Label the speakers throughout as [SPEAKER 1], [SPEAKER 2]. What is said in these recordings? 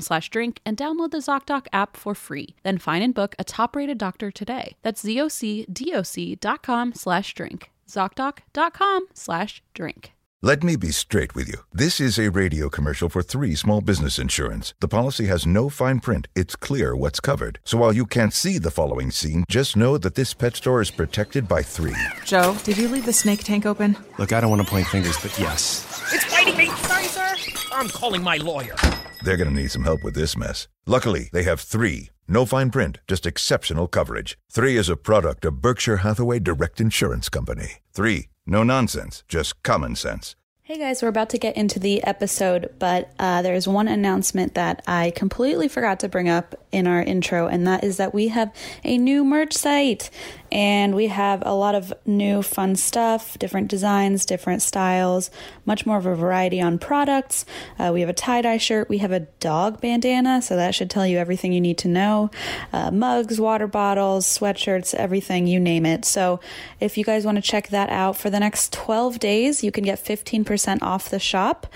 [SPEAKER 1] slash drink and download the ZocDoc app for free. Then find and book a top-rated doctor today. That's zocdoc.com slash drink. ZocDoc.com slash drink.
[SPEAKER 2] Let me be straight with you. This is a radio commercial for three small business insurance. The policy has no fine print. It's clear what's covered. So while you can't see the following scene, just know that this pet store is protected by three.
[SPEAKER 3] Joe, did you leave the snake tank open?
[SPEAKER 4] Look, I don't want to point fingers, but yes.
[SPEAKER 5] It's biting me! Sorry, sir! I'm calling my lawyer.
[SPEAKER 2] They're going to need some help with this mess. Luckily, they have three. No fine print, just exceptional coverage. Three is a product of Berkshire Hathaway Direct Insurance Company. Three, no nonsense, just common sense.
[SPEAKER 1] Hey guys, we're about to get into the episode, but uh, there's one announcement that I completely forgot to bring up in our intro, and that is that we have a new merch site and we have a lot of new fun stuff, different designs, different styles, much more of a variety on products. Uh, we have a tie dye shirt, we have a dog bandana, so that should tell you everything you need to know uh, mugs, water bottles, sweatshirts, everything, you name it. So if you guys want to check that out for the next 12 days, you can get 15% off the shop,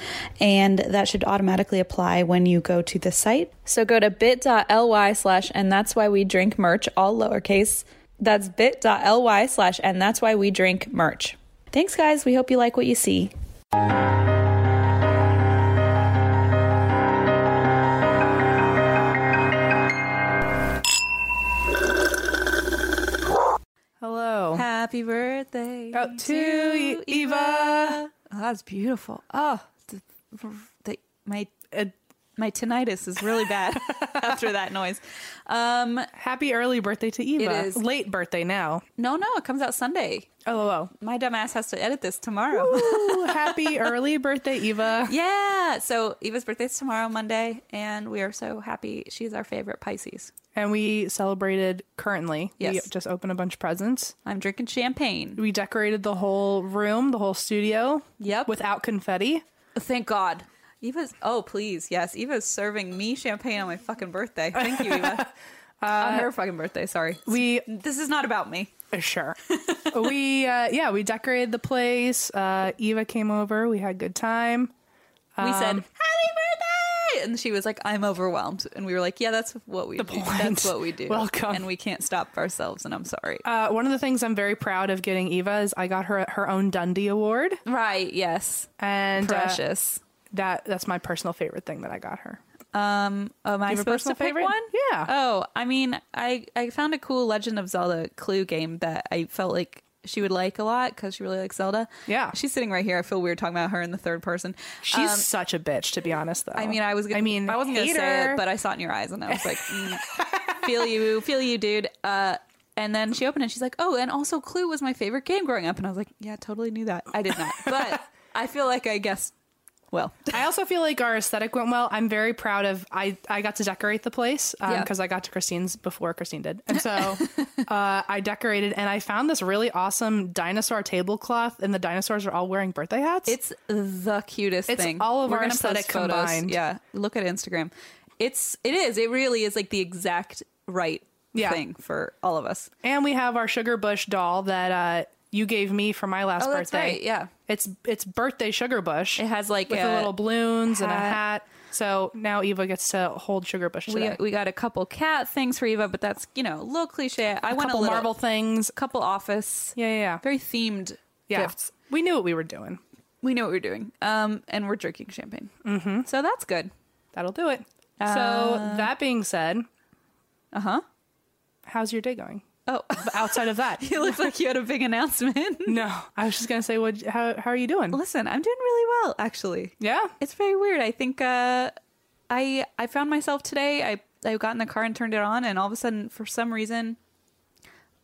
[SPEAKER 1] and that should automatically apply when you go to the site. So go to bit.ly slash, and that's why we drink merch, all lowercase. That's bit.ly slash and that's why we drink merch. Thanks, guys. We hope you like what you see.
[SPEAKER 3] Hello.
[SPEAKER 1] Happy birthday
[SPEAKER 3] Oh, to you, Eva. Oh, that's beautiful. Oh, the, the, my uh,
[SPEAKER 1] My tinnitus is really bad after that noise. Um,
[SPEAKER 6] Happy early birthday to Eva.
[SPEAKER 1] It is.
[SPEAKER 6] Late birthday now.
[SPEAKER 1] no, no, it comes out Sunday.
[SPEAKER 6] Oh,
[SPEAKER 1] My dumbass has to edit this tomorrow.
[SPEAKER 6] happy early birthday, Eva.
[SPEAKER 1] yeah. So Eva's birthday's tomorrow, Monday, and we are so happy. She's our favorite Pisces.
[SPEAKER 6] And we celebrated currently.
[SPEAKER 1] Yes.
[SPEAKER 6] We just opened a bunch of presents.
[SPEAKER 1] I'm drinking champagne.
[SPEAKER 6] We decorated the whole room, the whole studio.
[SPEAKER 1] Yep.
[SPEAKER 6] Without confetti.
[SPEAKER 1] Thank God. Eva's oh please yes Eva's serving me champagne on my fucking birthday. Thank you Eva. on her fucking birthday. Sorry.
[SPEAKER 6] We
[SPEAKER 1] This is not about me.
[SPEAKER 6] uh, sure. we uh, yeah, we decorated the place. Uh, Eva came over. We had a good time.
[SPEAKER 1] We said happy birthday, and she was like, "I'm overwhelmed," and we were like, "Yeah, that's what we do.
[SPEAKER 6] point.
[SPEAKER 1] That's what we do.
[SPEAKER 6] Welcome.
[SPEAKER 1] And we can't stop ourselves, and I'm sorry.
[SPEAKER 6] Uh, one of the things I'm very proud of getting Eva is I got her her own Dundee Award,
[SPEAKER 1] right? Yes.
[SPEAKER 6] and uh,
[SPEAKER 1] Precious.
[SPEAKER 6] that that's my personal favorite thing that I got her.
[SPEAKER 1] Um, am I
[SPEAKER 6] have a
[SPEAKER 1] supposed to
[SPEAKER 6] personal
[SPEAKER 1] pick
[SPEAKER 6] favorite?
[SPEAKER 1] one?
[SPEAKER 6] Yeah.
[SPEAKER 1] Oh, I mean, I I found a cool Legend of Zelda clue game that I felt like she would like a lot because she really likes Zelda.
[SPEAKER 6] Yeah.
[SPEAKER 1] She's sitting right here. I feel weird talking about her in the third person.
[SPEAKER 6] She's such a bitch, to be honest. Though
[SPEAKER 1] Um, I mean, I was. Gonna,
[SPEAKER 6] I mean,
[SPEAKER 1] I wasn't gonna
[SPEAKER 6] hate
[SPEAKER 1] say
[SPEAKER 6] her.
[SPEAKER 1] it, but I saw it in your eyes, and I was like, mm, "Feel you, feel you, dude." Uh, And then she opened it. She's like, "Oh, and also Clue was my favorite game growing up." And I was like, "Yeah, totally knew that. I did not, but I feel like I guessed well."
[SPEAKER 6] I also feel like our aesthetic went well. I'm very proud of I I got to decorate the place because
[SPEAKER 1] Yeah.
[SPEAKER 6] I got to Christine's before Christine did, and so uh, I decorated and I found this really awesome dinosaur tablecloth, and the dinosaurs are all wearing birthday hats.
[SPEAKER 1] It's the cutest
[SPEAKER 6] It's
[SPEAKER 1] thing.
[SPEAKER 6] all of our
[SPEAKER 1] gonna post
[SPEAKER 6] aesthetic
[SPEAKER 1] photos.
[SPEAKER 6] combined.
[SPEAKER 1] Yeah, look at Instagram. It's it is. It really is like the exact right
[SPEAKER 6] Yeah.
[SPEAKER 1] thing for all of us.
[SPEAKER 6] and we have our sugar bush doll that uh, you gave me for my last
[SPEAKER 1] Oh,
[SPEAKER 6] birthday.
[SPEAKER 1] that's right, yeah.
[SPEAKER 6] it's it's birthday sugar bush.
[SPEAKER 1] It has, like,
[SPEAKER 6] with
[SPEAKER 1] a
[SPEAKER 6] the little balloons and a
[SPEAKER 1] hat.
[SPEAKER 6] hat. So now Eva gets to hold sugar bush
[SPEAKER 1] We,
[SPEAKER 6] today.
[SPEAKER 1] we got a couple cat things for Eva, but that's you know a little cliche. I went a
[SPEAKER 6] couple
[SPEAKER 1] little,
[SPEAKER 6] Marvel things.
[SPEAKER 1] couple office,
[SPEAKER 6] Yeah, yeah, yeah.
[SPEAKER 1] very themed
[SPEAKER 6] yeah.
[SPEAKER 1] gifts.
[SPEAKER 6] We knew what we were doing.
[SPEAKER 1] We know what we're doing, um, and we're drinking champagne, mm-hmm. so that's good.
[SPEAKER 6] That'll do it. so that being said, uh Uh-huh. huh. How's your day going?
[SPEAKER 1] Oh,
[SPEAKER 6] But outside of that,
[SPEAKER 1] it looks like you had a big announcement.
[SPEAKER 6] no. I was just gonna say, what? How, how are you doing?
[SPEAKER 1] Listen, I'm doing really well, actually.
[SPEAKER 6] Yeah.
[SPEAKER 1] it's very weird. I think uh, I I found myself today. I I got in the car and turned it on, and all of a sudden, for some reason,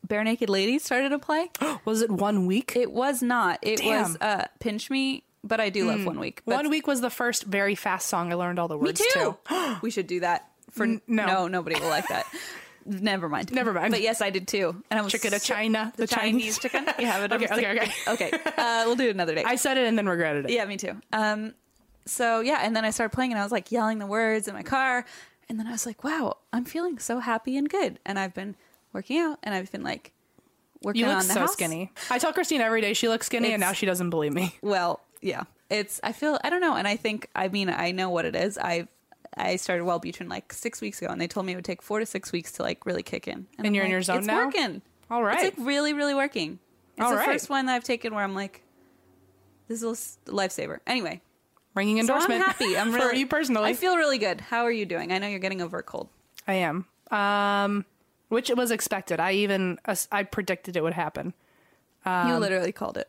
[SPEAKER 1] Bare Naked Ladies started to play.
[SPEAKER 6] Was it one week?
[SPEAKER 1] it was not. It was
[SPEAKER 6] Damn. Mm.
[SPEAKER 1] uh, Pinch Me, but I do love One Week. That's-
[SPEAKER 6] one week was the first very fast song I learned all the
[SPEAKER 1] Me
[SPEAKER 6] words
[SPEAKER 1] too.
[SPEAKER 6] to.
[SPEAKER 1] we should do that. For no.
[SPEAKER 6] no.
[SPEAKER 1] nobody will like that. Never mind.
[SPEAKER 6] Never mind.
[SPEAKER 1] But yes, I did too. And I was
[SPEAKER 6] Chicken of
[SPEAKER 1] so-
[SPEAKER 6] China,
[SPEAKER 1] the,
[SPEAKER 6] the
[SPEAKER 1] Chinese,
[SPEAKER 6] Chinese.
[SPEAKER 1] chicken. You have it.
[SPEAKER 6] Okay,
[SPEAKER 1] I'm
[SPEAKER 6] okay,
[SPEAKER 1] sick. Okay. Uh, we'll do it another day.
[SPEAKER 6] I said it and then regretted it.
[SPEAKER 1] Yeah, me too. Um, so yeah, and then I started playing, and I was like yelling the words in my car, and then I was like, "Wow, I'm feeling so happy and good." And I've been working out, and I've been like working
[SPEAKER 6] You look
[SPEAKER 1] on the
[SPEAKER 6] so
[SPEAKER 1] house.
[SPEAKER 6] skinny. I tell Christine every day she looks skinny, and now
[SPEAKER 1] It's-
[SPEAKER 6] she doesn't believe me.
[SPEAKER 1] Well, yeah, it's. I feel I don't know, and I think I mean I know what it is. I've I started Wellbutrin like six weeks ago, and they told me it would take four to six weeks to like really kick in.
[SPEAKER 6] And
[SPEAKER 1] I'm
[SPEAKER 6] you're in
[SPEAKER 1] like,
[SPEAKER 6] your zone
[SPEAKER 1] it's
[SPEAKER 6] now?
[SPEAKER 1] working.
[SPEAKER 6] All
[SPEAKER 1] It's
[SPEAKER 6] right.
[SPEAKER 1] like really, really working. It's
[SPEAKER 6] All
[SPEAKER 1] the
[SPEAKER 6] right.
[SPEAKER 1] first one that I've taken where I'm like, this is a lifesaver. Anyway,
[SPEAKER 6] Ringing
[SPEAKER 1] So
[SPEAKER 6] endorsement.
[SPEAKER 1] I'm happy. I'm really
[SPEAKER 6] for you personally.
[SPEAKER 1] I feel really good. How are you doing? I know you're getting over a cold.
[SPEAKER 6] I am. Um, which was expected. I even I predicted it would happen. Um,
[SPEAKER 1] you literally called it.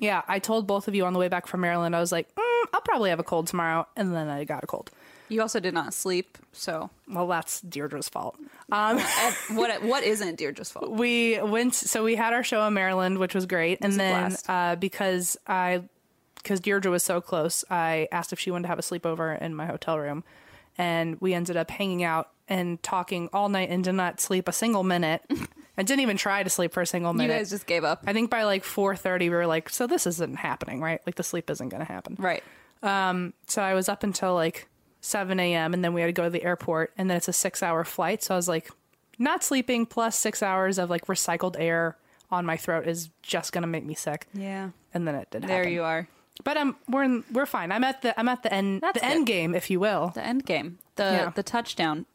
[SPEAKER 6] Yeah, I told both of you on the way back from Maryland. I was like, mm, I'll probably have a cold tomorrow, and then I got a cold.
[SPEAKER 1] You also did not sleep, so
[SPEAKER 6] Well, that's Deirdre's fault.
[SPEAKER 1] Eh, what what isn't Deirdre's fault?
[SPEAKER 6] We went, so we had our show in Maryland, which was great, and
[SPEAKER 1] was a
[SPEAKER 6] then
[SPEAKER 1] blast.
[SPEAKER 6] uh, because I, because Deirdre was so close, I asked if she wanted to have a sleepover in my hotel room, and we ended up hanging out and talking all night and did not sleep a single minute, and didn't even try to sleep for a single
[SPEAKER 1] You
[SPEAKER 6] minute.
[SPEAKER 1] guys just gave up,
[SPEAKER 6] I think by like 4:30 we were like, so this isn't happening, right? Like the sleep isn't going to happen.
[SPEAKER 1] right?
[SPEAKER 6] So I was up until like 7 a.m. and then we had to go to the airport and then it's a 6-hour flight, so I was like not sleeping plus 6 hours of like recycled air on my throat is just going to make me sick.
[SPEAKER 1] Yeah,
[SPEAKER 6] And then it did
[SPEAKER 1] there
[SPEAKER 6] happen.
[SPEAKER 1] you are.
[SPEAKER 6] But I'm we're in, we're fine. I'm at the I'm at the end
[SPEAKER 1] That's
[SPEAKER 6] the end game if you will.
[SPEAKER 1] The end game, the
[SPEAKER 6] Yeah.
[SPEAKER 1] the touchdown.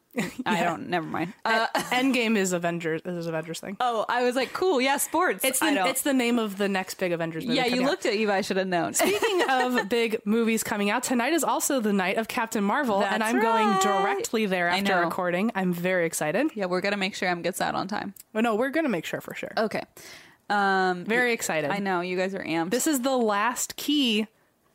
[SPEAKER 1] I don't. Never mind. Uh,
[SPEAKER 6] end game is Avengers is Avengers thing.
[SPEAKER 1] oh, I was like, cool. Yeah, sports.
[SPEAKER 6] It's
[SPEAKER 1] I
[SPEAKER 6] the,
[SPEAKER 1] don't.
[SPEAKER 6] it's the name of the next big Avengers movie.
[SPEAKER 1] yeah, you
[SPEAKER 6] coming out.
[SPEAKER 1] looked at you. I should have known.
[SPEAKER 6] Speaking of big movies coming out, tonight is also the night of Captain Marvel, and
[SPEAKER 1] That's
[SPEAKER 6] I'm
[SPEAKER 1] right.
[SPEAKER 6] going directly there
[SPEAKER 1] I
[SPEAKER 6] after
[SPEAKER 1] know.
[SPEAKER 6] recording. I'm very excited.
[SPEAKER 1] yeah, we're gonna make sure Em gets out on time.
[SPEAKER 6] Well, no, we're going to make sure for sure.
[SPEAKER 1] Okay. Um,
[SPEAKER 6] Very excited.
[SPEAKER 1] I know you guys are amped.
[SPEAKER 6] This is the last key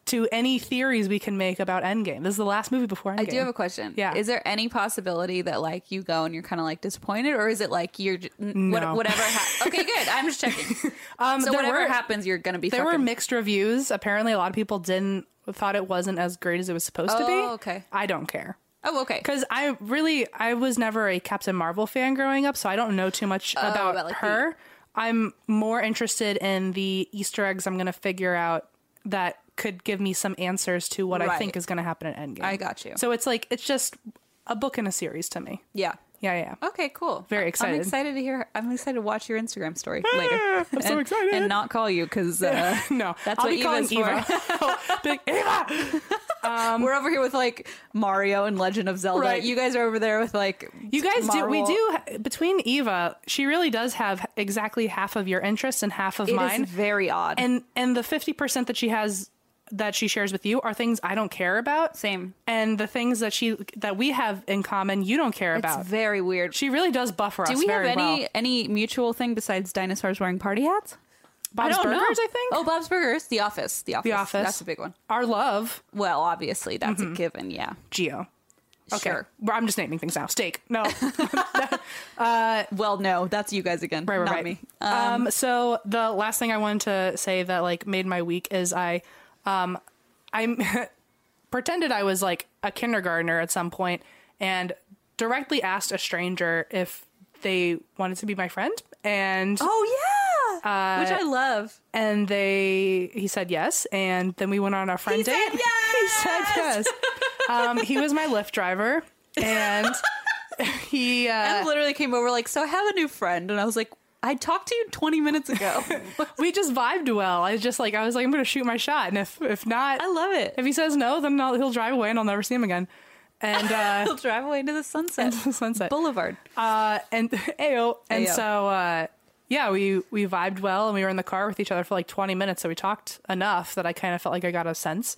[SPEAKER 6] to any theories we can make about Endgame. This is the last movie before Endgame.
[SPEAKER 1] I do have a question.
[SPEAKER 6] Yeah.
[SPEAKER 1] Is there any possibility that like you go and you're kind of like disappointed, or is it like you're j- n- what-
[SPEAKER 6] No.
[SPEAKER 1] whatever? Ha- okay, good. I'm just checking. Um, so
[SPEAKER 6] there
[SPEAKER 1] whatever
[SPEAKER 6] were-
[SPEAKER 1] happens, you're gonna be.
[SPEAKER 6] There were
[SPEAKER 1] fucking-
[SPEAKER 6] mixed reviews. Apparently, a lot of people didn't thought it wasn't as great as it was supposed to be.
[SPEAKER 1] Oh, okay.
[SPEAKER 6] I don't care.
[SPEAKER 1] oh, okay.
[SPEAKER 6] Because I really, I was never a Captain Marvel fan growing up, so I don't know too much about,
[SPEAKER 1] Oh, about, like,
[SPEAKER 6] her. I'm more interested in the Easter eggs I'm going to figure out that could give me some answers to what I
[SPEAKER 1] Right.
[SPEAKER 6] think is going to happen in Endgame.
[SPEAKER 1] I got you.
[SPEAKER 6] So it's like, it's just a book and a series to me.
[SPEAKER 1] Yeah.
[SPEAKER 6] Yeah, yeah. yeah.
[SPEAKER 1] Okay. Cool.
[SPEAKER 6] Very
[SPEAKER 1] I'm
[SPEAKER 6] excited. Ah,
[SPEAKER 1] excited to hear. I'm excited to watch your Instagram story later. I'm
[SPEAKER 6] so
[SPEAKER 1] and,
[SPEAKER 6] excited.
[SPEAKER 1] And not call you because uh,
[SPEAKER 6] No,
[SPEAKER 1] that's
[SPEAKER 6] I'll
[SPEAKER 1] what
[SPEAKER 6] be calling
[SPEAKER 1] Eva's for.
[SPEAKER 6] Eva. Big Eva!
[SPEAKER 1] we're over here with like Mario and Legend of Zelda.
[SPEAKER 6] Right.
[SPEAKER 1] You guys are over there with like
[SPEAKER 6] You guys do, we
[SPEAKER 1] Marvel.
[SPEAKER 6] do, between Eva, she really does have exactly half of your interests and half of
[SPEAKER 1] It is
[SPEAKER 6] mine.
[SPEAKER 1] very odd.
[SPEAKER 6] and and the 50% that she has that she shares with you are things I don't care about.
[SPEAKER 1] Same.
[SPEAKER 6] And the things that she that we have in common you don't care
[SPEAKER 1] it's
[SPEAKER 6] about.
[SPEAKER 1] very weird.
[SPEAKER 6] she really does buffer us
[SPEAKER 1] do we have
[SPEAKER 6] very
[SPEAKER 1] any
[SPEAKER 6] well.
[SPEAKER 1] any mutual thing besides dinosaurs wearing party hats?
[SPEAKER 6] Bob's
[SPEAKER 1] I don't
[SPEAKER 6] Burgers,
[SPEAKER 1] know.
[SPEAKER 6] I think.
[SPEAKER 1] Oh, Bob's Burgers, The Office, Mm-hmm. The Office,
[SPEAKER 6] The Office.
[SPEAKER 1] That's a big one.
[SPEAKER 6] Our love,
[SPEAKER 1] Well, obviously that's a given. Yeah,
[SPEAKER 6] Geo. Okay.
[SPEAKER 1] Sure.
[SPEAKER 6] Well, I'm just naming things now. Steak. No.
[SPEAKER 1] Well, no, that's you guys again,
[SPEAKER 6] right, right,
[SPEAKER 1] not
[SPEAKER 6] right.
[SPEAKER 1] me. Uh,
[SPEAKER 6] Um, so the last thing I wanted to say that like made my week is I, um, I pretended I was like a kindergartner at some point and directly asked a stranger if they wanted to be my friend, and
[SPEAKER 1] Oh yeah, which I love.
[SPEAKER 6] and they he said yes, and then we went on our friend
[SPEAKER 1] He
[SPEAKER 6] date.
[SPEAKER 1] said
[SPEAKER 6] he said yes. um, he was my Lyft driver, and he uh,
[SPEAKER 1] I literally came over like, so I have a new friend, and I was like, I talked to you 20 minutes ago.
[SPEAKER 6] we just vibed well. I was just like I was like I'm gonna shoot my shot, and if if not,
[SPEAKER 1] I love it.
[SPEAKER 6] If he says no, then I'll, he'll drive away and I'll never see him again. And uh,
[SPEAKER 1] We'll drive away to the sunset,
[SPEAKER 6] sunset.
[SPEAKER 1] boulevard.
[SPEAKER 6] uh, and ayo, and
[SPEAKER 1] Ayo.
[SPEAKER 6] so uh, yeah, we we vibed well, and we were in the car with each other for like 20 minutes, so we talked enough that I kind of felt like I got a sense.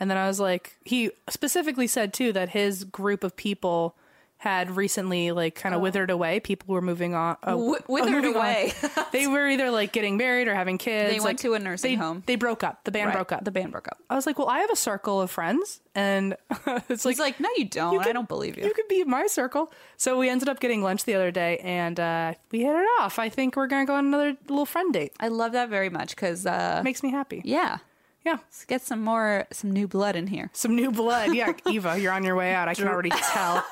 [SPEAKER 6] And then I was like, he specifically said too that his group of people had recently like kind of withered away. People were moving on, uh,
[SPEAKER 1] Wi-
[SPEAKER 6] uh,
[SPEAKER 1] Oh. withered
[SPEAKER 6] moving on.
[SPEAKER 1] away.
[SPEAKER 6] they were either like getting married or having kids.
[SPEAKER 1] They went
[SPEAKER 6] like,
[SPEAKER 1] to a nursing
[SPEAKER 6] they-
[SPEAKER 1] home.
[SPEAKER 6] They broke up. The band broke up.
[SPEAKER 1] The band broke up.
[SPEAKER 6] I was like, well, I have a circle of friends, and it's like,
[SPEAKER 1] He's like, no, you don't. I
[SPEAKER 6] could-
[SPEAKER 1] don't believe you.
[SPEAKER 6] you could be in my circle. So we ended up getting lunch the other day, and uh, we hit it off. I think we're gonna go on another little friend date.
[SPEAKER 1] I love that very much because, uh,
[SPEAKER 6] Makes me happy.
[SPEAKER 1] yeah,
[SPEAKER 6] Yeah,
[SPEAKER 1] let's get some more, some new blood in here.
[SPEAKER 6] some new blood. Yeah, Eva, you're on your way out. I can already tell.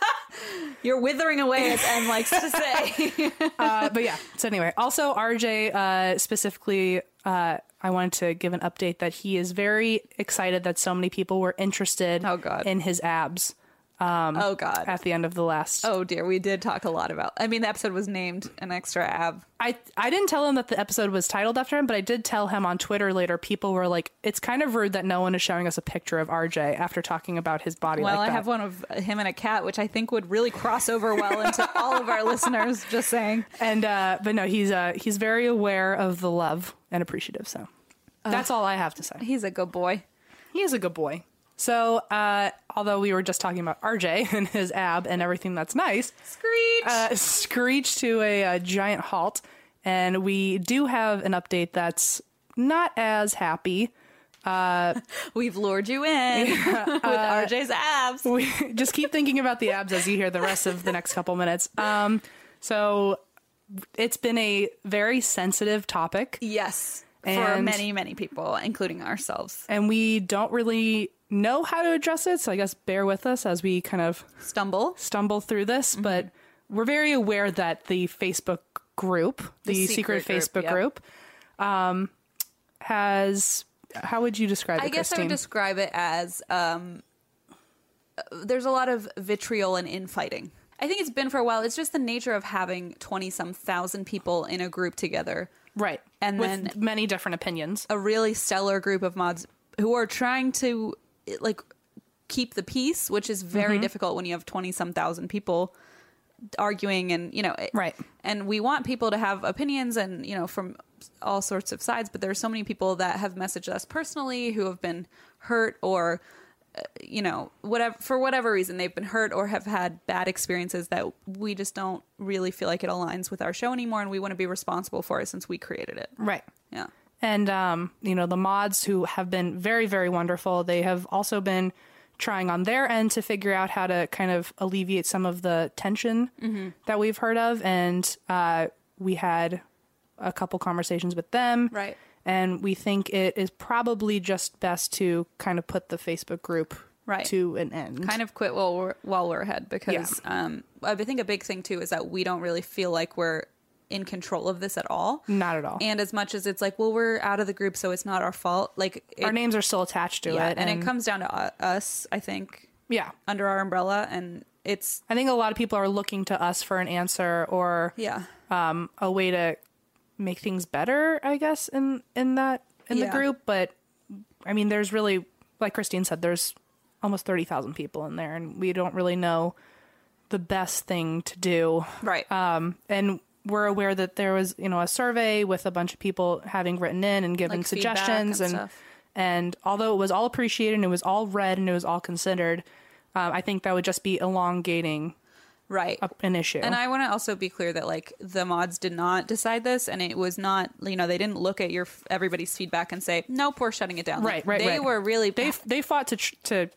[SPEAKER 1] You're withering away, as Em likes to say.
[SPEAKER 6] Uh, but yeah. So anyway, also RJ uh, specifically, uh, I wanted to give an update that he is very excited that so many people were interested.
[SPEAKER 1] Oh, God.
[SPEAKER 6] in his abs Um,
[SPEAKER 1] oh God.
[SPEAKER 6] at the end of the last.
[SPEAKER 1] Oh dear, we did talk a lot about. I mean, the episode was named an extra ab.
[SPEAKER 6] I I didn't tell him that the episode was titled after him, but I did tell him on Twitter later. People were like, "It's kind of rude that no one is showing us a picture of RJ after talking about his body."
[SPEAKER 1] Well,
[SPEAKER 6] like
[SPEAKER 1] I
[SPEAKER 6] that.
[SPEAKER 1] have one of him and a cat, which I think would really cross over well into all of our listeners. Just saying.
[SPEAKER 6] and uh, but no, he's uh he's very aware of the love and appreciative. So that's all I have to say.
[SPEAKER 1] He's a good boy.
[SPEAKER 6] He is a good boy. So uh, although we were just talking about RJ and his ab and everything that's nice,
[SPEAKER 1] Screech.
[SPEAKER 6] uh, screech to a, uh giant halt, and we do have an update that's not as happy.
[SPEAKER 1] We've lured you in with RJ's abs.
[SPEAKER 6] uh, we just keep thinking about the abs as you hear the rest of the next couple minutes. Um, so it's been a very sensitive topic,
[SPEAKER 1] Yes. for
[SPEAKER 6] And-
[SPEAKER 1] many, many people, including ourselves.
[SPEAKER 6] and we don't really know how to address it. So I guess bear with us as we kind of
[SPEAKER 1] Stumble.
[SPEAKER 6] stumble through this.
[SPEAKER 1] Mm-hmm.
[SPEAKER 6] But we're very aware that the Facebook group, the, secret,
[SPEAKER 1] secret group,
[SPEAKER 6] Facebook
[SPEAKER 1] yep.
[SPEAKER 6] group, um, has. How would you describe
[SPEAKER 1] I
[SPEAKER 6] it,
[SPEAKER 1] guess I
[SPEAKER 6] Christine?
[SPEAKER 1] would describe it as um, uh, there's a lot of vitriol and infighting. I think it's been for a while. It's just the nature of having 20 some thousand people in a group together.
[SPEAKER 6] right,
[SPEAKER 1] and
[SPEAKER 6] with
[SPEAKER 1] then- Oh.
[SPEAKER 6] many different opinions.
[SPEAKER 1] a really stellar group of mods who are trying to like keep the peace, which is very
[SPEAKER 6] Mm-hmm.
[SPEAKER 1] difficult when you have 20 some thousand people arguing and you know it-
[SPEAKER 6] Right.
[SPEAKER 1] and we want people to have opinions and you know from all sorts of sides but there are so many people that have messaged us personally who have been hurt or uh, you know whatever for whatever reason they've been hurt or have had bad experiences that we just don't really feel like it aligns with our show anymore and we want to be responsible for it since we created it
[SPEAKER 6] Right.
[SPEAKER 1] yeah
[SPEAKER 6] And um, you know, the mods who have been very, very wonderful, they have also been trying on their end to figure out how to kind of alleviate some of the tension
[SPEAKER 1] Mm-hmm.
[SPEAKER 6] that we've heard of. And uh, we had a couple conversations with them.
[SPEAKER 1] Right.
[SPEAKER 6] And we think it is probably just best to kind of put the Facebook group
[SPEAKER 1] Right.
[SPEAKER 6] to an end.
[SPEAKER 1] kind of quit while we're while we're ahead because um, I think a big thing too is that we don't really feel like we're in control of this at all.
[SPEAKER 6] Not at all.
[SPEAKER 1] And as much as it's like, well, we're out of the group, so it's not our fault. Like it,
[SPEAKER 6] Our names are still attached to
[SPEAKER 1] yeah,
[SPEAKER 6] it.
[SPEAKER 1] and, it comes down to u- us. I think
[SPEAKER 6] Yeah.
[SPEAKER 1] under our umbrella, and it's
[SPEAKER 6] I think a lot of people are looking to us for an answer or
[SPEAKER 1] yeah,
[SPEAKER 6] um, a way to make things better, I guess, in in that in
[SPEAKER 1] Yeah.
[SPEAKER 6] the group. But I mean, there's really, like Christine said, there's almost thirty thousand people in there, and we don't really know the best thing to do.
[SPEAKER 1] right.
[SPEAKER 6] Um, and we're aware that there was, you know, a survey with a bunch of people having written in and given
[SPEAKER 1] Like feedback
[SPEAKER 6] suggestions
[SPEAKER 1] and
[SPEAKER 6] and.
[SPEAKER 1] stuff.
[SPEAKER 6] And although it was all appreciated and it was all read and it was all considered, um, I think that would just be elongating
[SPEAKER 1] right.
[SPEAKER 6] an issue.
[SPEAKER 1] And I want to also be clear that like the mods did not decide this, and it was not you know they didn't look at your everybody's feedback and say nope we're shutting it down. Like,
[SPEAKER 6] right, right,
[SPEAKER 1] They
[SPEAKER 6] right.
[SPEAKER 1] were really
[SPEAKER 6] they they fought to tr- to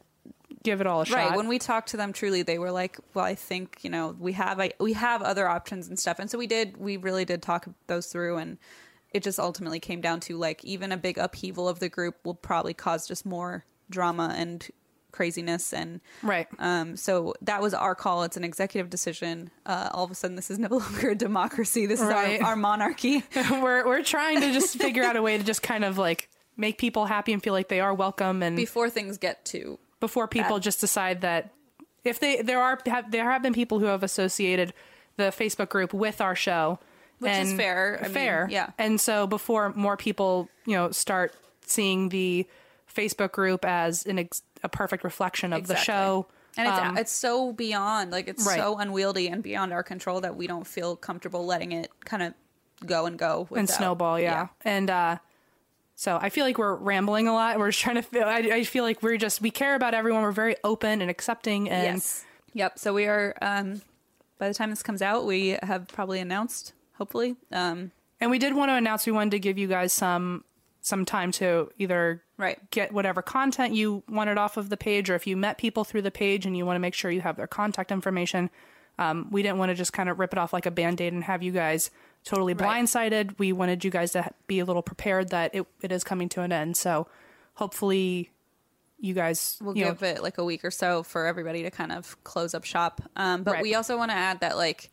[SPEAKER 6] give it all a shot.
[SPEAKER 1] Right. When we talked to them truly, they were like, "Well, I think you know we have I, we have other options and stuff." And so we did. We really did talk those through, and it just ultimately came down to like even a big upheaval of the group will probably cause just more drama and craziness and
[SPEAKER 6] Right.
[SPEAKER 1] um, so that was our call. It's an executive decision. Uh, all of a sudden, this is no longer a democracy. This
[SPEAKER 6] Right.
[SPEAKER 1] is our, our monarchy.
[SPEAKER 6] we're we're trying to just figure out a way to just kind of like make people happy and feel like they are welcome and
[SPEAKER 1] Before things get to
[SPEAKER 6] before people just decide that if they there are have, there have been people who have associated the Facebook group with our show,
[SPEAKER 1] Which is fair. I mean,
[SPEAKER 6] fair,
[SPEAKER 1] yeah.
[SPEAKER 6] And so before more people you know start seeing the Facebook group as an ex- a perfect reflection of the
[SPEAKER 1] Exactly.
[SPEAKER 6] show,
[SPEAKER 1] and it's
[SPEAKER 6] um,
[SPEAKER 1] it's so beyond like it's
[SPEAKER 6] Right.
[SPEAKER 1] so unwieldy and beyond our control that we don't feel comfortable letting it kind of go and go
[SPEAKER 6] and
[SPEAKER 1] without-
[SPEAKER 6] snowball, yeah. And uh, so I feel like we're rambling a lot. We're just trying to. Feel, I, I feel like we're just we care about everyone. We're very open and accepting, and
[SPEAKER 1] Yes. Yep. So we are. Um, by the time this comes out, we have probably announced. Hopefully, um,
[SPEAKER 6] And we did want to announce we wanted to give you guys some some time to either
[SPEAKER 1] Right.
[SPEAKER 6] get whatever content you wanted off of the page, or if you met people through the page and you want to make sure you have their contact information. Um, we didn't want to just kind of rip it off like a band aid and have you guys totally
[SPEAKER 1] Right.
[SPEAKER 6] blindsided. We wanted you guys to ha- be a little prepared that it, it is coming to an end. So hopefully you guys
[SPEAKER 1] we'll
[SPEAKER 6] you know,
[SPEAKER 1] give it like a week or so for everybody to kind of close up shop. Um, but
[SPEAKER 6] Right.
[SPEAKER 1] we also want to add that like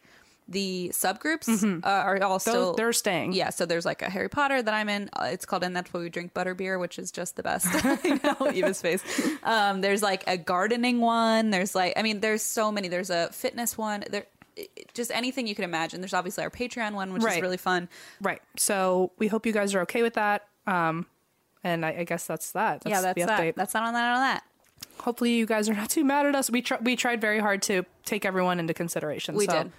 [SPEAKER 1] the subgroups uh, are all still
[SPEAKER 6] Mm-hmm. they're staying.
[SPEAKER 1] Yeah, so there's like a Harry Potter that I'm in. Uh, it's called and that's why we drink butterbeer, which is just the best. I know Eva's face. Um, there's like a gardening one. There's like I mean, there's so many. There's a fitness one. There, it- it- just anything you can imagine. There's obviously our Patreon one, which
[SPEAKER 6] Right.
[SPEAKER 1] is really fun.
[SPEAKER 6] Right. So we hope you guys are okay with that. Um, and I, I guess that's that. That's
[SPEAKER 1] yeah, that's
[SPEAKER 6] the
[SPEAKER 1] that.
[SPEAKER 6] update.
[SPEAKER 1] That's not on that. On that.
[SPEAKER 6] hopefully you guys are not too mad at us. We tr- we tried very hard to take everyone into consideration.
[SPEAKER 1] We
[SPEAKER 6] so.
[SPEAKER 1] did.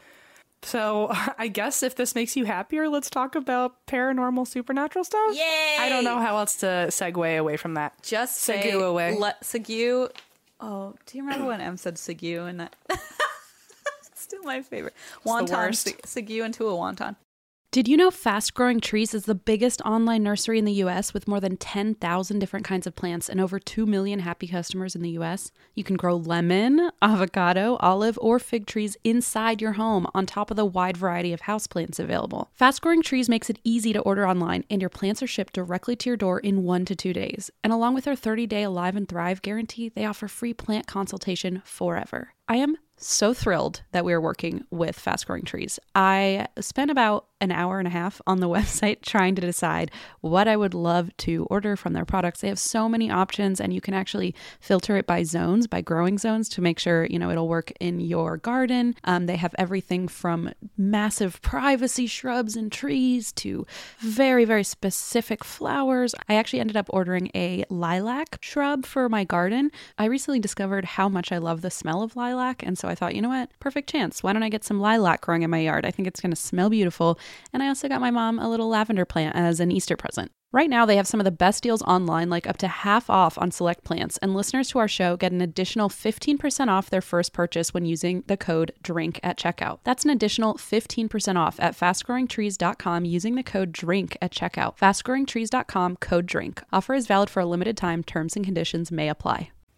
[SPEAKER 6] So I guess if this makes you happier, let's talk about paranormal supernatural stuff.
[SPEAKER 1] Yay!
[SPEAKER 6] I don't know how else to segue away from that.
[SPEAKER 1] Just
[SPEAKER 6] Segue
[SPEAKER 1] say,
[SPEAKER 6] away.
[SPEAKER 1] Le- Segu. Oh, do you remember when Em said Segu and that? it's still my favorite. Wonton.
[SPEAKER 6] worst.
[SPEAKER 1] Se- Segu into a wonton.
[SPEAKER 7] Did you know Fast Growing Trees is the biggest online nursery in the US with more than 10,000 different kinds of plants and over 2 million happy customers in the US? You can grow lemon, avocado, olive, or fig trees inside your home on top of the wide variety of houseplants available. Fast Growing Trees makes it easy to order online and your plants are shipped directly to your door in 1 to 2 days. And along with their 30-day Alive and Thrive guarantee, they offer free plant consultation forever. I am so thrilled that we are working with fast growing trees. I spent about an hour and a half on the website trying to decide what I would love to order from their products. They have so many options and you can actually filter it by zones, by growing zones to make sure, you know, it'll work in your garden. Um, they have everything from massive privacy shrubs and trees to very, very specific flowers. I actually ended up ordering a lilac shrub for my garden. I recently discovered how much I love the smell of lilac. And so I thought, you know what? Perfect chance. Why don't I get some lilac growing in my yard? I think it's going to smell beautiful. And I also got my mom a little lavender plant as an Easter present. Right now, they have some of the best deals online, like up to half off on select plants. And listeners to our show get an additional 15% off their first purchase when using the code DRINK at checkout. That's an additional 15% off at fastgrowingtrees.com using the code DRINK at checkout. Fastgrowingtrees.com code DRINK. Offer is valid for a limited time. Terms and conditions may apply.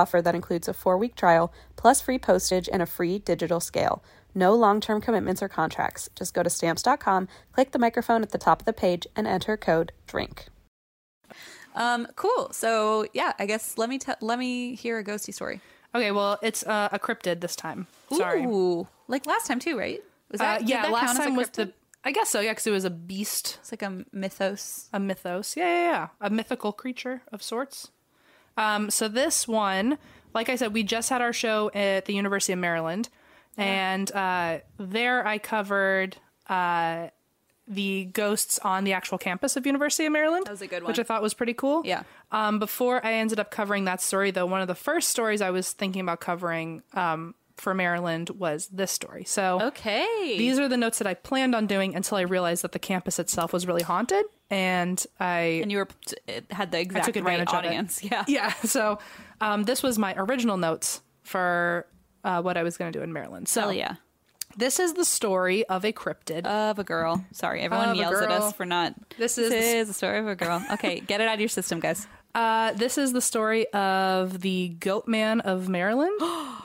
[SPEAKER 8] offer that includes a four week trial, plus free postage and a free digital scale. No long term commitments or contracts. Just go to stamps.com, click the microphone at the top of the page, and enter code DRINK.
[SPEAKER 1] Um, cool. So yeah, I guess let me te- let me hear a ghosty story.
[SPEAKER 6] Okay, well, it's uh, a cryptid this time. Sorry.
[SPEAKER 1] Ooh, like last time too, right? Was
[SPEAKER 6] Uh,
[SPEAKER 1] did
[SPEAKER 6] yeah,
[SPEAKER 1] that
[SPEAKER 6] last
[SPEAKER 1] count as a
[SPEAKER 6] time was the.
[SPEAKER 1] cryptid?
[SPEAKER 6] I guess so, yeah, because it was a beast,
[SPEAKER 1] It's like a mythos.
[SPEAKER 6] a mythos. Yeah, yeah, yeah. A mythical creature of sorts. Um, so this one, like I said, we just had our show at the University of Maryland, and uh, there I covered uh, the ghosts on the actual campus of University of Maryland. That
[SPEAKER 1] was a good
[SPEAKER 6] which
[SPEAKER 1] one.
[SPEAKER 6] I thought was pretty cool.
[SPEAKER 1] Yeah.
[SPEAKER 6] Um, before I ended up covering that story, though, one of the first stories I was thinking about covering um, for Maryland was this story. So
[SPEAKER 1] Oh, Okay.
[SPEAKER 6] these are the notes that I planned on doing until I realized that the campus itself was really haunted, and I
[SPEAKER 1] and you were t- it had the exact
[SPEAKER 6] took
[SPEAKER 1] right
[SPEAKER 6] advantage of it.
[SPEAKER 1] audience. Yeah.
[SPEAKER 6] yeah. So um, this was my original notes for uh, what I was going to do in Maryland. So
[SPEAKER 1] Hell yeah.
[SPEAKER 6] this is the story of a cryptid.
[SPEAKER 1] Of a girl. Sorry, everyone
[SPEAKER 6] Of a
[SPEAKER 1] yells at
[SPEAKER 6] girl.
[SPEAKER 1] us for not.
[SPEAKER 6] This is-
[SPEAKER 1] this is the story of a girl. Okay, get it out of your system, guys.
[SPEAKER 6] Uh, this is the story of the Goat Man of Maryland.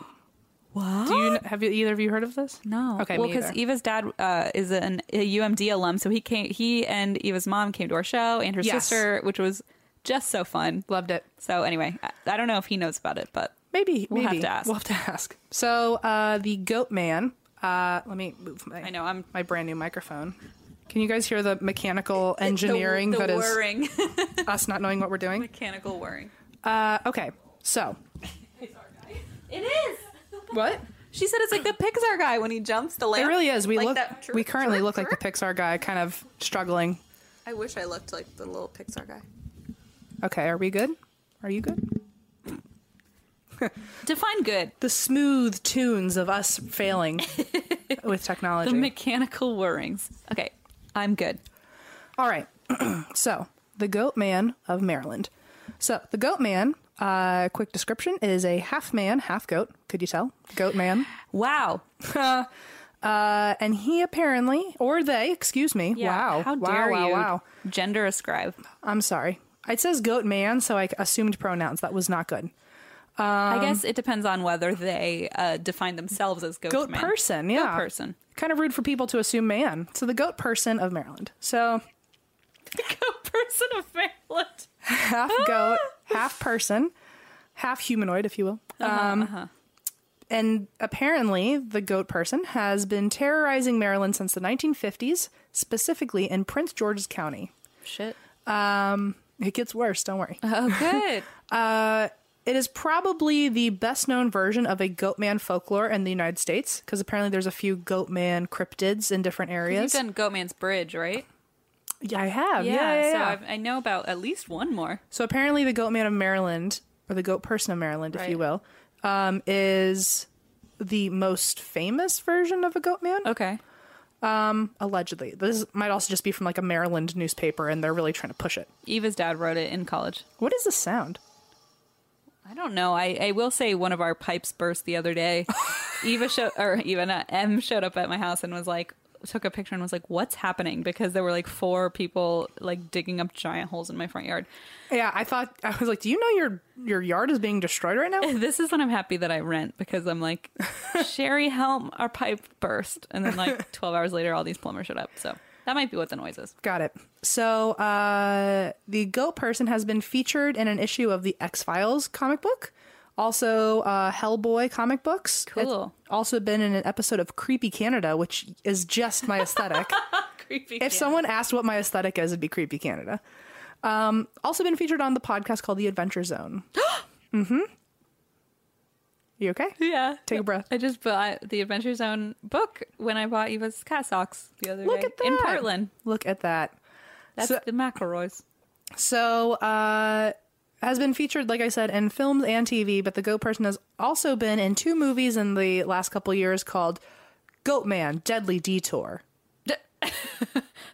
[SPEAKER 1] What?
[SPEAKER 6] Do you kn- have you, either of you heard of this?
[SPEAKER 1] No.
[SPEAKER 6] Okay.
[SPEAKER 1] Well,
[SPEAKER 6] me
[SPEAKER 1] because
[SPEAKER 6] either.
[SPEAKER 1] Eva's dad uh, is an, a UMD alum, so he came. He and Eva's mom came to our show, and her
[SPEAKER 6] Yes.
[SPEAKER 1] sister, which was just so fun.
[SPEAKER 6] loved it.
[SPEAKER 1] So anyway, I, I don't know if he knows about it, but
[SPEAKER 6] Maybe
[SPEAKER 1] We'll have
[SPEAKER 6] maybe.
[SPEAKER 1] to ask.
[SPEAKER 6] We'll have to ask. So uh, the goat man. Uh, let me move my.
[SPEAKER 1] I know, I'm-
[SPEAKER 6] my brand new microphone. Can you guys hear the mechanical engineering
[SPEAKER 1] the, the
[SPEAKER 6] that is
[SPEAKER 1] whirring,
[SPEAKER 6] us not knowing what we're doing?
[SPEAKER 1] mechanical whirring.
[SPEAKER 6] Uh, okay, so
[SPEAKER 1] It is.
[SPEAKER 6] what?
[SPEAKER 1] She said it's like the Pixar guy when he jumps the
[SPEAKER 6] It
[SPEAKER 1] lamp.
[SPEAKER 6] really is. We
[SPEAKER 1] Like
[SPEAKER 6] look.
[SPEAKER 1] that jerk,
[SPEAKER 6] we currently
[SPEAKER 1] jerk,
[SPEAKER 6] look like the
[SPEAKER 1] jerk.
[SPEAKER 6] Pixar guy, kind of struggling.
[SPEAKER 1] I wish I looked like the little Pixar guy.
[SPEAKER 6] Okay, are we good? Are you good?
[SPEAKER 1] Define good.
[SPEAKER 6] The smooth tunes of us failing with technology.
[SPEAKER 1] The mechanical whirrings. Okay, I'm good.
[SPEAKER 6] All right. so, the Goat Man of Maryland. So, the Goat Man, uh, quick description, is a half man, half goat. Could you tell? Goat Man.
[SPEAKER 1] Wow.
[SPEAKER 6] Uh, and he apparently, or they, excuse me. Wow.
[SPEAKER 1] How
[SPEAKER 6] wow,
[SPEAKER 1] dare
[SPEAKER 6] wow,
[SPEAKER 1] you?
[SPEAKER 6] wow.
[SPEAKER 1] Gender ascribe.
[SPEAKER 6] I'm sorry. It says Goat Man, so I assumed pronouns. That was not good. Um,
[SPEAKER 1] I guess it depends on whether they uh, define themselves as goat,
[SPEAKER 6] Goat
[SPEAKER 1] man.
[SPEAKER 6] person, yeah.
[SPEAKER 1] Goat person.
[SPEAKER 6] Kind of rude for people to assume man. So, the Goat Person of Maryland. So,
[SPEAKER 1] goat person of Maryland.
[SPEAKER 6] half
[SPEAKER 1] Ah.
[SPEAKER 6] goat, half person, half humanoid, if you will.
[SPEAKER 1] Uh-huh,
[SPEAKER 6] um, And apparently, the goat person has been terrorizing Maryland since the 1950s, specifically in Prince George's County.
[SPEAKER 1] Shit.
[SPEAKER 6] Um, it gets worse, don't worry.
[SPEAKER 1] Oh, good.
[SPEAKER 6] It is probably the best known version of a goat man folklore in the United States, because apparently there's a few goat man cryptids in different
[SPEAKER 1] You've
[SPEAKER 6] areas.
[SPEAKER 1] done Goatman's Bridge, right?
[SPEAKER 6] yeah, I have. Yeah, yeah, yeah.
[SPEAKER 1] so I've, I know about at least one more.
[SPEAKER 6] So apparently, the goat man of Maryland, or the goat person of Maryland, if you will, um, is the most famous version of a goat man.
[SPEAKER 1] Okay.
[SPEAKER 6] Allegedly, this might also just be from like a Maryland newspaper, and they're really trying to push it.
[SPEAKER 1] Eva's dad wrote it in college.
[SPEAKER 6] What is this sound?
[SPEAKER 1] I don't know. I, I will say one of our pipes burst the other day. Eva showed, or even uh, M showed up at my house and was like, took a picture and was like, "What's happening?" Because there were like four people like digging up giant holes in my front yard.
[SPEAKER 6] Yeah, I thought I was like, do you know your your yard is being destroyed right now?
[SPEAKER 1] This is when I'm happy that I rent because I'm like, Sherry Helm, our pipe burst, and then like 12 hours later, all these plumbers showed up. So that might be what the noise is.
[SPEAKER 6] Got it. So uh, the goat person has been featured in an issue of the X Files comic book, also uh, Hellboy comic books. It's
[SPEAKER 1] Cool.
[SPEAKER 6] also been in an episode of Creepy Canada, which is just my aesthetic.
[SPEAKER 1] Creepy.
[SPEAKER 6] if someone asked what my aesthetic is, it'd be Creepy Canada. Um, also been featured on the podcast called The Adventure Zone. mm-hmm. You okay?
[SPEAKER 1] yeah,
[SPEAKER 6] Take a breath.
[SPEAKER 1] I just bought the Adventure Zone book when I bought Eva's cat socks the other
[SPEAKER 6] Look
[SPEAKER 1] day
[SPEAKER 6] at that.
[SPEAKER 1] in Portland.
[SPEAKER 6] Look at that.
[SPEAKER 1] That's
[SPEAKER 6] So-
[SPEAKER 1] the McElroys.
[SPEAKER 6] So, uh, has been featured, like I said, in films and TV, but the goat person has also been in two movies in the last couple years called Goat Man Deadly Detour.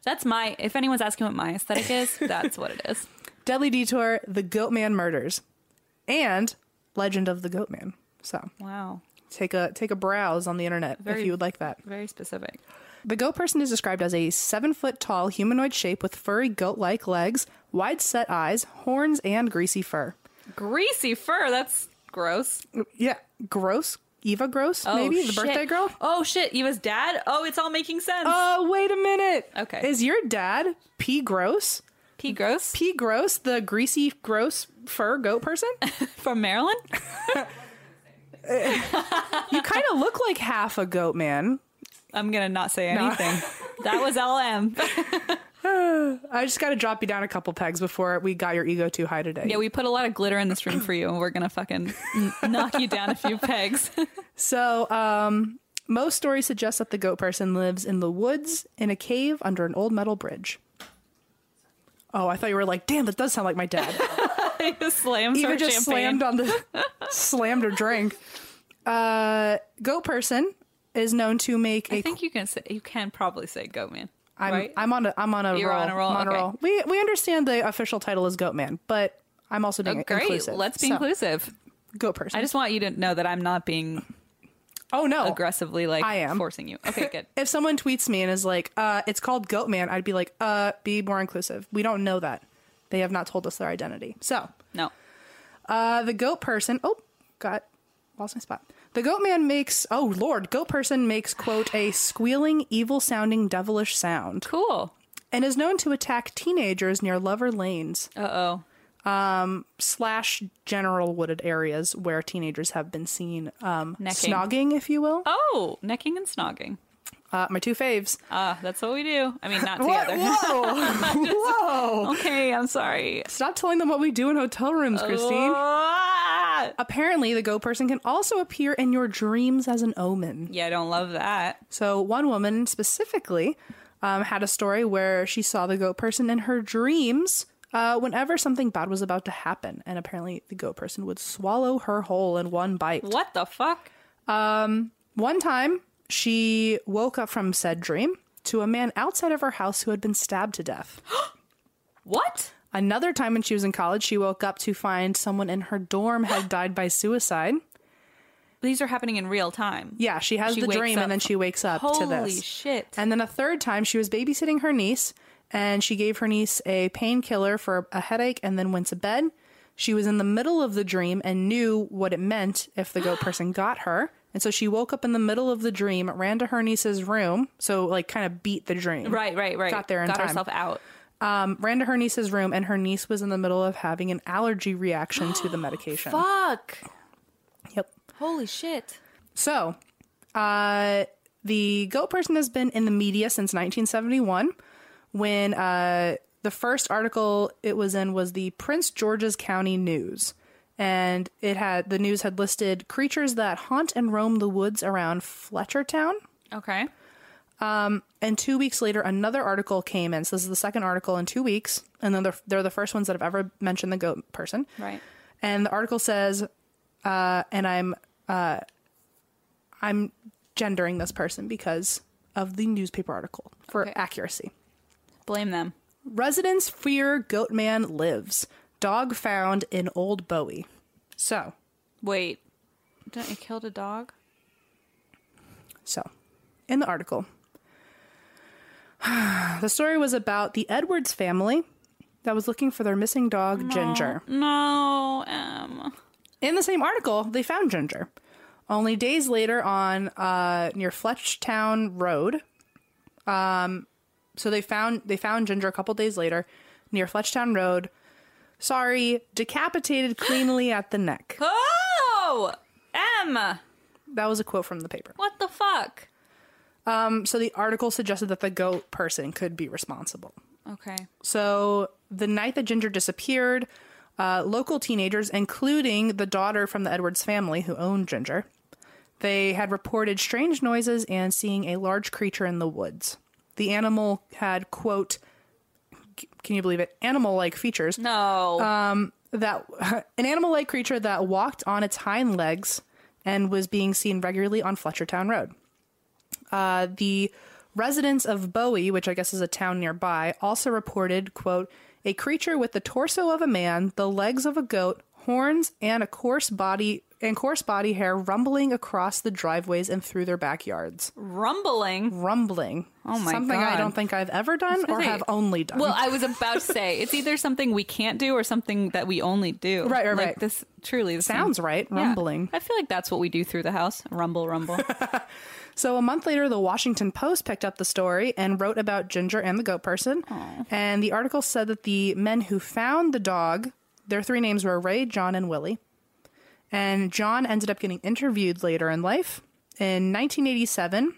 [SPEAKER 1] That's my. If anyone's asking what my aesthetic is, that's what it is.
[SPEAKER 6] Deadly Detour, The Goat Man Murders, and Legend of the Goat Man. So,
[SPEAKER 1] Wow,
[SPEAKER 6] take a take a browse on the internet
[SPEAKER 1] Very-
[SPEAKER 6] if you would like that.
[SPEAKER 1] very specific.
[SPEAKER 6] The goat person is described as a seven foot tall humanoid shape with furry goat like legs, wide set eyes, horns, and greasy fur.
[SPEAKER 1] Greasy fur. That's gross.
[SPEAKER 6] Yeah, gross. Eva Gross, maybe the
[SPEAKER 1] Oh, shit.
[SPEAKER 6] birthday girl.
[SPEAKER 1] Oh shit, Eva's dad. Oh, it's all making sense.
[SPEAKER 6] Oh, wait a minute.
[SPEAKER 1] Okay.
[SPEAKER 6] Is your dad P. Gross?
[SPEAKER 1] P. Gross
[SPEAKER 6] P. Gross, the greasy, gross fur goat person?
[SPEAKER 1] from Maryland.
[SPEAKER 6] You kind of look like half a goat man.
[SPEAKER 1] I'm gonna not say anything. that was LM.
[SPEAKER 6] I just got to drop you down a couple pegs before we got your ego too high today.
[SPEAKER 1] yeah, we put a lot of glitter in this room for you, and we're gonna fucking n- knock you down a few pegs.
[SPEAKER 6] So, um, most stories suggest that the goat person lives in the woods in a cave under an old metal bridge. Oh, I thought you were like, damn, that does sound like my dad.
[SPEAKER 1] Slams
[SPEAKER 6] Eva
[SPEAKER 1] her
[SPEAKER 6] just
[SPEAKER 1] champagne.
[SPEAKER 6] slammed on the slammed her drink. Uh, goat person is known to make a.
[SPEAKER 1] I think you can say you can probably say go man.
[SPEAKER 6] am
[SPEAKER 1] right?
[SPEAKER 6] I'm on a I'm on a
[SPEAKER 1] You're
[SPEAKER 6] roll.
[SPEAKER 1] on a roll,
[SPEAKER 6] I'm
[SPEAKER 1] okay.
[SPEAKER 6] We we understand the official title is goat man, but I'm also being
[SPEAKER 1] Oh, great.
[SPEAKER 6] inclusive.
[SPEAKER 1] Let's be
[SPEAKER 6] So,
[SPEAKER 1] inclusive.
[SPEAKER 6] Goat person.
[SPEAKER 1] I just want you to know that I'm not being
[SPEAKER 6] oh no,
[SPEAKER 1] aggressively like
[SPEAKER 6] I am.
[SPEAKER 1] forcing you. Okay, good.
[SPEAKER 6] if someone tweets me and is like, uh, it's called Goat Man, I'd be like, uh, be more inclusive. We don't know that. They have not told us their identity. So,
[SPEAKER 1] No.
[SPEAKER 6] uh, the goat person, oh, got, lost my spot. The goat man makes, oh lord, goat person makes, quote, a squealing, evil sounding, devilish sound
[SPEAKER 1] Cool.
[SPEAKER 6] and is known to attack teenagers near lover lanes
[SPEAKER 1] Uh oh.
[SPEAKER 6] slash general wooded areas where teenagers have been seen, um,
[SPEAKER 1] Necking.
[SPEAKER 6] snogging, if you will.
[SPEAKER 1] Oh, necking and snogging.
[SPEAKER 6] Uh, my two faves.
[SPEAKER 1] Ah, that's what we do. I mean, not together.
[SPEAKER 6] Whoa! Whoa!
[SPEAKER 1] okay, I'm sorry.
[SPEAKER 6] Stop telling them what we do in hotel
[SPEAKER 1] Oh.
[SPEAKER 6] rooms, Christine.
[SPEAKER 1] Ah!
[SPEAKER 6] Uh, Apparently, the go person can also appear in your dreams as an omen.
[SPEAKER 1] Yeah, I don't love that.
[SPEAKER 6] So, one woman specifically um, had a story where she saw the goat person in her dreams uh, whenever something bad was about to happen. And apparently, the goat person would swallow her whole in one bite.
[SPEAKER 1] What the fuck?
[SPEAKER 6] One time, she woke up from said dream to a man outside of her house who had been stabbed to death.
[SPEAKER 1] What?
[SPEAKER 6] Another time when she was in college, she woke up to find someone in her dorm had died by suicide.
[SPEAKER 1] These are happening in real time.
[SPEAKER 6] Yeah, she has
[SPEAKER 1] She
[SPEAKER 6] the
[SPEAKER 1] wakes
[SPEAKER 6] dream
[SPEAKER 1] up.
[SPEAKER 6] and then she wakes up
[SPEAKER 1] Holy
[SPEAKER 6] to this.
[SPEAKER 1] shit.
[SPEAKER 6] And then a third time she was babysitting her niece and she gave her niece a painkiller for a headache and then went to bed. She was in the middle of the dream and knew what it meant if the goat person got her. And so she woke up in the middle of the dream, ran to her niece's room, so like kind of beat the dream.
[SPEAKER 1] Right, right, right.
[SPEAKER 6] Got there in
[SPEAKER 1] Got
[SPEAKER 6] time.
[SPEAKER 1] herself out.
[SPEAKER 6] Um, ran to her niece's room and her niece was in the middle of having an allergy reaction to the medication.
[SPEAKER 1] Fuck.
[SPEAKER 6] Yep.
[SPEAKER 1] Holy shit.
[SPEAKER 6] So, uh, the goat person has been in the media since 1971 when uh, the first article it was in was the Prince George's County News. And it had the news had listed creatures that haunt and roam the woods around Fletchertown.
[SPEAKER 1] Okay.
[SPEAKER 6] And two weeks later, another article came in. So this is the second article in two weeks, and then they're, they're the first ones that have ever mentioned the goat person.
[SPEAKER 1] Right.
[SPEAKER 6] And the article says, uh, and I'm uh, I'm gendering this person because of the newspaper article for
[SPEAKER 1] Okay.
[SPEAKER 6] accuracy.
[SPEAKER 1] Blame them.
[SPEAKER 6] Residents fear goat man lives. Dog found in old Bowie. So
[SPEAKER 1] Wait. Don't you killed a dog?
[SPEAKER 6] So, in the article, the story was about the Edwards family that was looking for their missing dog, Ginger.
[SPEAKER 1] No, um.
[SPEAKER 6] In the same article, they found Ginger. Only days later, on uh, near Fletchtown Road, um, so they found they found Ginger a couple days later near Fletchtown Road. Sorry, decapitated cleanly at the neck.
[SPEAKER 1] Oh! M!
[SPEAKER 6] That was a quote from the paper.
[SPEAKER 1] What the fuck?
[SPEAKER 6] Um, so the article suggested that the goat person could be responsible.
[SPEAKER 1] Okay.
[SPEAKER 6] So the night that Ginger disappeared, uh, local teenagers, including the daughter from the Edwards family who owned Ginger, they had reported strange noises and seeing a large creature in the woods. The animal had quote, c- can you believe it? Animal like features
[SPEAKER 1] No.
[SPEAKER 6] Uh, that an animal like creature that walked on its hind legs and was being seen regularly on Fletchertown Road. Uh, the residents of Bowie, which I guess is a town nearby, also reported, quote, a creature with the torso of a man, the legs of a goat, horns, and a coarse body and coarse body hair rumbling across the driveways and through their backyards.
[SPEAKER 1] Rumbling.
[SPEAKER 6] Rumbling. Oh
[SPEAKER 1] my
[SPEAKER 6] Something I
[SPEAKER 1] God.
[SPEAKER 6] don't think I've ever done or
[SPEAKER 1] Hey.
[SPEAKER 6] have only done.
[SPEAKER 1] Well, I was about to say it's either something we can't do or something that we only do.
[SPEAKER 6] Right, right,
[SPEAKER 1] Like,
[SPEAKER 6] right.
[SPEAKER 1] This truly the
[SPEAKER 6] Sounds
[SPEAKER 1] same.
[SPEAKER 6] right,
[SPEAKER 1] Yeah.
[SPEAKER 6] rumbling.
[SPEAKER 1] I feel like that's what we do through the house. Rumble, rumble.
[SPEAKER 6] So a month later, the Washington Post picked up the story and wrote about Ginger and the goat person. And the article said that the men who found the dog, their three names were Ray, John, and Willie. And John ended up getting interviewed later in life. In 1987,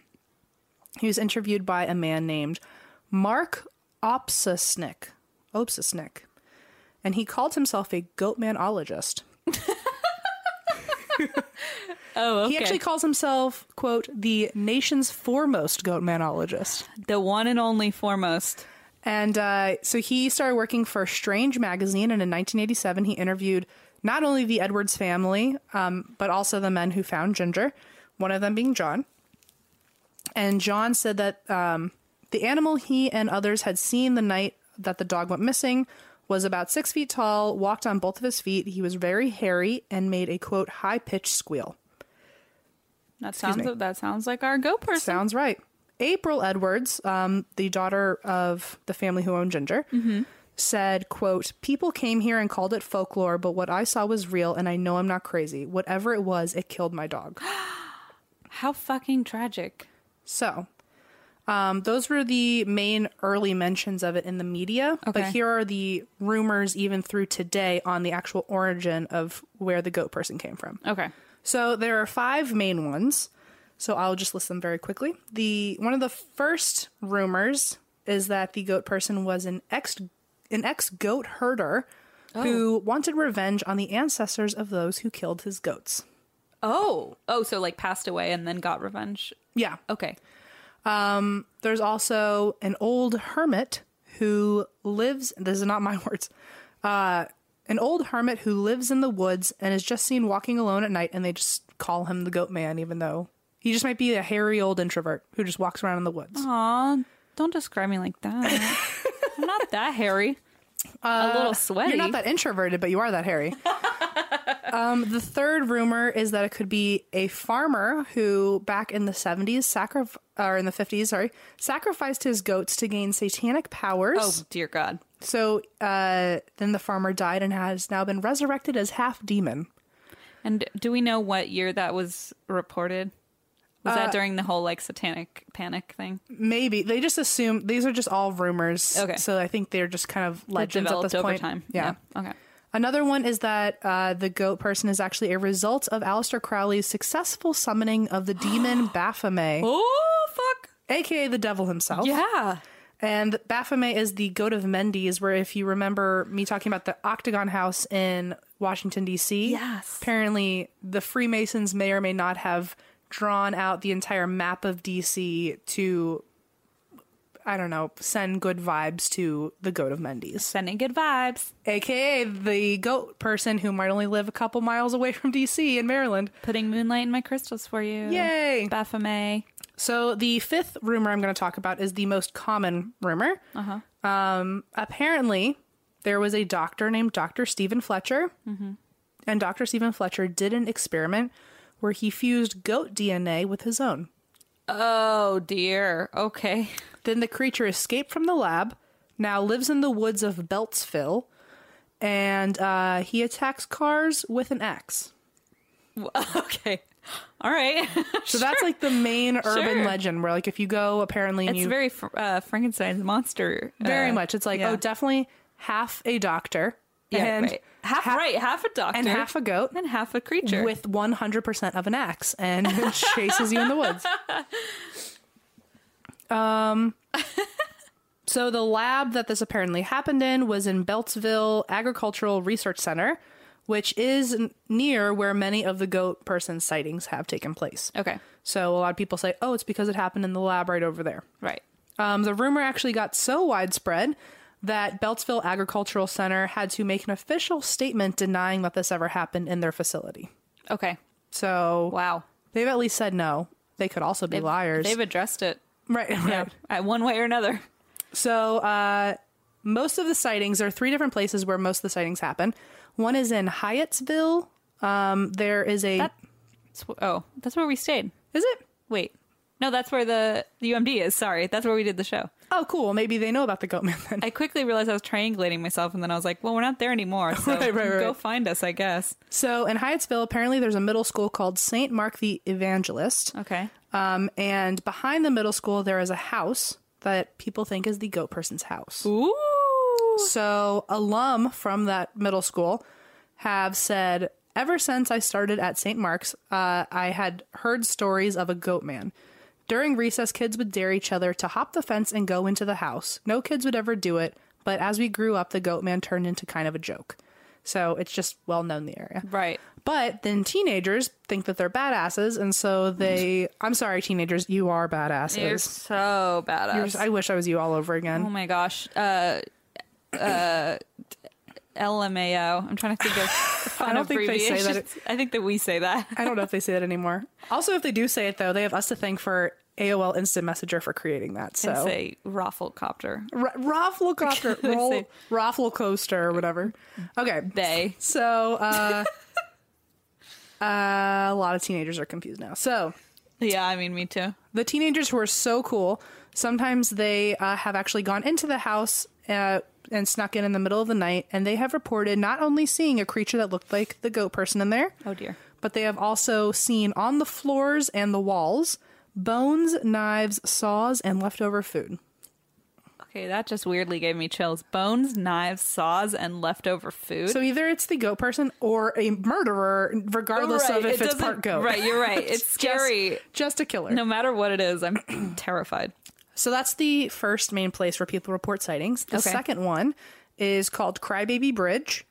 [SPEAKER 6] he was interviewed by a man named Mark Opsasnick. Opsasnick. And he called himself a goatmanologist.
[SPEAKER 1] oh, okay.
[SPEAKER 6] He actually calls himself, quote, the nation's foremost goatmanologist.
[SPEAKER 1] the one and only foremost.
[SPEAKER 6] And uh, so he started working for Strange magazine, and in 1987, he interviewed not only the Edwards family, um, but also the men who found Ginger, one of them being John. And John said that um, the animal he and others had seen the night that the dog went missing was about six feet tall, walked on both of his feet, he was very hairy, and made a quote, high pitched squeal.
[SPEAKER 1] That sounds that sounds like our go person.
[SPEAKER 6] Sounds right. April Edwards, um, the daughter of the family who owned Ginger, said, quote, People came here and called it folklore, but what I saw was real, and I know I'm not crazy. Whatever it was, it killed my dog.
[SPEAKER 1] How fucking tragic.
[SPEAKER 6] So um, those were the main early mentions of it in the media,
[SPEAKER 1] Okay.
[SPEAKER 6] but here are the rumors even through today on the actual origin of where the goat person came from.
[SPEAKER 1] Okay.
[SPEAKER 6] So there are five main ones. So I'll just list them very quickly. The one of the first rumors is that the goat person was an ex an ex goat herder who wanted revenge on the ancestors of those who killed his goats.
[SPEAKER 1] Oh. Oh, so like passed away and then got revenge.
[SPEAKER 6] Yeah.
[SPEAKER 1] Okay.
[SPEAKER 6] There's also an old hermit who lives. This is not my words. Uh, an old hermit who lives in the woods and is just seen walking alone at night, and they just call him the goat man, even though he just might be a hairy old introvert who just walks around in the woods.
[SPEAKER 1] Aw, don't describe me like that. I'm not that hairy. a little sweaty.
[SPEAKER 6] Uh, You're not that introverted, but you are that hairy. um, the third rumor is that it could be a farmer who, back in the 70s, sacri- or in the 50s, sorry, sacrificed his goats to gain satanic powers.
[SPEAKER 1] Oh dear God.
[SPEAKER 6] So uh, then the farmer died and has now been resurrected as half demon.
[SPEAKER 1] And do we know what year that was reported? Was
[SPEAKER 6] Uh,
[SPEAKER 1] that during the whole like satanic panic thing?
[SPEAKER 6] Maybe they just assume these are just all rumors.
[SPEAKER 1] Okay.
[SPEAKER 6] So I think they're just kind of
[SPEAKER 1] That
[SPEAKER 6] legends at
[SPEAKER 1] developed
[SPEAKER 6] this
[SPEAKER 1] over
[SPEAKER 6] point.
[SPEAKER 1] time.
[SPEAKER 6] Yeah.
[SPEAKER 1] Okay.
[SPEAKER 6] Another one is that uh, the goat person is actually a result of Aleister Crowley's successful summoning of the demon Baphomet,
[SPEAKER 1] Oh fuck.
[SPEAKER 6] aka the devil himself.
[SPEAKER 1] Yeah.
[SPEAKER 6] And Baphomet is the goat of Mendes, where if you remember me talking about the Octagon House in Washington, D.C.,
[SPEAKER 1] Yes.
[SPEAKER 6] apparently the Freemasons may or may not have drawn out the entire map of D.C. to, I don't know, send good vibes to the goat of Mendes,
[SPEAKER 1] Sending good vibes.
[SPEAKER 6] aka the goat person who might only live a couple miles away from D.C. in Maryland.
[SPEAKER 1] Putting moonlight in my crystals for you.
[SPEAKER 6] Yay.
[SPEAKER 1] Baphomet.
[SPEAKER 6] So the fifth rumor I'm going to talk about is the most common rumor. Uh-huh. Um, apparently, there was a doctor named Dr. Stephen Fletcher,
[SPEAKER 1] Mm-hmm.
[SPEAKER 6] and Dr. Stephen Fletcher did an experiment where he fused goat DNA with his own.
[SPEAKER 1] Oh dear. Okay.
[SPEAKER 6] Then the creature escaped from the lab, now lives in the woods of Beltsville, and uh, he attacks cars with an axe.
[SPEAKER 1] okay. All right.
[SPEAKER 6] So that's like the main urban
[SPEAKER 1] Sure.
[SPEAKER 6] legend where, like, if you go apparently and
[SPEAKER 1] it's
[SPEAKER 6] you
[SPEAKER 1] very fr- uh, Frankenstein's monster.
[SPEAKER 6] very
[SPEAKER 1] uh,
[SPEAKER 6] much. It's like,
[SPEAKER 1] yeah.
[SPEAKER 6] oh, definitely half a doctor
[SPEAKER 1] Yeah,
[SPEAKER 6] and
[SPEAKER 1] right. half
[SPEAKER 6] ha-
[SPEAKER 1] right, half a doctor,
[SPEAKER 6] and half a goat
[SPEAKER 1] and half a creature.
[SPEAKER 6] with 100% of an axe and chases you in the woods. Um, so the lab that this apparently happened in was in Beltsville Agricultural Research Center, which is n- near where many of the goat person sightings have taken place.
[SPEAKER 1] okay,
[SPEAKER 6] So a lot of people say, oh, it's because it happened in the lab right over there.
[SPEAKER 1] right.
[SPEAKER 6] Um, the rumor actually got so widespread that Beltsville Agricultural Center had to make an official statement denying that this ever happened in their facility.
[SPEAKER 1] Okay.
[SPEAKER 6] So
[SPEAKER 1] Wow.
[SPEAKER 6] they've at least said no. They could also be liars,
[SPEAKER 1] They've addressed it
[SPEAKER 6] right? right.
[SPEAKER 1] uh, one way or another.
[SPEAKER 6] So uh, most of the sightings there are three different places where most of the sightings happen. One is in Hyattsville, Um, there is a
[SPEAKER 1] That- That's wh- oh, that's where we stayed.
[SPEAKER 6] is it?
[SPEAKER 1] Wait, no, that's where the the UMD is. Sorry, that's where we did the show.
[SPEAKER 6] Oh, cool. Maybe they know about the goat man then.
[SPEAKER 1] I quickly realized I was triangulating myself, and then I was like, "Well, we're not there anymore. So
[SPEAKER 6] Right, right, right.
[SPEAKER 1] go find us, I guess."
[SPEAKER 6] So in Hyattsville, apparently there's a middle school called Saint Mark the Evangelist.
[SPEAKER 1] Okay.
[SPEAKER 6] Um, and behind the middle school there is a house that people think is the goat person's house.
[SPEAKER 1] Ooh.
[SPEAKER 6] So, alum from that middle school have said, ever since I started at St. Mark's, uh, I had heard stories of a goat man. During recess, kids would dare each other to hop the fence and go into the house. No kids would ever do it, but as we grew up, the goat man turned into kind of a joke. So, it's just well known in the area.
[SPEAKER 1] Right.
[SPEAKER 6] But then teenagers think that they're badasses, and so they. I'm sorry, teenagers, you are badasses.
[SPEAKER 1] You're so badass.
[SPEAKER 6] You're- I wish I was you all over again.
[SPEAKER 1] oh my gosh. Uh, uh, LMAO. I'm trying to think of fun
[SPEAKER 6] don't think they say that.
[SPEAKER 1] abbreviations. I think that we say that.
[SPEAKER 6] I don't know if they say that anymore. Also, if they do say it though, they have us to thank for AOL Instant Messenger for creating that. So,
[SPEAKER 1] They say rafflecopter.
[SPEAKER 6] R- Rafflecopter,
[SPEAKER 1] They
[SPEAKER 6] roll,
[SPEAKER 1] say-
[SPEAKER 6] Rafflecoaster or whatever. Okay,
[SPEAKER 1] Bay.
[SPEAKER 6] so uh, uh, a lot of teenagers are confused now. So,
[SPEAKER 1] Yeah, I mean, me too.
[SPEAKER 6] the teenagers who are so cool sometimes they uh, have actually gone into the house uh, and snuck in in the middle of the night and they have reported not only seeing a creature that looked like the goat person in there
[SPEAKER 1] Oh, dear.
[SPEAKER 6] but they have also seen on the floors and the walls bones knives saws and leftover food
[SPEAKER 1] Okay, that just weirdly gave me chills. Bones, knives, saws, and leftover food.
[SPEAKER 6] so either it's the goat person or a murderer regardless of
[SPEAKER 1] Right,
[SPEAKER 6] if
[SPEAKER 1] it
[SPEAKER 6] it's
[SPEAKER 1] doesn't-
[SPEAKER 6] part goat
[SPEAKER 1] Right, you're right. It's scary.
[SPEAKER 6] just, just a killer
[SPEAKER 1] No matter what it is, I'm terrified.
[SPEAKER 6] So that's the first main place where people report sightings. The
[SPEAKER 1] Okay.
[SPEAKER 6] second one is called Crybaby Bridge.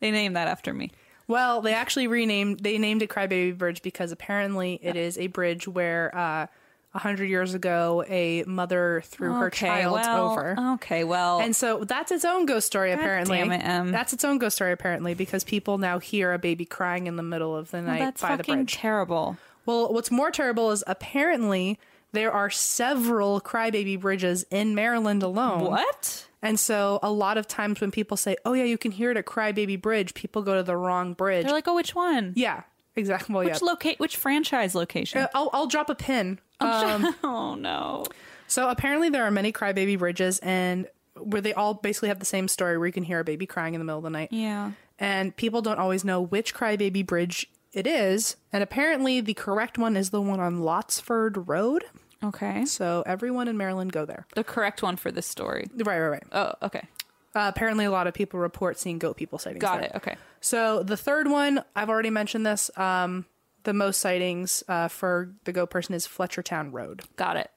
[SPEAKER 1] They named that after me.
[SPEAKER 6] Well, they actually renamed they named it Crybaby Bridge because apparently it is a bridge where uh a hundred years ago a mother threw her child
[SPEAKER 1] well,
[SPEAKER 6] over.
[SPEAKER 1] Okay, well,
[SPEAKER 6] and so that's its own ghost story apparently.
[SPEAKER 1] damn it, Em.
[SPEAKER 6] That's its own ghost story apparently because people now hear a baby crying in the middle of the night
[SPEAKER 1] that's
[SPEAKER 6] by the
[SPEAKER 1] fucking
[SPEAKER 6] bridge.
[SPEAKER 1] terrible.
[SPEAKER 6] Well, what's more terrible is apparently there are several crybaby bridges in Maryland alone.
[SPEAKER 1] What?
[SPEAKER 6] And so a lot of times when people say, "Oh yeah, you can hear it at Crybaby Bridge," people go to the wrong bridge.
[SPEAKER 1] They're like, oh, which one?
[SPEAKER 6] yeah, exactly. Well, yeah. Uh,
[SPEAKER 1] Which locate? Which franchise location?
[SPEAKER 6] I'll, I'll drop a pin. Um,
[SPEAKER 1] oh no.
[SPEAKER 6] so apparently there are many crybaby bridges, and where they all basically have the same story, where you can hear a baby crying in the middle of the night.
[SPEAKER 1] Yeah.
[SPEAKER 6] And people don't always know which crybaby bridge it is. And apparently the correct one is the one on Lotsford Road.
[SPEAKER 1] Okay.
[SPEAKER 6] So everyone in Maryland go there.
[SPEAKER 1] The correct one for this story.
[SPEAKER 6] Right, right, right.
[SPEAKER 1] Oh, okay.
[SPEAKER 6] Uh, apparently a lot of people report seeing goat people sightings.
[SPEAKER 1] Got
[SPEAKER 6] there.
[SPEAKER 1] it. Okay.
[SPEAKER 6] So the third one, I've already mentioned this. Um, the most sightings uh, for the goat person is Fletchertown Road.
[SPEAKER 1] Got it.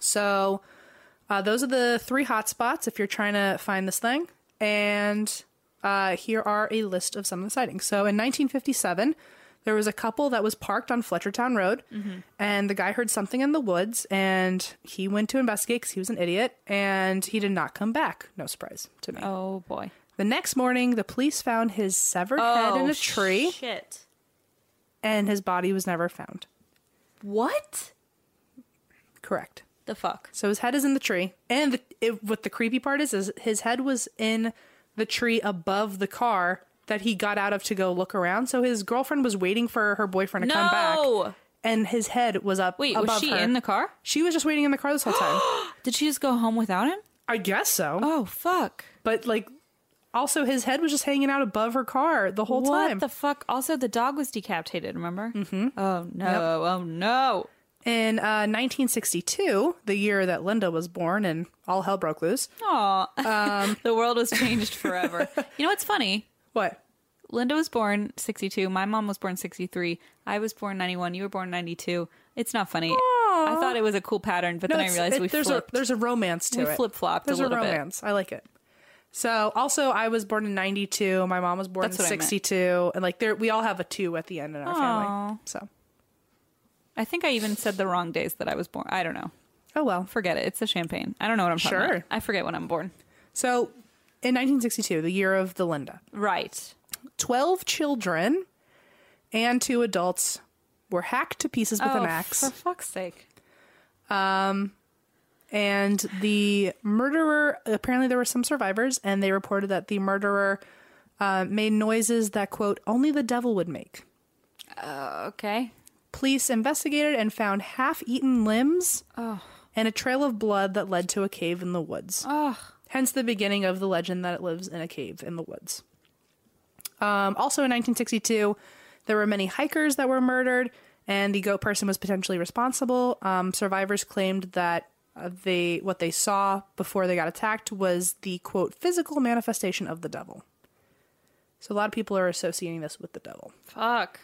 [SPEAKER 6] So uh, those are the three hotspots if you're trying to find this thing. And uh, here are a list of some of the sightings. So in 1957, there was a couple that was parked on Fletchertown Road, and the guy heard something in the woods, and he went to investigate because he was an idiot, and he did not come back. No surprise to me.
[SPEAKER 1] Oh boy.
[SPEAKER 6] The next morning, the police found his severed head in a tree,
[SPEAKER 1] Shit.
[SPEAKER 6] and his body was never found.
[SPEAKER 1] What
[SPEAKER 6] Correct.
[SPEAKER 1] the fuck?
[SPEAKER 6] So his head is in the tree, and the, it, what the creepy part is is his head was in the tree above the car that he got out of to go look around. So his girlfriend was waiting for her boyfriend to come back,
[SPEAKER 1] No!
[SPEAKER 6] and his head was up.
[SPEAKER 1] Wait,
[SPEAKER 6] above
[SPEAKER 1] was she
[SPEAKER 6] her.
[SPEAKER 1] in the car?
[SPEAKER 6] She was just waiting in the car this whole time.
[SPEAKER 1] Did she just go home without him?
[SPEAKER 6] I guess so,
[SPEAKER 1] Oh fuck.
[SPEAKER 6] but like. Also, his head was just hanging out above her car the whole
[SPEAKER 1] what
[SPEAKER 6] time.
[SPEAKER 1] the fuck? Also, the dog was decapitated. Remember? Mm-hmm. Oh no! Oh no!
[SPEAKER 6] In uh, 1962, the year that Linda was born and all hell broke loose.
[SPEAKER 1] Aw. the world was changed forever. you know what's funny?
[SPEAKER 6] What?
[SPEAKER 1] Linda was born 62. My mom was born 63. I was born 91. You were born 92. It's not funny. I thought it was a cool pattern, but then I
[SPEAKER 6] it's-
[SPEAKER 1] realized
[SPEAKER 6] it-
[SPEAKER 1] we
[SPEAKER 6] there's
[SPEAKER 1] flipped.
[SPEAKER 6] a there's a romance to
[SPEAKER 1] We
[SPEAKER 6] it.
[SPEAKER 1] flip-flopped a
[SPEAKER 6] There's
[SPEAKER 1] little bit.
[SPEAKER 6] romance. I like it. So also, I was born in 92. My mom was born
[SPEAKER 1] That's
[SPEAKER 6] in
[SPEAKER 1] what I meant.
[SPEAKER 6] 62, and like there we all have a two at the end in our family. So
[SPEAKER 1] I think I even said the wrong days that I was born. I don't know.
[SPEAKER 6] oh well.
[SPEAKER 1] Forget it. It's the champagne. I don't know what I'm talking
[SPEAKER 6] Sure.
[SPEAKER 1] about. I forget when I'm born.
[SPEAKER 6] So in 1962, the year of the Linda,
[SPEAKER 1] Right.
[SPEAKER 6] 12 children and two adults were hacked to pieces with
[SPEAKER 1] oh,
[SPEAKER 6] an axe.
[SPEAKER 1] For fuck's sake.
[SPEAKER 6] and the murderer apparently there were some survivors and they reported that the murderer uh, made noises that, quote, only the devil would make.
[SPEAKER 1] Okay.
[SPEAKER 6] Police investigated and found half eaten limbs and a trail of blood that led to a cave in the woods. Hence the beginning of the legend that it lives in a cave in the woods. Um, also in 1962, there were many hikers that were murdered, and the goat person was potentially responsible. Um, survivors claimed that uh, they what they saw before they got attacked was the quote physical manifestation of the devil. So a lot of people are associating this with the devil.
[SPEAKER 1] Fuck.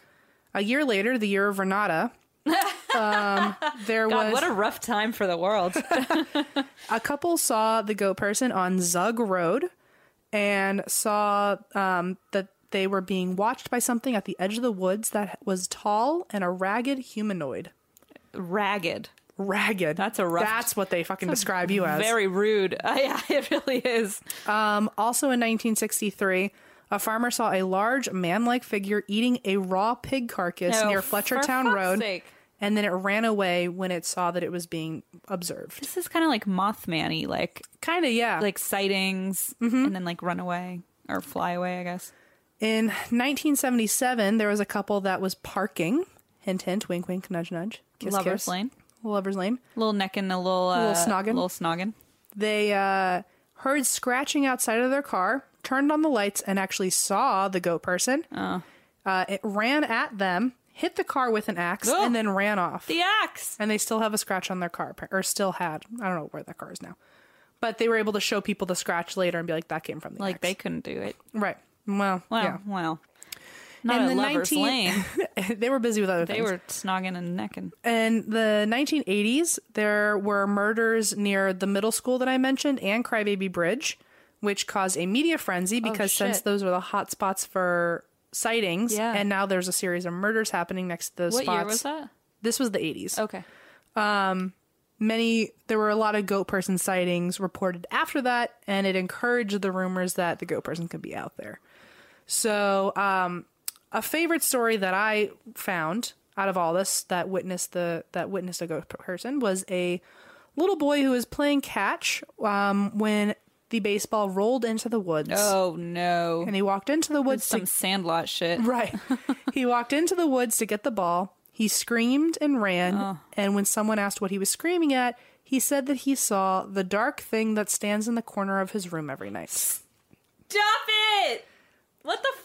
[SPEAKER 6] A year later, the year of Renata, um, there
[SPEAKER 1] God,
[SPEAKER 6] was
[SPEAKER 1] what a rough time for the world.
[SPEAKER 6] a couple saw the goat person on Zug Road and saw um, that they were being watched by something at the edge of the woods that was tall and a ragged humanoid.
[SPEAKER 1] Ragged.
[SPEAKER 6] Ragged.
[SPEAKER 1] That's a rough-
[SPEAKER 6] That's what they fucking describe you as. Um,
[SPEAKER 1] Very rude. yeah, it really is.
[SPEAKER 6] Also in 1963, a farmer saw a large man-like figure eating a raw pig carcass
[SPEAKER 1] No,
[SPEAKER 6] near
[SPEAKER 1] for
[SPEAKER 6] Fletchertown
[SPEAKER 1] fuck's
[SPEAKER 6] Road,
[SPEAKER 1] sake.
[SPEAKER 6] and then it ran away when it saw that it was being observed.
[SPEAKER 1] This is kind of like Mothman-y, like
[SPEAKER 6] Kind of, yeah.
[SPEAKER 1] like sightings
[SPEAKER 6] Mm-hmm.
[SPEAKER 1] and then like run away or fly away, I guess.
[SPEAKER 6] In 1977, there was a couple that was parking. Hint, hint, wink, wink, nudge, nudge. Kiss,
[SPEAKER 1] Lover's
[SPEAKER 6] kiss.
[SPEAKER 1] Lane.
[SPEAKER 6] Lover's Lane.
[SPEAKER 1] Little neck and a little uh,
[SPEAKER 6] Little snoggin.
[SPEAKER 1] Little snoggin.
[SPEAKER 6] They uh, heard scratching outside of their car, turned on the lights, and actually saw the goat person.
[SPEAKER 1] Oh.
[SPEAKER 6] Uh, it ran at them, hit the car with an axe,
[SPEAKER 1] Oh.
[SPEAKER 6] and then ran off.
[SPEAKER 1] The axe.
[SPEAKER 6] and they still have a scratch on their car, appar- or still had. I don't know where that car is now. But they were able to show people the scratch later and be like, that came from the
[SPEAKER 1] Like
[SPEAKER 6] axe.
[SPEAKER 1] they couldn't do it.
[SPEAKER 6] Right. Well,
[SPEAKER 1] Well,
[SPEAKER 6] yeah.
[SPEAKER 1] well. Not
[SPEAKER 6] In
[SPEAKER 1] in
[SPEAKER 6] the
[SPEAKER 1] lover's
[SPEAKER 6] 19
[SPEAKER 1] lane.
[SPEAKER 6] they were busy with other
[SPEAKER 1] They
[SPEAKER 6] things.
[SPEAKER 1] were snogging and necking.
[SPEAKER 6] In the 1980s, there were murders near the middle school that I mentioned and Crybaby Bridge, which caused a media frenzy because since
[SPEAKER 1] Oh, shit.
[SPEAKER 6] those were the hot spots for sightings,
[SPEAKER 1] Yeah.
[SPEAKER 6] and now there's a series of murders happening next to those
[SPEAKER 1] What
[SPEAKER 6] spots.
[SPEAKER 1] year was that?
[SPEAKER 6] This was the 80s.
[SPEAKER 1] Okay.
[SPEAKER 6] Many there were a lot of goat person sightings reported after that, and it encouraged the rumors that the goat person could be out there. So, um, a favorite story that I found out of all this that witnessed the that witnessed a ghost person was a little boy who was playing catch um, when the baseball rolled into the woods,
[SPEAKER 1] Oh no.
[SPEAKER 6] and he walked into the woods.
[SPEAKER 1] Some
[SPEAKER 6] to,
[SPEAKER 1] sandlot shit.
[SPEAKER 6] right, he walked into the woods to get the ball. He screamed and ran, and when someone asked what he was screaming at, he said that he saw the dark thing that stands in the corner of his room every night.
[SPEAKER 1] Stop it! What the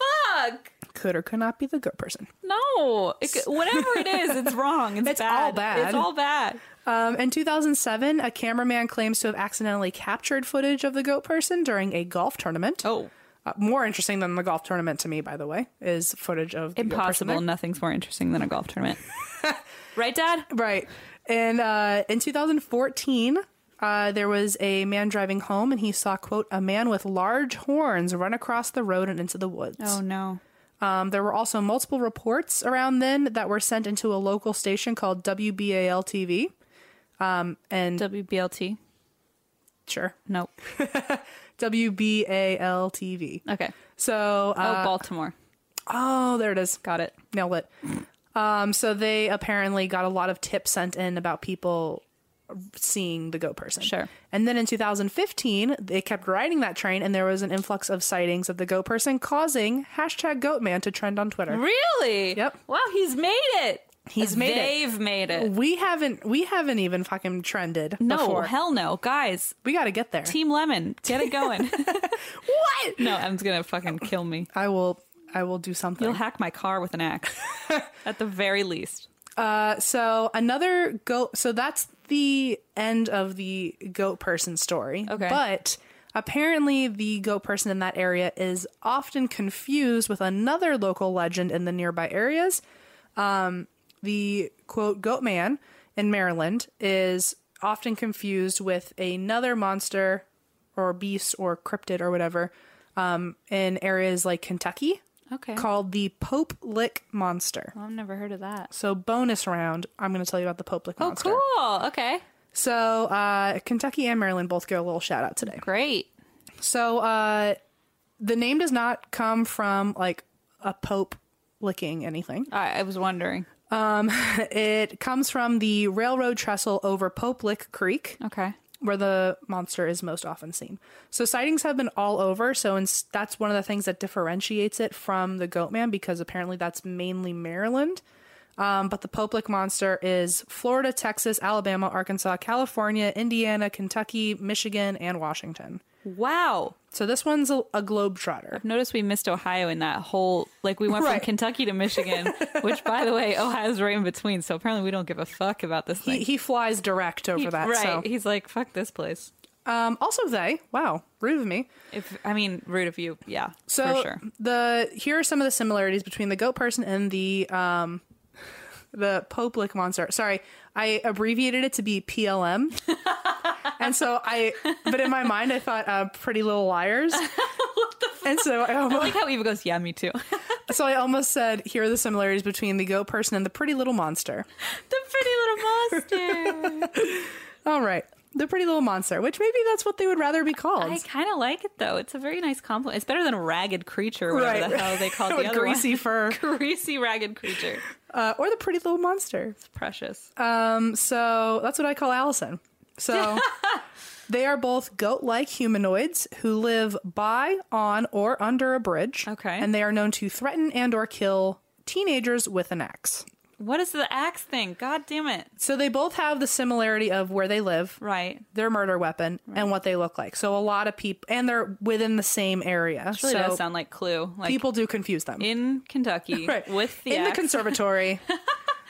[SPEAKER 1] fuck?
[SPEAKER 6] Could or could not be the goat person.
[SPEAKER 1] No, it, could- whatever it is, it's wrong. It's,
[SPEAKER 6] It's
[SPEAKER 1] bad.
[SPEAKER 6] all bad.
[SPEAKER 1] It's all bad.
[SPEAKER 6] Um, in 2007, a cameraman claims to have accidentally captured footage of the goat person during a golf tournament.
[SPEAKER 1] Oh,
[SPEAKER 6] Uh, more interesting than the golf tournament to me, by the way, is footage of the goat person
[SPEAKER 1] impossible. Nothing's more interesting than a golf tournament, right, Dad?
[SPEAKER 6] there. Right. And uh, in 2014, uh, there was a man driving home and he saw, quote, a man with large horns run across the road and into the woods.
[SPEAKER 1] Oh no.
[SPEAKER 6] Um, there were also multiple reports around then that were sent into a local station called WBAL TV. Um, and
[SPEAKER 1] WBLT.
[SPEAKER 6] sure,
[SPEAKER 1] Nope.
[SPEAKER 6] WBAL TV.
[SPEAKER 1] Okay.
[SPEAKER 6] So,
[SPEAKER 1] Oh,
[SPEAKER 6] uh,
[SPEAKER 1] Baltimore.
[SPEAKER 6] oh, there it is.
[SPEAKER 1] Got it.
[SPEAKER 6] Nailed it. Um, so they apparently got a lot of tips sent in about people seeing the goat person.
[SPEAKER 1] Sure.
[SPEAKER 6] And then in 2015, they kept riding that train, and there was an influx of sightings of the goat person, causing hashtag Goatman to trend on Twitter.
[SPEAKER 1] Really?
[SPEAKER 6] Yep.
[SPEAKER 1] Wow, he's made it.
[SPEAKER 6] He's made it.
[SPEAKER 1] They've made it.
[SPEAKER 6] We haven't we haven't even fucking trended.
[SPEAKER 1] No,
[SPEAKER 6] before.
[SPEAKER 1] hell no, guys.
[SPEAKER 6] we got to get there.
[SPEAKER 1] Team Lemon, get it going.
[SPEAKER 6] what?
[SPEAKER 1] no, Em's gonna fucking kill me.
[SPEAKER 6] I will. I will do something.
[SPEAKER 1] You'll hack my car with an axe, at the very least.
[SPEAKER 6] so another goat so that's the end of the goat person story
[SPEAKER 1] Okay.
[SPEAKER 6] but apparently the goat person in that area is often confused with another local legend in the nearby areas um, the quote goat man in maryland is often confused with another monster or beast or cryptid or whatever um, in areas like kentucky
[SPEAKER 1] Okay.
[SPEAKER 6] called the pope lick monster
[SPEAKER 1] I've never heard of that.
[SPEAKER 6] so bonus round, I'm going to tell you about the Pope Lick
[SPEAKER 1] Oh,
[SPEAKER 6] monster.
[SPEAKER 1] cool. Okay.
[SPEAKER 6] So uh, Kentucky and Maryland both get a little shout out today.
[SPEAKER 1] Great.
[SPEAKER 6] So uh, the name does not come from like a pope licking anything.
[SPEAKER 1] I, I was wondering.
[SPEAKER 6] It comes from the railroad trestle over Pope Lick Creek.
[SPEAKER 1] Okay.
[SPEAKER 6] where the monster is most often seen. So sightings have been all over. So in, that's one of the things that differentiates it from the Goatman because apparently that's mainly Maryland. Um, but the Poplick monster is Florida, Texas, Alabama, Arkansas, California, Indiana, Kentucky, Michigan, and Washington.
[SPEAKER 1] Wow.
[SPEAKER 6] So this one's a, a globetrotter.
[SPEAKER 1] Notice we missed Ohio in that whole like we went
[SPEAKER 6] Right.
[SPEAKER 1] from Kentucky to Michigan, which by the way, Ohio's right in between, so apparently we don't give a fuck about this thing.
[SPEAKER 6] He, he flies direct over that.
[SPEAKER 1] right.
[SPEAKER 6] So.
[SPEAKER 1] He's like, fuck this place.
[SPEAKER 6] Um, also, they. Wow, rude of me.
[SPEAKER 1] If I mean rude of you, yeah.
[SPEAKER 6] So
[SPEAKER 1] for sure.
[SPEAKER 6] the here are some of the similarities between the goat person and the um the Poplick monster. Sorry, I abbreviated it to be PLM. and so I but in my mind I thought uh, pretty little liars. And so I almost,
[SPEAKER 1] Like how Eva goes, yeah, me too.
[SPEAKER 6] so I almost said here are the similarities between the goat person and the pretty little monster.
[SPEAKER 1] the pretty little monster.
[SPEAKER 6] All right. The pretty little monster, which maybe that's what they would rather be called.
[SPEAKER 1] I kind of like it though. It's a very nice compliment. It's better than ragged creature, whatever
[SPEAKER 6] Right.
[SPEAKER 1] the hell they called
[SPEAKER 6] With
[SPEAKER 1] the other
[SPEAKER 6] greasy fur.
[SPEAKER 1] one. greasy ragged creature.
[SPEAKER 6] Uh, or the pretty little monster.
[SPEAKER 1] It's precious.
[SPEAKER 6] So that's what I call Allison. So they are both goat like humanoids who live by, on, or under a bridge.
[SPEAKER 1] Okay.
[SPEAKER 6] And they are known to threaten and or kill teenagers with an axe.
[SPEAKER 1] what is the axe thing? God damn it!
[SPEAKER 6] So they both have the similarity of where they live,
[SPEAKER 1] Right.
[SPEAKER 6] their murder weapon, and what they look like. So a lot of people and they're within the same area.
[SPEAKER 1] Really
[SPEAKER 6] so
[SPEAKER 1] does sound like Clue. Like
[SPEAKER 6] people do confuse them.
[SPEAKER 1] in Kentucky
[SPEAKER 6] Right.
[SPEAKER 1] with the
[SPEAKER 6] in the
[SPEAKER 1] axe,
[SPEAKER 6] conservatory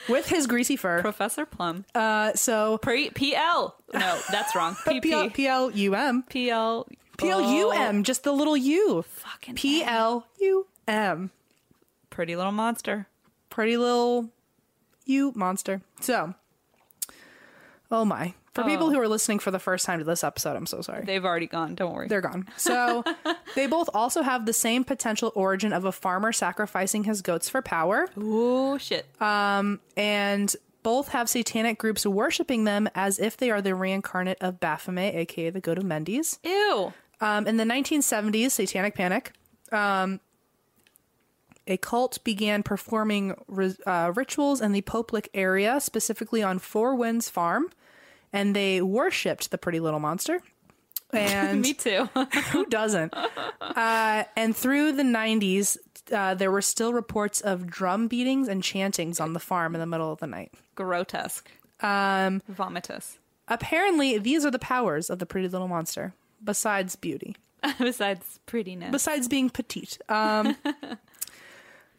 [SPEAKER 6] with his greasy fur.
[SPEAKER 1] Professor Plum.
[SPEAKER 6] Uh, so
[SPEAKER 1] Pre PL. No, that's wrong.
[SPEAKER 6] P-
[SPEAKER 1] PP.
[SPEAKER 6] P L U M.
[SPEAKER 1] PL.
[SPEAKER 6] P L U M, just the little U.
[SPEAKER 1] Fucking
[SPEAKER 6] P L U M.
[SPEAKER 1] Oh, Pretty little monster.
[SPEAKER 6] Pretty little you monster. So, oh my. For people who are listening for the first time to this episode, I'm so sorry.
[SPEAKER 1] They've already gone. Don't worry.
[SPEAKER 6] They're gone. So, they both also have the same potential origin of a farmer sacrificing his goats for power,
[SPEAKER 1] oh shit.
[SPEAKER 6] Uh, and both have satanic groups worshiping them as if they are the reincarnate of Baphomet, aka the goat of Mendes.
[SPEAKER 1] Ew.
[SPEAKER 6] Um, in the 1970s, Satanic Panic, um, a cult began performing ri- uh, rituals in the Poplick area, specifically on Four Winds Farm, and they worshipped the pretty little monster. And
[SPEAKER 1] Me too.
[SPEAKER 6] who doesn't? Uh, and through the 90s, uh, there were still reports of drum beatings and chantings on the farm in the middle of the night.
[SPEAKER 1] Grotesque. Um. Vomitous.
[SPEAKER 6] Apparently, these are the powers of the pretty little monster, besides beauty.
[SPEAKER 1] Besides prettiness.
[SPEAKER 6] besides being petite. Um,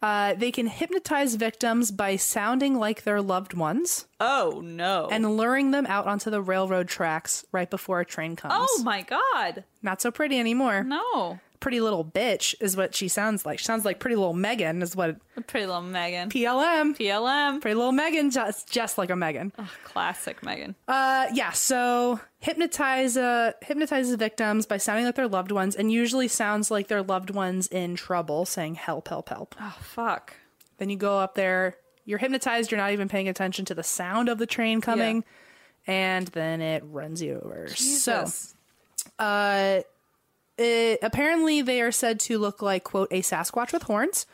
[SPEAKER 6] uh, they can hypnotize victims by sounding like their loved ones
[SPEAKER 1] oh no.
[SPEAKER 6] and luring them out onto the railroad tracks right before a train comes.
[SPEAKER 1] oh my god.
[SPEAKER 6] Not so pretty anymore.
[SPEAKER 1] No.
[SPEAKER 6] Pretty little bitch is what she sounds like. She sounds like pretty little Megan is what
[SPEAKER 1] Pretty little Megan.
[SPEAKER 6] PLM.
[SPEAKER 1] PLM.
[SPEAKER 6] Pretty little Megan, just just like a Megan.
[SPEAKER 1] Oh. Classic Megan.
[SPEAKER 6] Uh, yeah. So hypnotize uh, hypnotizes victims by sounding like their loved ones, and usually sounds like their loved ones in trouble, saying "help, help, help."
[SPEAKER 1] oh fuck.
[SPEAKER 6] Then you go up there, you're hypnotized, you're not even paying attention to the sound of the train coming, and then it runs you over.
[SPEAKER 1] Jesus.
[SPEAKER 6] So, uh, it, apparently they are said to look like, quote, a Sasquatch with horns.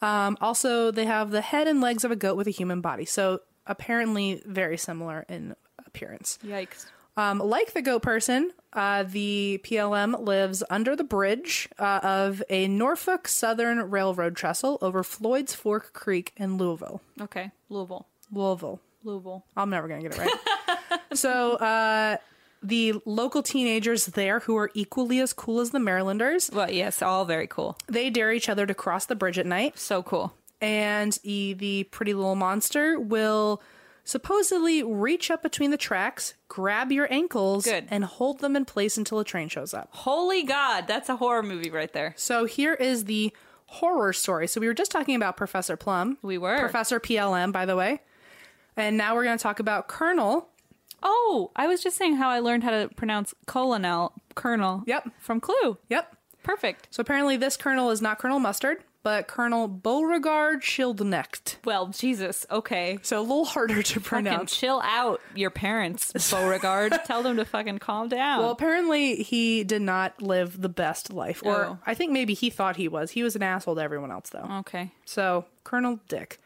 [SPEAKER 6] Um, also, they have the head and legs of a goat with a human body. So, apparently, very similar in appearance.
[SPEAKER 1] Yikes.
[SPEAKER 6] Um, like the goat person, uh, the PLM lives under the bridge uh, of a Norfolk Southern Railroad trestle over Floyd's Fork Creek in Louisville.
[SPEAKER 1] Okay. Louisville.
[SPEAKER 6] Louisville.
[SPEAKER 1] Louisville.
[SPEAKER 6] I'm never going to get it right. so uh, the local teenagers there, who are equally as cool as the Marylanders,
[SPEAKER 1] Well, yes, all very cool.
[SPEAKER 6] they dare each other to cross the bridge at night.
[SPEAKER 1] So cool.
[SPEAKER 6] and e- the pretty little monster will supposedly reach up between the tracks, grab your ankles,
[SPEAKER 1] Good.
[SPEAKER 6] and hold them in place until a train shows up.
[SPEAKER 1] Holy God, that's a horror movie right there.
[SPEAKER 6] So here is the horror story. So we were just talking about Professor Plum.
[SPEAKER 1] We were.
[SPEAKER 6] Professor PLM, by the way. And now we're going to talk about Colonel.
[SPEAKER 1] Oh, I was just saying how I learned how to pronounce colonel, colonel.
[SPEAKER 6] Yep.
[SPEAKER 1] From Clue.
[SPEAKER 6] Yep.
[SPEAKER 1] Perfect.
[SPEAKER 6] So apparently this Colonel is not Colonel Mustard, but Colonel Beauregard Shieldnecht.
[SPEAKER 1] Well, Jesus. Okay.
[SPEAKER 6] So a little harder to
[SPEAKER 1] Fucking
[SPEAKER 6] pronounce.
[SPEAKER 1] chill out, your parents, Beauregard. Tell them to fucking calm down.
[SPEAKER 6] Well, apparently he did not live the best life, or
[SPEAKER 1] Oh.
[SPEAKER 6] I think maybe he thought he was. He was an asshole to everyone else, though.
[SPEAKER 1] okay.
[SPEAKER 6] So Colonel Dick,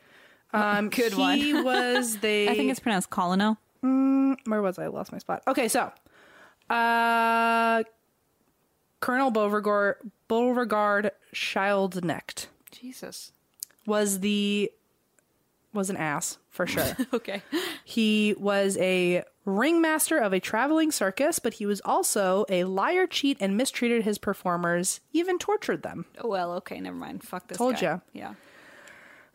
[SPEAKER 6] um,
[SPEAKER 1] Oh, Good
[SPEAKER 6] He was the.
[SPEAKER 1] I think it's pronounced colonel.
[SPEAKER 6] where was I? I lost my spot. Okay, so Uh, Colonel Beauregard Beauregard Schildknecht
[SPEAKER 1] Jesus.
[SPEAKER 6] was the was an ass for sure.
[SPEAKER 1] Okay.
[SPEAKER 6] He was a ringmaster of a traveling circus, but he was also a liar, cheat, and mistreated his performers, even tortured them.
[SPEAKER 1] Oh, well, okay, never mind. Fuck this
[SPEAKER 6] Told
[SPEAKER 1] guy.
[SPEAKER 6] ya.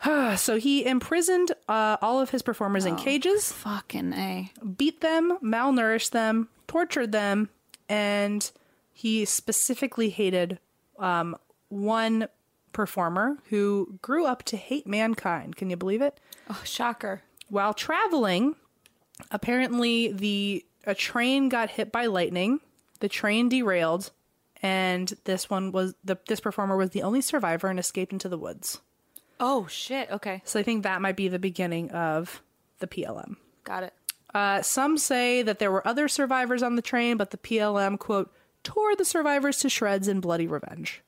[SPEAKER 1] Yeah.
[SPEAKER 6] So he imprisoned uh, all of his performers in cages,
[SPEAKER 1] Fucking A.
[SPEAKER 6] beat them, malnourished them, tortured them, and he specifically hated um, one performer who grew up to hate mankind. Can you believe it?
[SPEAKER 1] Oh, shocker.
[SPEAKER 6] while traveling, apparently the a train got hit by lightning. The train derailed, and this one was the this performer was the only survivor and escaped into the woods.
[SPEAKER 1] Oh, shit. Okay.
[SPEAKER 6] So I think that might be the beginning of the PLM.
[SPEAKER 1] Got it.
[SPEAKER 6] Uh, some say that there were other survivors on the train, but the PLM quote tore the survivors to shreds in bloody revenge.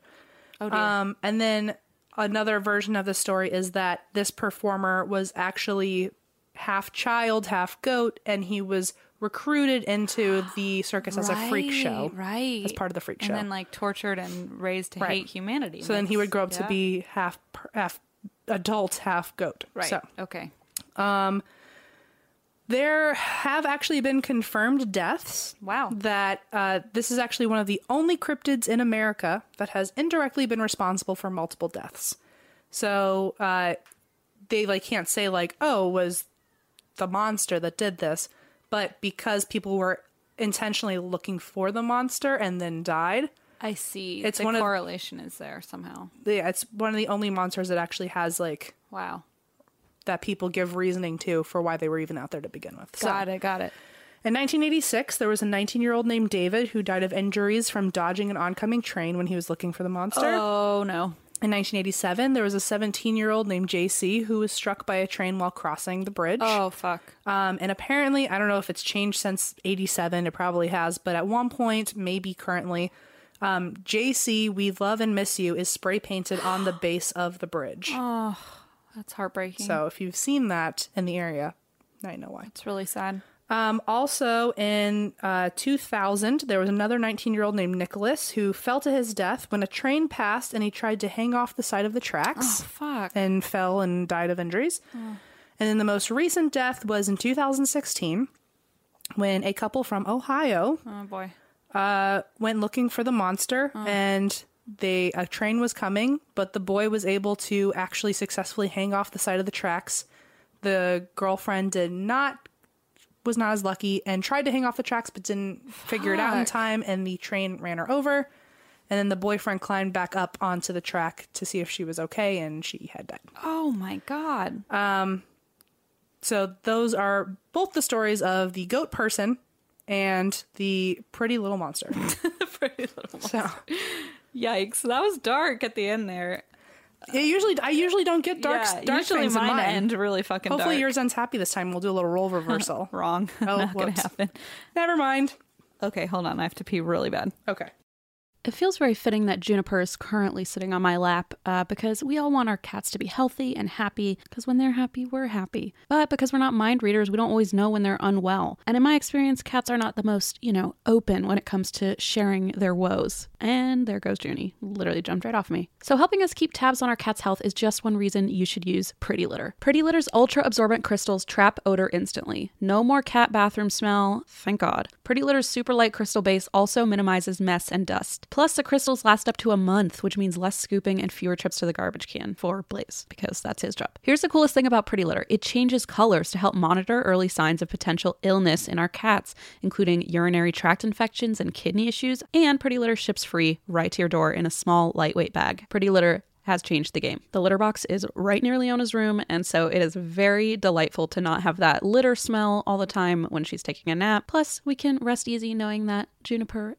[SPEAKER 1] Oh, dear.
[SPEAKER 6] Um, and then another version of the story is that this performer was actually half child, half goat, and he was recruited into the circus as a freak show.
[SPEAKER 1] Right.
[SPEAKER 6] As part of the freak show.
[SPEAKER 1] And then, like, tortured and raised to
[SPEAKER 6] Right.
[SPEAKER 1] hate humanity.
[SPEAKER 6] so then he would grow up to
[SPEAKER 1] Yeah.
[SPEAKER 6] be half per- half adult, half goat.
[SPEAKER 1] Right.
[SPEAKER 6] So
[SPEAKER 1] Okay.
[SPEAKER 6] there have actually been confirmed deaths.
[SPEAKER 1] Wow.
[SPEAKER 6] That uh, this is actually one of the only cryptids in America that has indirectly been responsible for multiple deaths. So uh, they like can't say like, oh, was the monster that did this, but because people were intentionally looking for the monster and then died,
[SPEAKER 1] I see.
[SPEAKER 6] It's
[SPEAKER 1] the
[SPEAKER 6] one of-
[SPEAKER 1] correlation is there somehow.
[SPEAKER 6] yeah, it's one of the only monsters that actually has like
[SPEAKER 1] Wow.
[SPEAKER 6] that people give reasoning to for why they were even out there to begin with. So-
[SPEAKER 1] it. Got it.
[SPEAKER 6] In 1986, there was a 19 year old named David who died of injuries from dodging an oncoming train when he was looking for the monster.
[SPEAKER 1] Oh, no.
[SPEAKER 6] In 1987, there was a 17 year old named JC who was struck by a train while crossing the bridge.
[SPEAKER 1] Oh, fuck.
[SPEAKER 6] Um, and apparently, I don't know if it's changed since 87, it probably has, but at one point, maybe currently, um, JC, We Love and Miss You is spray painted on the base of the bridge.
[SPEAKER 1] Oh. That's heartbreaking.
[SPEAKER 6] So if you've seen that in the area, now you know why.
[SPEAKER 1] it's really sad.
[SPEAKER 6] Um, also, in uh, 2000, there was another 19 year old named Nicholas who fell to his death when a train passed and he tried to hang off the side of the
[SPEAKER 1] Oh.
[SPEAKER 6] tracks
[SPEAKER 1] Fuck.
[SPEAKER 6] and fell and died of injuries. And then the most recent death was in 2016 when a couple from Ohio
[SPEAKER 1] Oh, boy.
[SPEAKER 6] uh, went looking for the monster and they a train was coming, but the boy was able to actually successfully hang off the side of the tracks. The girlfriend did not was not as lucky and tried to hang off the tracks but didn't figure it out in
[SPEAKER 1] Fuck.
[SPEAKER 6] time and the train ran her over. And then the boyfriend climbed back up onto the track to see if she was okay and she had died. Um,
[SPEAKER 1] Oh, my God.
[SPEAKER 6] So those are both the stories of the goat person and the pretty little monster. So
[SPEAKER 1] Yikes. That was dark at the end there.
[SPEAKER 6] It usually, I usually don't get dark,
[SPEAKER 1] Yeah,
[SPEAKER 6] dark
[SPEAKER 1] usually
[SPEAKER 6] things in
[SPEAKER 1] mine
[SPEAKER 6] mine.
[SPEAKER 1] end really fucking
[SPEAKER 6] Hopefully
[SPEAKER 1] dark.
[SPEAKER 6] yours ends happy this time. We'll do a little role reversal.
[SPEAKER 1] Wrong.
[SPEAKER 6] Oh,
[SPEAKER 1] Not gonna
[SPEAKER 6] whoops.
[SPEAKER 1] happen.
[SPEAKER 6] Never mind.
[SPEAKER 1] Okay, hold on. I have to pee really bad.
[SPEAKER 6] Okay.
[SPEAKER 7] It feels very fitting that Juniper is currently sitting on my lap uh, because we all want our cats to be healthy and happy because when they're happy, we're happy. But because we're not mind readers, we don't always know when they're unwell. And in my experience, cats are not the most, you know, open when it comes to sharing their woes. And there goes Junie. Literally jumped right off me. So helping us keep tabs on our cat's health is just one reason you should use Pretty Litter. Pretty Litter's ultra absorbent crystals trap odor instantly. No more cat bathroom smell, thank God. Pretty Litter's super light crystal base also minimizes mess and dust. Plus, the crystals last up to a month, which means less scooping and fewer trips to the garbage can for Blaze, because that's his job. Here's the coolest thing about Pretty Litter it changes colors to help monitor early signs of potential illness in our cats, including urinary tract infections and kidney issues. And Pretty Litter ships free right to your door in a small, lightweight bag. Pretty Litter has changed the game. The litter box is right near Leona's room, and so it is very delightful to not have that litter smell all the time when she's taking a nap. Plus, we can rest easy knowing that Juniper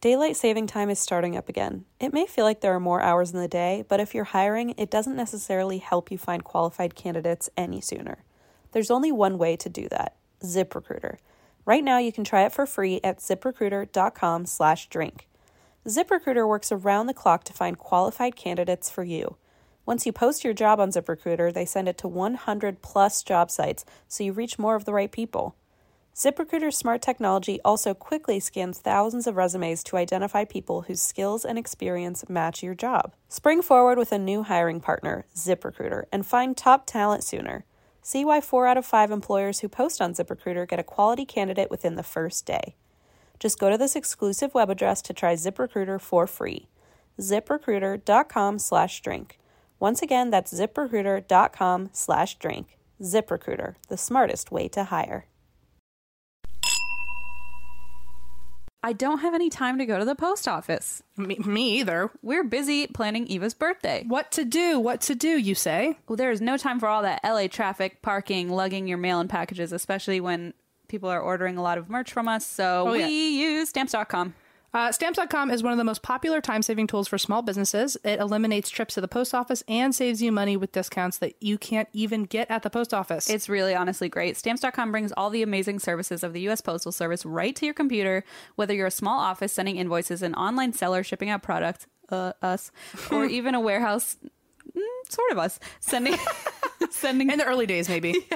[SPEAKER 7] Daylight saving time is starting up again. It may feel like there are more hours in the day, but if you're hiring, it doesn't necessarily help you find qualified candidates any sooner. There's only one way to do that ZipRecruiter. Right now, you can try it for free at ziprecruiter.com slash drink. ZipRecruiter works around the clock to find qualified candidates for you. Once you post your job on ZipRecruiter, they send it to 100 plus job sites so you reach more of the right people. ZipRecruiter's smart technology also quickly scans thousands of resumes to identify people whose skills and experience match your job. Spring forward with a new hiring partner, ZipRecruiter, and find top talent sooner. See why 4 out of 5 employers who post on ZipRecruiter get a quality candidate within the first day. Just go to this exclusive web address to try ZipRecruiter for free. ZipRecruiter.com slash drink. Once again, that's ziprecruiter.com slash drink. ZipRecruiter, the smartest way to hire.
[SPEAKER 1] I don't have any time to go to the post office.
[SPEAKER 6] Me, me either.
[SPEAKER 1] We're busy planning Eva's birthday.
[SPEAKER 6] What to do? What to do? You say?
[SPEAKER 1] Well, there is no time for all that LA traffic, parking, lugging your mail and packages, especially when people are ordering a lot of merch from us. So
[SPEAKER 6] Oh,
[SPEAKER 1] we
[SPEAKER 6] yeah.
[SPEAKER 1] use stamps.com.
[SPEAKER 6] Uh, stamps.com is one of the most popular time saving tools for small businesses. It eliminates trips to the post office and saves you money with discounts that you can't even get at the post office.
[SPEAKER 1] It's really honestly great. Stamps.com brings all the amazing services of the U.S. Postal Service right to your computer, whether you're a small office sending invoices, an online seller shipping out products, uh, us, or even a warehouse, mm, sort of us, sending. sending
[SPEAKER 6] in the early days, maybe.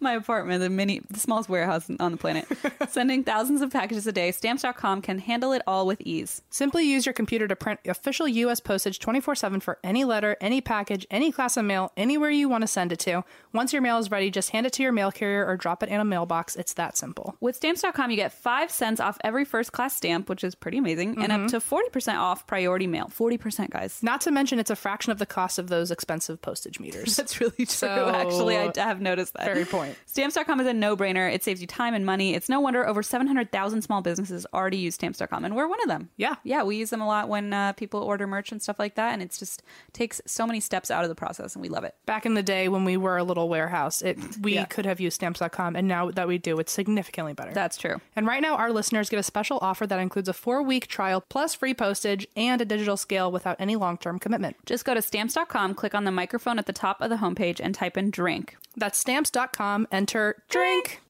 [SPEAKER 1] my apartment, the mini, the smallest warehouse on the planet, sending thousands of packages a day. Stamps.com can handle it all with ease.
[SPEAKER 6] Simply use your computer to print official U.S. postage 24 7 for any letter, any package, any class of mail, anywhere you want to send it to. Once your mail is ready, just hand it to your mail carrier or drop it in a mailbox. It's that simple.
[SPEAKER 1] With stamps.com, you get five cents off every first class stamp, which is pretty amazing, and
[SPEAKER 6] Mm-hmm.
[SPEAKER 1] up to 40% off priority mail. 40%, guys.
[SPEAKER 6] Not to mention, it's a fraction of the cost of those expensive postage meters.
[SPEAKER 1] That's really true.
[SPEAKER 6] So-
[SPEAKER 1] Actually, I have noticed that.
[SPEAKER 6] Fair point.
[SPEAKER 1] Stamps.com is a no brainer. It saves you time and money. It's no wonder over 700,000 small businesses already use stamps.com, and we're one of them.
[SPEAKER 6] Yeah.
[SPEAKER 1] Yeah, we use them a lot when uh, people order merch and stuff like that, and it's just takes so many steps out of the process, and we love it.
[SPEAKER 6] Back in the day when we were a little warehouse, it, we could have used stamps.com, and now that we do, it's significantly better.
[SPEAKER 1] That's true.
[SPEAKER 6] And right now, our listeners get a special offer that includes a four week trial plus free postage and a digital scale without any long term commitment.
[SPEAKER 1] Just go to stamps.com, click on the microphone at the top of the homepage, and type in drink.
[SPEAKER 6] That's stamps.com. Enter drink.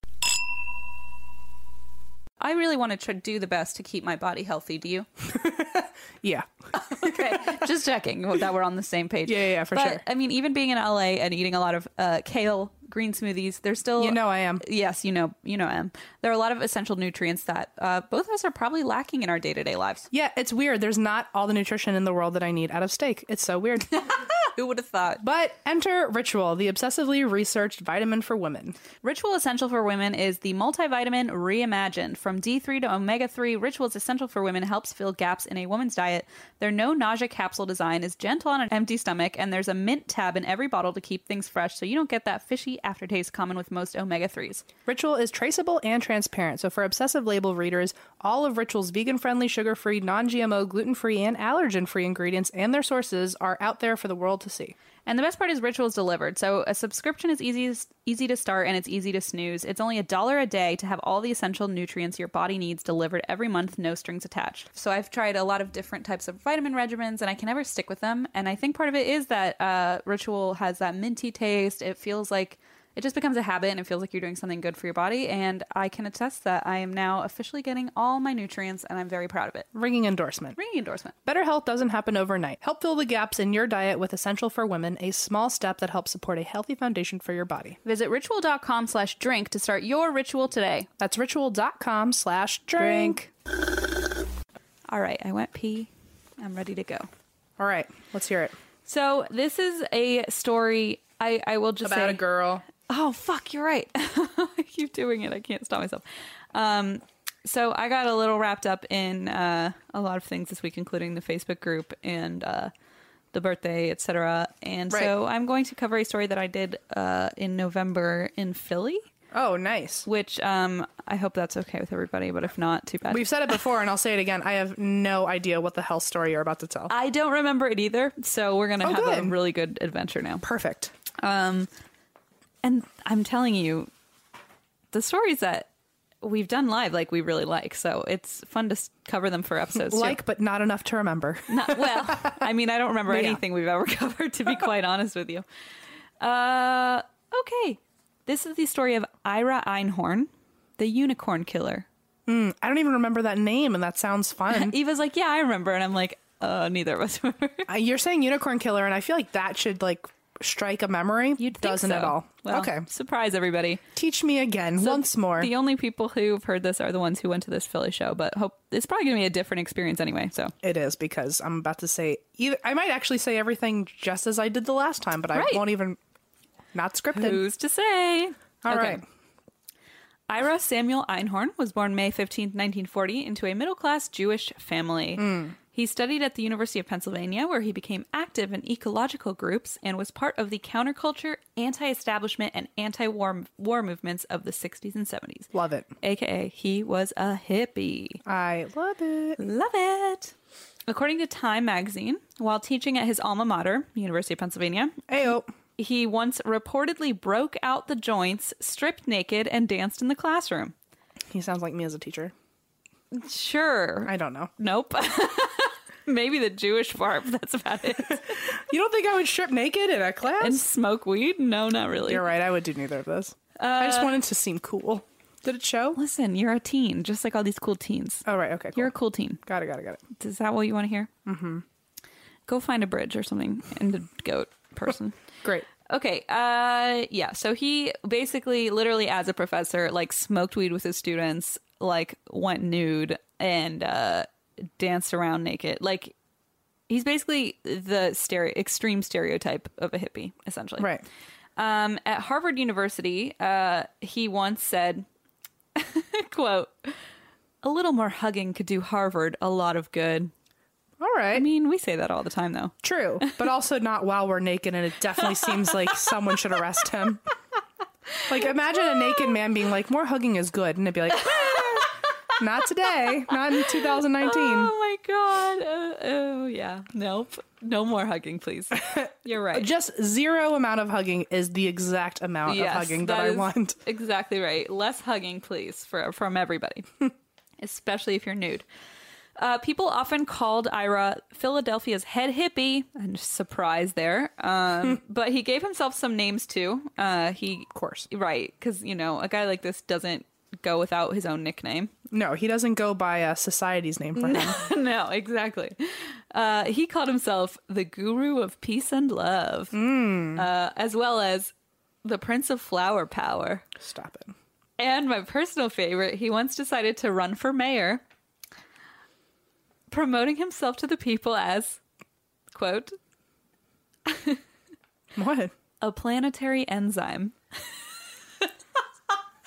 [SPEAKER 1] I really want to try do the best to keep my body healthy. Do you?
[SPEAKER 6] Yeah.
[SPEAKER 1] Okay, just checking that we're on the same page.
[SPEAKER 6] Yeah, yeah, yeah, for
[SPEAKER 1] But,
[SPEAKER 6] sure.
[SPEAKER 1] I mean, even being in LA and eating a lot of uh, kale green smoothies, there's still
[SPEAKER 6] You know I am.
[SPEAKER 1] Yes, you know, you know, I am. There are a lot of essential nutrients that uh, both of us are probably lacking in our day to day lives.
[SPEAKER 6] Yeah, it's weird. There's not all the nutrition in the world that I need out of steak. It's so weird.
[SPEAKER 1] Who would have thought?
[SPEAKER 6] but enter Ritual, the obsessively researched vitamin for women.
[SPEAKER 1] Ritual Essential for Women is the multivitamin reimagined. From D3 to omega 3, Ritual's Essential for Women helps fill gaps in a woman's diet. Their no nausea capsule design is gentle on an empty stomach, and there's a mint tab in every bottle to keep things fresh so you don't get that fishy aftertaste common with most omega 3s.
[SPEAKER 6] Ritual is traceable and transparent, so for obsessive label readers, all of Ritual's vegan friendly, sugar free, non GMO, gluten free, and allergen free ingredients and their sources are out there for the world to see.
[SPEAKER 1] And the best part is Ritual's delivered. So a subscription is easy easy to start and it's easy to snooze. It's only a dollar a day to have all the essential nutrients your body needs delivered every month, no strings attached. So I've tried a lot of different types of vitamin regimens and I can never stick with them. And I think part of it is that uh, Ritual has that minty taste. It feels like it just becomes a habit and it feels like you're doing something good for your body. And I can attest that I am now officially getting all my nutrients and I'm very proud of it.
[SPEAKER 6] Ringing endorsement.
[SPEAKER 1] Ringing endorsement.
[SPEAKER 6] Better health doesn't happen overnight. Help fill the gaps in your diet with Essential for Women, a small step that helps support a healthy foundation for your body.
[SPEAKER 1] Visit ritual.com slash drink to start your ritual today.
[SPEAKER 6] That's ritual.com slash drink.
[SPEAKER 1] All right, I went pee. I'm ready to go.
[SPEAKER 6] All right, let's hear it.
[SPEAKER 1] So this is a story. I I will just say,
[SPEAKER 6] girl.
[SPEAKER 1] Oh fuck, you're right. I keep doing it. I can't stop myself. Um, so I got a little wrapped up in uh, a lot of things this week, including the Facebook group and uh, the birthday, etc. And so I'm going to cover a story that I did uh, in November in Philly,
[SPEAKER 6] Oh, nice.
[SPEAKER 1] which um, I hope that's okay with everybody. But if not, too bad.
[SPEAKER 6] We've said it before, and I'll say it again. I have no idea what the hell story you're about to tell.
[SPEAKER 1] I don't remember it either, so we're gonna
[SPEAKER 6] Oh,
[SPEAKER 1] have a
[SPEAKER 6] good.
[SPEAKER 1] really good adventure now.
[SPEAKER 6] Perfect.
[SPEAKER 1] Um, and I'm telling you, the stories that we've done live like we really like. So it's fun to s- cover them for episodes. too.
[SPEAKER 6] Like, but not enough to remember.
[SPEAKER 1] Not- well, I mean, I don't remember
[SPEAKER 6] Yeah.
[SPEAKER 1] anything we've ever covered, to be quite honest with you. Uh, okay. This is the story of Ira Einhorn, the unicorn killer.
[SPEAKER 6] I don't even remember that name, and that sounds fun.
[SPEAKER 1] Eva's like, yeah, I remember. And I'm like, uh, neither of us remember.
[SPEAKER 6] Uh, You're saying unicorn killer, and I feel like that should like strike a memory.
[SPEAKER 1] You'd think
[SPEAKER 6] doesn't
[SPEAKER 1] so.
[SPEAKER 6] at all.
[SPEAKER 1] Well,
[SPEAKER 6] okay,
[SPEAKER 1] Surprise, everybody.
[SPEAKER 6] teach me again
[SPEAKER 1] So
[SPEAKER 6] once more.
[SPEAKER 1] The only people who've heard this are the ones who went to this Philly show, but hope it's probably going to be a different experience anyway. So,
[SPEAKER 6] it is because I'm about to say either I might actually say everything just as I did the last time, but
[SPEAKER 1] Right.
[SPEAKER 6] I won't even. Not scripted.
[SPEAKER 1] who's to say?
[SPEAKER 6] All right.
[SPEAKER 1] Ira Samuel Einhorn was born May 15, 1940, into a middle class Jewish family.
[SPEAKER 6] Hmm.
[SPEAKER 1] He studied at the University of Pennsylvania, where he became active in ecological groups and was part of the counterculture, anti establishment, and anti war war movements of the 60s and 70s.
[SPEAKER 6] Love it.
[SPEAKER 1] AKA, he was a hippie.
[SPEAKER 6] I love it.
[SPEAKER 1] Love it. According to Time magazine, while teaching at his alma mater, University of Pennsylvania,
[SPEAKER 6] Ayo.
[SPEAKER 1] he once reportedly broke out the joints, stripped naked, and danced in the classroom.
[SPEAKER 6] He sounds like me as a teacher.
[SPEAKER 1] Sure.
[SPEAKER 6] I don't know.
[SPEAKER 1] Nope. Maybe the Jewish part, but that's about it.
[SPEAKER 6] You don't think I would strip naked in a class?
[SPEAKER 1] and smoke weed? No, not really.
[SPEAKER 6] You're right. I would do neither of those. I
[SPEAKER 1] Uh,
[SPEAKER 6] just wanted to seem cool. Did it show?
[SPEAKER 1] Listen, you're a teen, just like all these cool teens.
[SPEAKER 6] Oh, right. Okay. Cool.
[SPEAKER 1] You're a cool teen.
[SPEAKER 6] Got it. Got it. Got it.
[SPEAKER 1] Is that what you want to hear? Mm-hmm. Go find a bridge or something and a goat person.
[SPEAKER 6] Great.
[SPEAKER 1] Okay. Uh, yeah. So he basically, literally, as a professor, like smoked weed with his students, like went nude and uh, danced around naked. Like he's basically the stereo extreme stereotype of a hippie, essentially.
[SPEAKER 6] Right.
[SPEAKER 1] Um, at Harvard University, uh, he once said, "quote A little more hugging could do Harvard a lot of good."
[SPEAKER 6] All right.
[SPEAKER 1] I mean, we say that all the time, though.
[SPEAKER 6] True, but also not while we're naked, and it definitely seems like someone should arrest him. Like, imagine a naked man being like, "More hugging is good," and it'd be like, "Ah, "Not today, not in 2019."
[SPEAKER 1] Oh my god. Uh, oh yeah. Nope. No more hugging, please. You're right.
[SPEAKER 6] Just zero amount of hugging is the exact amount of hugging that, I
[SPEAKER 1] is
[SPEAKER 6] want.
[SPEAKER 1] Exactly right. Less hugging, please, for, from everybody, especially if you're nude. Uh, people often called Ira Philadelphia's head hippie, and surprise there. Um, but he gave himself some names too. Uh, he, of
[SPEAKER 6] course.
[SPEAKER 1] right? Because you know, a guy like this doesn't go without his own nickname.
[SPEAKER 6] No, he doesn't go by a society's name for him.
[SPEAKER 1] no, exactly. Uh, he called himself the guru of peace and love,
[SPEAKER 6] Hmm.
[SPEAKER 1] uh, as well as the prince of flower power.
[SPEAKER 6] Stop it.
[SPEAKER 1] And my personal favorite, he once decided to run for mayor, promoting himself to the people as, quote,
[SPEAKER 6] What?
[SPEAKER 1] a planetary enzyme.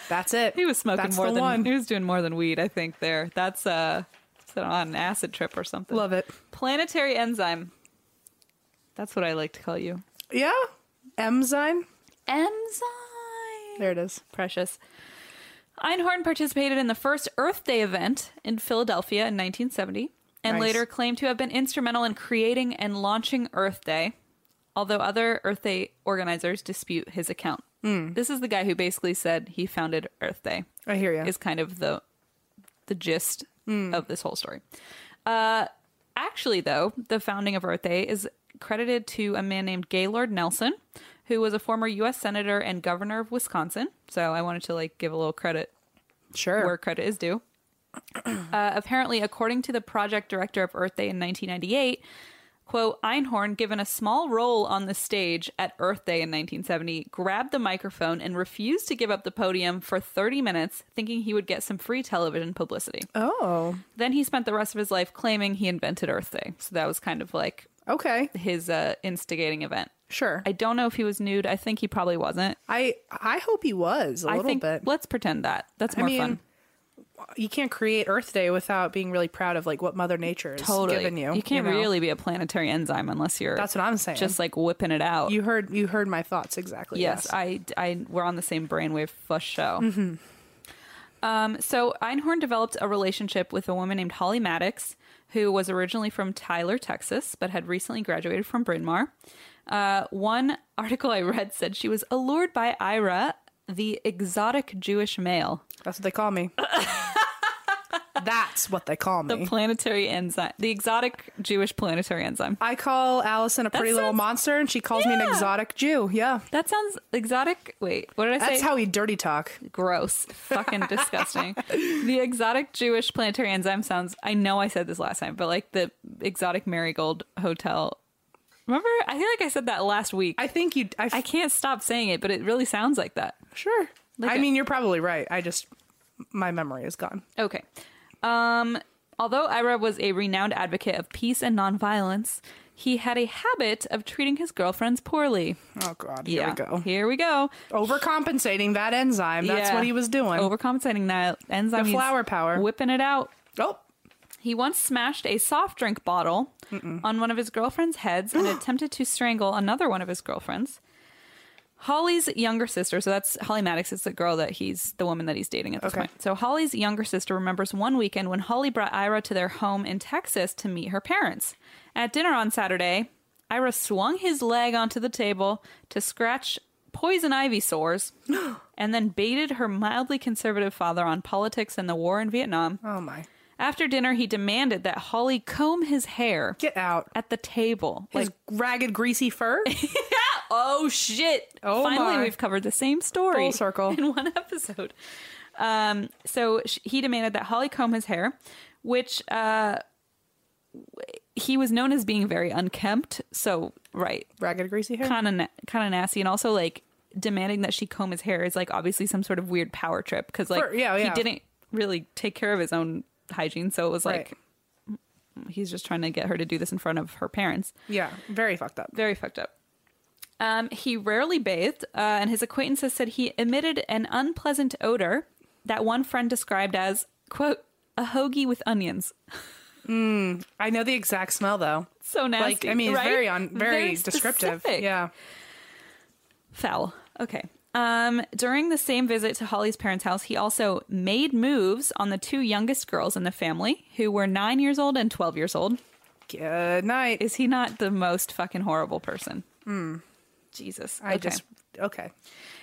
[SPEAKER 6] That's it.
[SPEAKER 1] He was smoking
[SPEAKER 6] That's
[SPEAKER 1] more
[SPEAKER 6] the
[SPEAKER 1] than
[SPEAKER 6] one.
[SPEAKER 1] he was doing more than weed, I think. There, that's uh, it's on an acid trip or something.
[SPEAKER 6] Love it.
[SPEAKER 1] planetary enzyme. That's what I like to call you.
[SPEAKER 6] Yeah. M sign.
[SPEAKER 1] Enzyme.
[SPEAKER 6] There it is.
[SPEAKER 1] Precious. Einhorn participated in the first Earth Day event in Philadelphia in 1970 and
[SPEAKER 6] Nice.
[SPEAKER 1] later claimed to have been instrumental in creating and launching Earth Day, although other Earth Day organizers dispute his account. This is the guy who basically said he founded Earth Day
[SPEAKER 6] I hear you.
[SPEAKER 1] is kind of the the gist of this whole story. Uh, actually, though, the founding of Earth Day is credited to a man named Gaylord Nelson, who was a former U.S. senator and governor of Wisconsin. So I wanted to like give a little credit
[SPEAKER 6] sure.
[SPEAKER 1] where credit is due. Uh, apparently, according to the project director of Earth Day in 1998, quote, Einhorn, given a small role on the stage at Earth Day in 1970, grabbed the microphone and refused to give up the podium for 30 minutes, thinking he would get some free television publicity.
[SPEAKER 6] Oh.
[SPEAKER 1] Then he spent the rest of his life claiming he invented Earth Day. So that was kind of like
[SPEAKER 6] Okay.
[SPEAKER 1] his uh, instigating event.
[SPEAKER 6] Sure.
[SPEAKER 1] I don't know if he was nude. I think he probably wasn't.
[SPEAKER 6] I I hope he was a
[SPEAKER 1] I
[SPEAKER 6] little
[SPEAKER 1] think
[SPEAKER 6] bit.
[SPEAKER 1] let's pretend that. That's more fun.
[SPEAKER 6] you can't create Earth Day without being really proud of like what Mother Nature has given you.
[SPEAKER 1] can't
[SPEAKER 6] know?
[SPEAKER 1] really be a planetary enzyme unless you're.
[SPEAKER 6] That's what I'm saying.
[SPEAKER 1] Just like whipping it out.
[SPEAKER 6] You heard you heard my thoughts exactly.
[SPEAKER 1] yes, I, I, we're on the same brainwave flush show.
[SPEAKER 6] Mm-hmm.
[SPEAKER 1] Um, so Einhorn developed a relationship with a woman named Holly Maddox, who was originally from Tyler, Texas, but had recently graduated from Bryn Mawr. Uh, one article I read said she was allured by Ira the exotic Jewish male,
[SPEAKER 6] That's what they call me. That's what they call
[SPEAKER 1] the
[SPEAKER 6] me.
[SPEAKER 1] planetary enzyme, the exotic Jewish planetary enzyme.
[SPEAKER 6] I call Allison a pretty little
[SPEAKER 1] sounds-
[SPEAKER 6] monster, and she calls me an
[SPEAKER 1] Yeah.
[SPEAKER 6] exotic Jew. Yeah.
[SPEAKER 1] That sounds exotic. Wait, what did I say?
[SPEAKER 6] That's how we dirty talk.
[SPEAKER 1] gross, fucking disgusting. The exotic Jewish planetary enzyme sounds. I know I said this last time, but like the exotic marigold hotel. Remember, I feel like I said that last week.
[SPEAKER 6] I think you. I, f-
[SPEAKER 1] I can't stop saying it, but it really sounds like that.
[SPEAKER 6] sure.
[SPEAKER 1] Like
[SPEAKER 6] I
[SPEAKER 1] a-
[SPEAKER 6] mean, you're probably right. I just my memory is gone.
[SPEAKER 1] Okay. Um, although Ira was a renowned advocate of peace and nonviolence, he had a habit of treating his girlfriends poorly.
[SPEAKER 6] Oh God. Here
[SPEAKER 1] yeah.
[SPEAKER 6] we go.
[SPEAKER 1] Here we go.
[SPEAKER 6] Overcompensating that enzyme. That's
[SPEAKER 1] Yeah.
[SPEAKER 6] what he was doing.
[SPEAKER 1] Overcompensating that enzyme.
[SPEAKER 6] The
[SPEAKER 1] he's
[SPEAKER 6] flower power.
[SPEAKER 1] Whipping it out.
[SPEAKER 6] oh.
[SPEAKER 1] He once smashed a soft drink bottle on one of his girlfriend's heads and attempted to strangle another one of his girlfriends. Holly's younger sister, so that's Holly Maddox, is the girl that he's the woman that he's dating at this
[SPEAKER 6] Okay.
[SPEAKER 1] point. So Holly's younger sister remembers one weekend when Holly brought Ira to their home in Texas to meet her parents. At dinner on Saturday, Ira swung his leg onto the table to scratch poison ivy sores and then baited her mildly conservative father on politics and the war in Vietnam.
[SPEAKER 6] Oh my.
[SPEAKER 1] After dinner, he demanded that Holly comb his hair
[SPEAKER 6] Get out.
[SPEAKER 1] at the table.
[SPEAKER 6] His
[SPEAKER 1] like,
[SPEAKER 6] ragged, greasy fur.
[SPEAKER 1] oh shit!
[SPEAKER 6] Oh,
[SPEAKER 1] finally,
[SPEAKER 6] my.
[SPEAKER 1] we've covered the same story
[SPEAKER 6] Full circle.
[SPEAKER 1] in one episode. Um, so sh- he demanded that Holly comb his hair, which uh, w- he was known as being very unkempt. So right,
[SPEAKER 6] ragged, greasy hair.
[SPEAKER 1] kind of na- kind of nasty, and also like demanding that she comb his hair is like obviously some sort of weird power trip because like
[SPEAKER 6] For- yeah,
[SPEAKER 1] he
[SPEAKER 6] yeah.
[SPEAKER 1] didn't really take care of his own hygiene, so it was
[SPEAKER 6] Right.
[SPEAKER 1] like mm, he's just trying to get her to do this in front of her parents.
[SPEAKER 6] Yeah. Very fucked up.
[SPEAKER 1] Very fucked up. Um, he rarely bathed, uh, and his acquaintances said he emitted an unpleasant odor that one friend described as quote a hoagie with onions.
[SPEAKER 6] I know the exact smell though.
[SPEAKER 1] So
[SPEAKER 6] Like
[SPEAKER 1] nasty.
[SPEAKER 6] I mean, it's
[SPEAKER 1] right?
[SPEAKER 6] very on, very, descriptive.
[SPEAKER 1] specific.
[SPEAKER 6] Yeah.
[SPEAKER 1] Fell. Okay. Um, during the same visit to Holly's parents' house, he also made moves on the two youngest girls in the family, who were nine years old and 12 years old.
[SPEAKER 6] Good night.
[SPEAKER 1] Is he not the most fucking horrible person? Jesus.
[SPEAKER 6] Hmm. I
[SPEAKER 1] Okay.
[SPEAKER 6] just okay.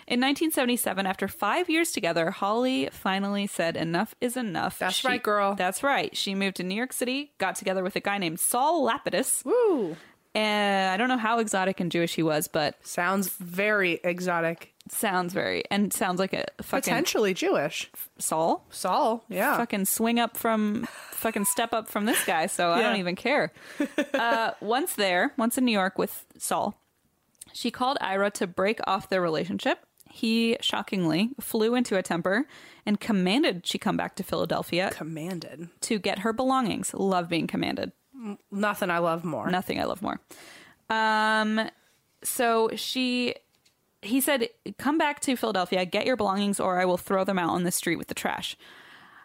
[SPEAKER 1] In 1977, after five years together, Holly finally said, Enough is enough.
[SPEAKER 6] That's right, girl.
[SPEAKER 1] That's right. She moved to New York City, got together with a guy named Saul Lapidus.
[SPEAKER 6] Woo.
[SPEAKER 1] And I don't know how exotic and Jewish he was, but
[SPEAKER 6] Sounds very exotic.
[SPEAKER 1] sounds very, and sounds like a fucking
[SPEAKER 6] Potentially Jewish.
[SPEAKER 1] Saul.
[SPEAKER 6] Saul. Yeah.
[SPEAKER 1] fucking swing up from fucking step up from this guy so i don't
[SPEAKER 6] Yeah.
[SPEAKER 1] even care uh, once there once in new york with saul she called ira to break off their relationship he shockingly flew into a temper and commanded she come back to philadelphia
[SPEAKER 6] commanded.
[SPEAKER 1] to get her belongings love being commanded
[SPEAKER 6] Nothing I love more.
[SPEAKER 1] nothing I love more. Um, so she, he said, come back to Philadelphia, get your belongings, or I will throw them out on the street with the trash.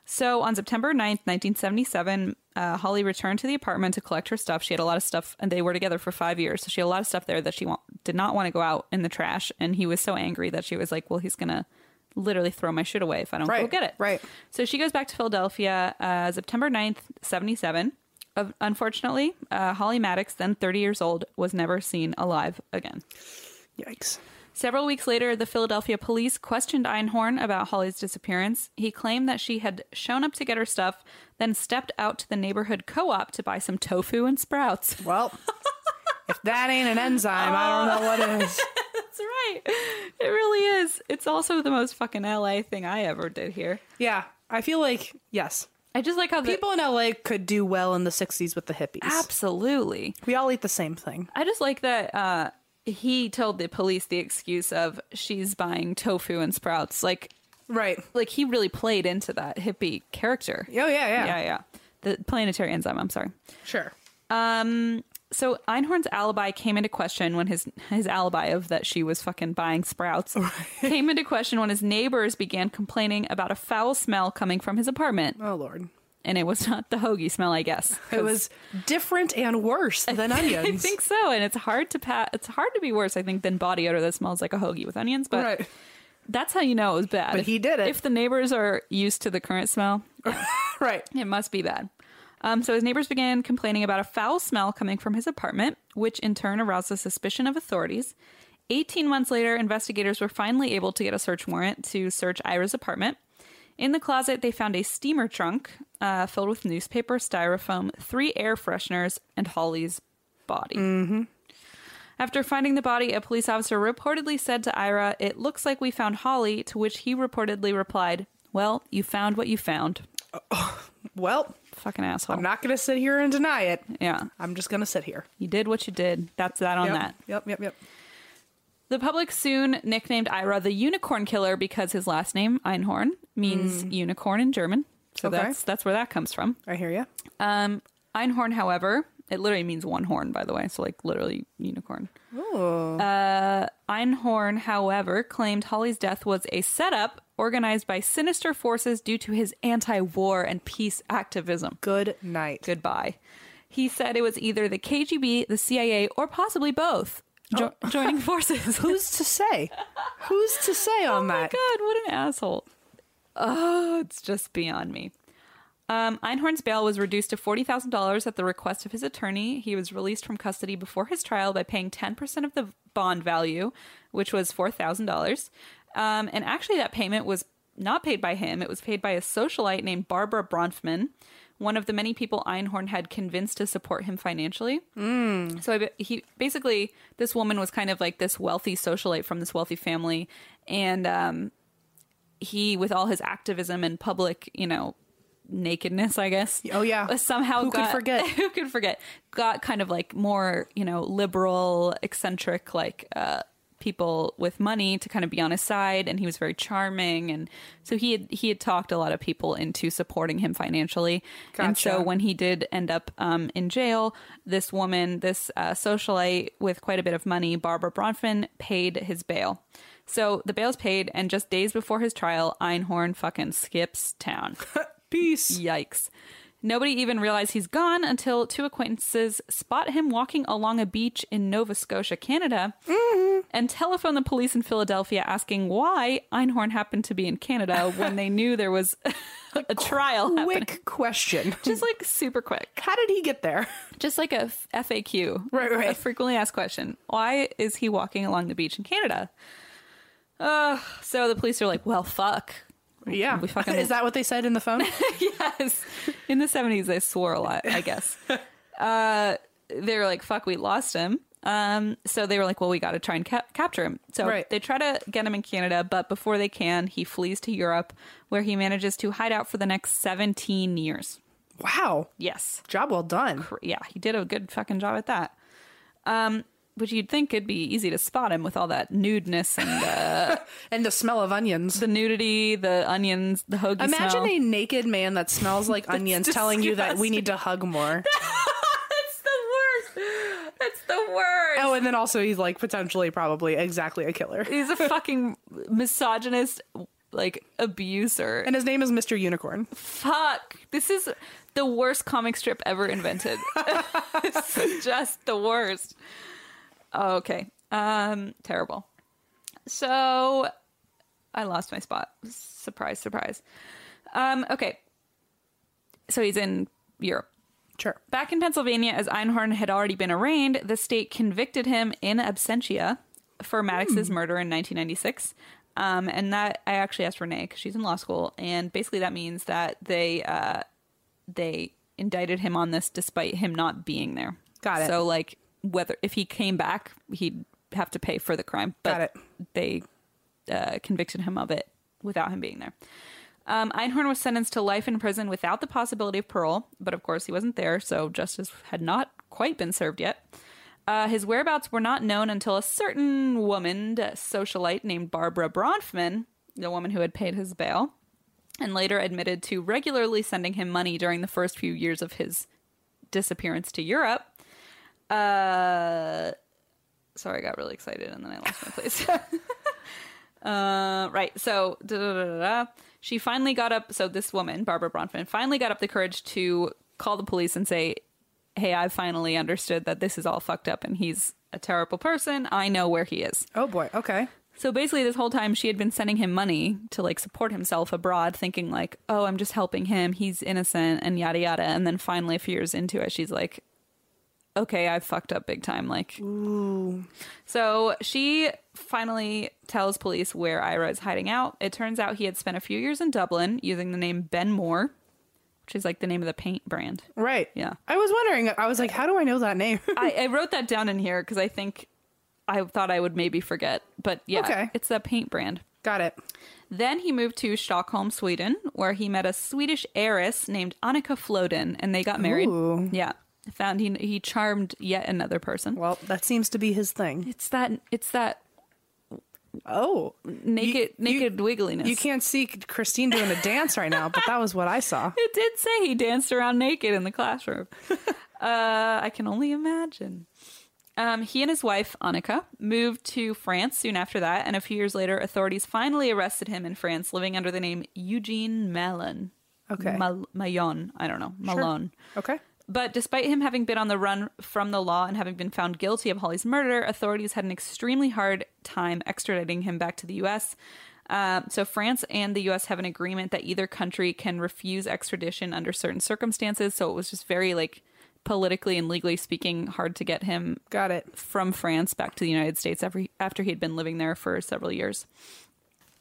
[SPEAKER 1] So on September 9th, 1977, uh, Holly returned to the apartment to collect her stuff. She had a lot of stuff, and they were together for five years. So she had a lot of stuff there that she want, did not want to go out in the trash. And he was so angry that she was like, well, he's going to literally throw my shit away if I don't go
[SPEAKER 6] Right,
[SPEAKER 1] get it.
[SPEAKER 6] right.
[SPEAKER 1] So she goes back to Philadelphia uh, September 9th, 77. Of unfortunately, uh, Holly Maddox, then 30 years old, was never seen alive again.
[SPEAKER 6] Yikes.
[SPEAKER 1] Several weeks later, the Philadelphia police questioned Einhorn about Holly's disappearance. He claimed that she had shown up to get her stuff, then stepped out to the neighborhood co op to buy some tofu and sprouts.
[SPEAKER 6] Well, if that ain't an enzyme, I don't know what is.
[SPEAKER 1] That's right. It really is. It's also the most fucking LA thing I ever did here.
[SPEAKER 6] Yeah. I feel like yes.
[SPEAKER 1] I just like how the-
[SPEAKER 6] People in LA could do well in the 60s with the hippies.
[SPEAKER 1] Absolutely.
[SPEAKER 6] We all eat the same thing.
[SPEAKER 1] I just like that uh, he told the police the excuse of she's buying tofu and sprouts. Like,
[SPEAKER 6] Right.
[SPEAKER 1] like he really played into that hippie character.
[SPEAKER 6] Oh, yeah, yeah.
[SPEAKER 1] yeah, yeah. The planetary enzyme. I'm sorry.
[SPEAKER 6] Sure.
[SPEAKER 1] Um. So Einhorn's alibi came into question when his his alibi of that she was fucking buying sprouts came into question when his neighbors began complaining about a foul smell coming from his apartment,
[SPEAKER 6] Oh lord.
[SPEAKER 1] and it was not the hoagie smell, I guess.
[SPEAKER 6] It was different and worse than onions.
[SPEAKER 1] I think so, and it's hard to pat. It's hard to be worse, I think, than body odor that smells like a hoagie with onions. But
[SPEAKER 6] Right.
[SPEAKER 1] that's how you know it was bad.
[SPEAKER 6] But he did it.
[SPEAKER 1] If the neighbors are used to the current smell,
[SPEAKER 6] Right.
[SPEAKER 1] it must be bad. Um, so his neighbors began complaining about a foul smell coming from his apartment, which in turn aroused the suspicion of authorities. 18 months later, investigators were finally able to get a search warrant to search Ira's apartment. In the closet, they found a steamer trunk uh, filled with newspaper, styrofoam, three air fresheners, and Holly's body. After finding the body, a police officer reportedly said to Ira, It looks like we found Holly, to which he reportedly replied, Well, you found what you found.
[SPEAKER 6] Well,
[SPEAKER 1] Fucking asshole.
[SPEAKER 6] I'm not going to sit here and deny it.
[SPEAKER 1] yeah.
[SPEAKER 6] I'm just going to sit here.
[SPEAKER 1] You did what you did. That's that on
[SPEAKER 6] yep.
[SPEAKER 1] that.
[SPEAKER 6] Yep, yep, yep.
[SPEAKER 1] The public soon nicknamed Ira the Unicorn Killer because his last name, Einhorn, means unicorn in German. So
[SPEAKER 6] Hmm. Okay.
[SPEAKER 1] that's that's where that comes from.
[SPEAKER 6] I hear you.
[SPEAKER 1] Um, Einhorn, however, it literally means one horn, by the way. So, like, literally unicorn. Uh, Einhorn, however, claimed Holly's death was a setup organized by sinister forces due to his anti war and peace activism.
[SPEAKER 6] Good night.
[SPEAKER 1] Goodbye. He said it was either the KGB, the CIA, or possibly both jo- joining forces.
[SPEAKER 6] Who's to say? Who's to say
[SPEAKER 1] Oh
[SPEAKER 6] on
[SPEAKER 1] my
[SPEAKER 6] that?
[SPEAKER 1] god, what an asshole. Oh, it's just beyond me. Um, Einhorn's bail was reduced to $40,000 at the request of his attorney. He was released from custody before his trial by paying 10% of the bond value, which was $4,000. Um, and actually, that payment was not paid by him, it was paid by a socialite named Barbara Bronfman, one of the many people Einhorn had convinced to support him financially.
[SPEAKER 6] Mm-hmm.
[SPEAKER 1] So I, be- he basically this woman was kind of like this wealthy socialite from this wealthy family, and um, he, with all his activism and public, you know, nakedness, I guess.
[SPEAKER 6] Oh, yeah.
[SPEAKER 1] somehow
[SPEAKER 6] Who could
[SPEAKER 1] got-
[SPEAKER 6] forget?
[SPEAKER 1] who could forget? Got kind of like more, you know, liberal, eccentric, like uh, people with money to kind of be on his side, and he was very charming, and so he had he had talked a lot of people into supporting him financially, and so
[SPEAKER 6] Gotcha.
[SPEAKER 1] when he did end up um, in jail, this woman, this uh, socialite with quite a bit of money, Barbara Bronfman, paid his bail. So the bail's paid, and just days before his trial, Einhorn fucking skips town.
[SPEAKER 6] Peace.
[SPEAKER 1] Yikes. Nobody even realized he's gone until two acquaintances spot him walking along a beach in Nova Scotia, Canada, and telephone the police in Philadelphia asking why Einhorn happened to be in Canada when they knew there was a trial happening.
[SPEAKER 6] Quick question.
[SPEAKER 1] Just like super quick.
[SPEAKER 6] How did he get there?
[SPEAKER 1] Just like a f- FAQ.
[SPEAKER 6] Right, right.
[SPEAKER 1] A frequently asked question. Why is he walking along the beach in Canada? Uh, so the police are like, well, fuck.
[SPEAKER 6] Yeah.
[SPEAKER 1] We fucking-
[SPEAKER 6] Is that what they said in the phone?
[SPEAKER 1] yes. In the 70s, they swore a lot, I guess. Uh, they were like, fuck, we lost him. Um, so they were like, well, we got to try and cap- capture him. So
[SPEAKER 6] Right.
[SPEAKER 1] they try to get him in Canada, but before they can, he flees to Europe, where he manages to hide out for the next 17 years.
[SPEAKER 6] wow.
[SPEAKER 1] Yes.
[SPEAKER 6] Job well done.
[SPEAKER 1] Yeah, he did a good fucking job at that. Um, which you'd think it'd be easy to spot him with all that nudeness and uh,
[SPEAKER 6] And the smell of onions.
[SPEAKER 1] the nudity, the onions, the hoagie
[SPEAKER 6] Imagine
[SPEAKER 1] smell.
[SPEAKER 6] a naked man that smells like onions telling you that we
[SPEAKER 1] disgusting.
[SPEAKER 6] need to hug more.
[SPEAKER 1] That's the worst. That's the worst.
[SPEAKER 6] oh, and then also he's like potentially probably exactly a killer.
[SPEAKER 1] He's a fucking misogynist, like abuser.
[SPEAKER 6] And his name is Mr. Unicorn.
[SPEAKER 1] Fuck. This is the worst comic strip ever invented. this is just the worst. Oh, Okay. Um, terrible. So I lost my spot. Surprise, surprise. Um, okay. So he's in Europe.
[SPEAKER 6] Sure.
[SPEAKER 1] Back in Pennsylvania, as Einhorn had already been arraigned, the state convicted him in absentia for
[SPEAKER 6] Hmm.
[SPEAKER 1] Maddox's murder in 1996. Um, and that I actually asked Renee because she's in law school, and basically that means that they uh, they indicted him on this despite him not being there.
[SPEAKER 6] Got it.
[SPEAKER 1] So like whether if he came back, he'd have to pay for the crime. But
[SPEAKER 6] Got it.
[SPEAKER 1] they uh, convicted him of it without him being there. Um, Einhorn was sentenced to life in prison without the possibility of parole, but of course he wasn't there, so justice had not quite been served yet. Uh, his whereabouts were not known until a certain woman, a socialite named Barbara Bronfman, the woman who had paid his bail, and later admitted to regularly sending him money during the first few years of his disappearance to Europe. Uh, sorry, I got really excited and then I lost my place. Uh, right. So da, da, da, da, da. she finally got up. So this woman, Barbara Bronfman, finally got up the courage to call the police and say, "Hey, I finally understood that this is all fucked up, and he's a terrible person. I know where he is."
[SPEAKER 6] Oh boy. Okay.
[SPEAKER 1] So basically, this whole time she had been sending him money to like support himself abroad, thinking like, "Oh, I'm just helping him. He's innocent," and yada yada. And then finally, a few years into it, she's like, okay, I fucked up big time. Like, so she finally tells police where Ira is hiding out. It turns out he had spent a few years in Dublin using the name Ben Moore, which is like the name of the paint brand.
[SPEAKER 6] Right.
[SPEAKER 1] Yeah.
[SPEAKER 6] I was wondering. I was like, how do I know that name?
[SPEAKER 1] I, I wrote that down in here because I think I thought I would maybe forget, but yeah,
[SPEAKER 6] Okay.
[SPEAKER 1] it's that paint brand.
[SPEAKER 6] Got it.
[SPEAKER 1] Then he moved to Stockholm, Sweden, where he met a Swedish heiress named Annika Floden, and they got married.
[SPEAKER 6] Ooh.
[SPEAKER 1] Yeah, found he he charmed yet another person.
[SPEAKER 6] Well, that seems to be his thing.
[SPEAKER 1] it's that it's that
[SPEAKER 6] Oh,
[SPEAKER 1] naked naked wiggliness.
[SPEAKER 6] you can't see Christine doing a dance right now, but that was what I saw.
[SPEAKER 1] It did say he danced around naked in the classroom. uh, I can only imagine. Um, he and his wife, Annika, moved to France soon after that, and a few years later, authorities finally arrested him in France, living under the name Eugene Malon.
[SPEAKER 6] Okay.
[SPEAKER 1] Mal- Mayon. I don't know. Malone.
[SPEAKER 6] Okay.
[SPEAKER 1] But despite him having been on the run from the law and having been found guilty of Holly's murder, authorities had an extremely hard time extraditing him back to the U.S. Uh, so France and the U.S. have an agreement that either country can refuse extradition under certain circumstances. So it was just very like politically and legally speaking hard to get him
[SPEAKER 6] Got it.
[SPEAKER 1] from France back to the United States after he, after he had been living there for several years.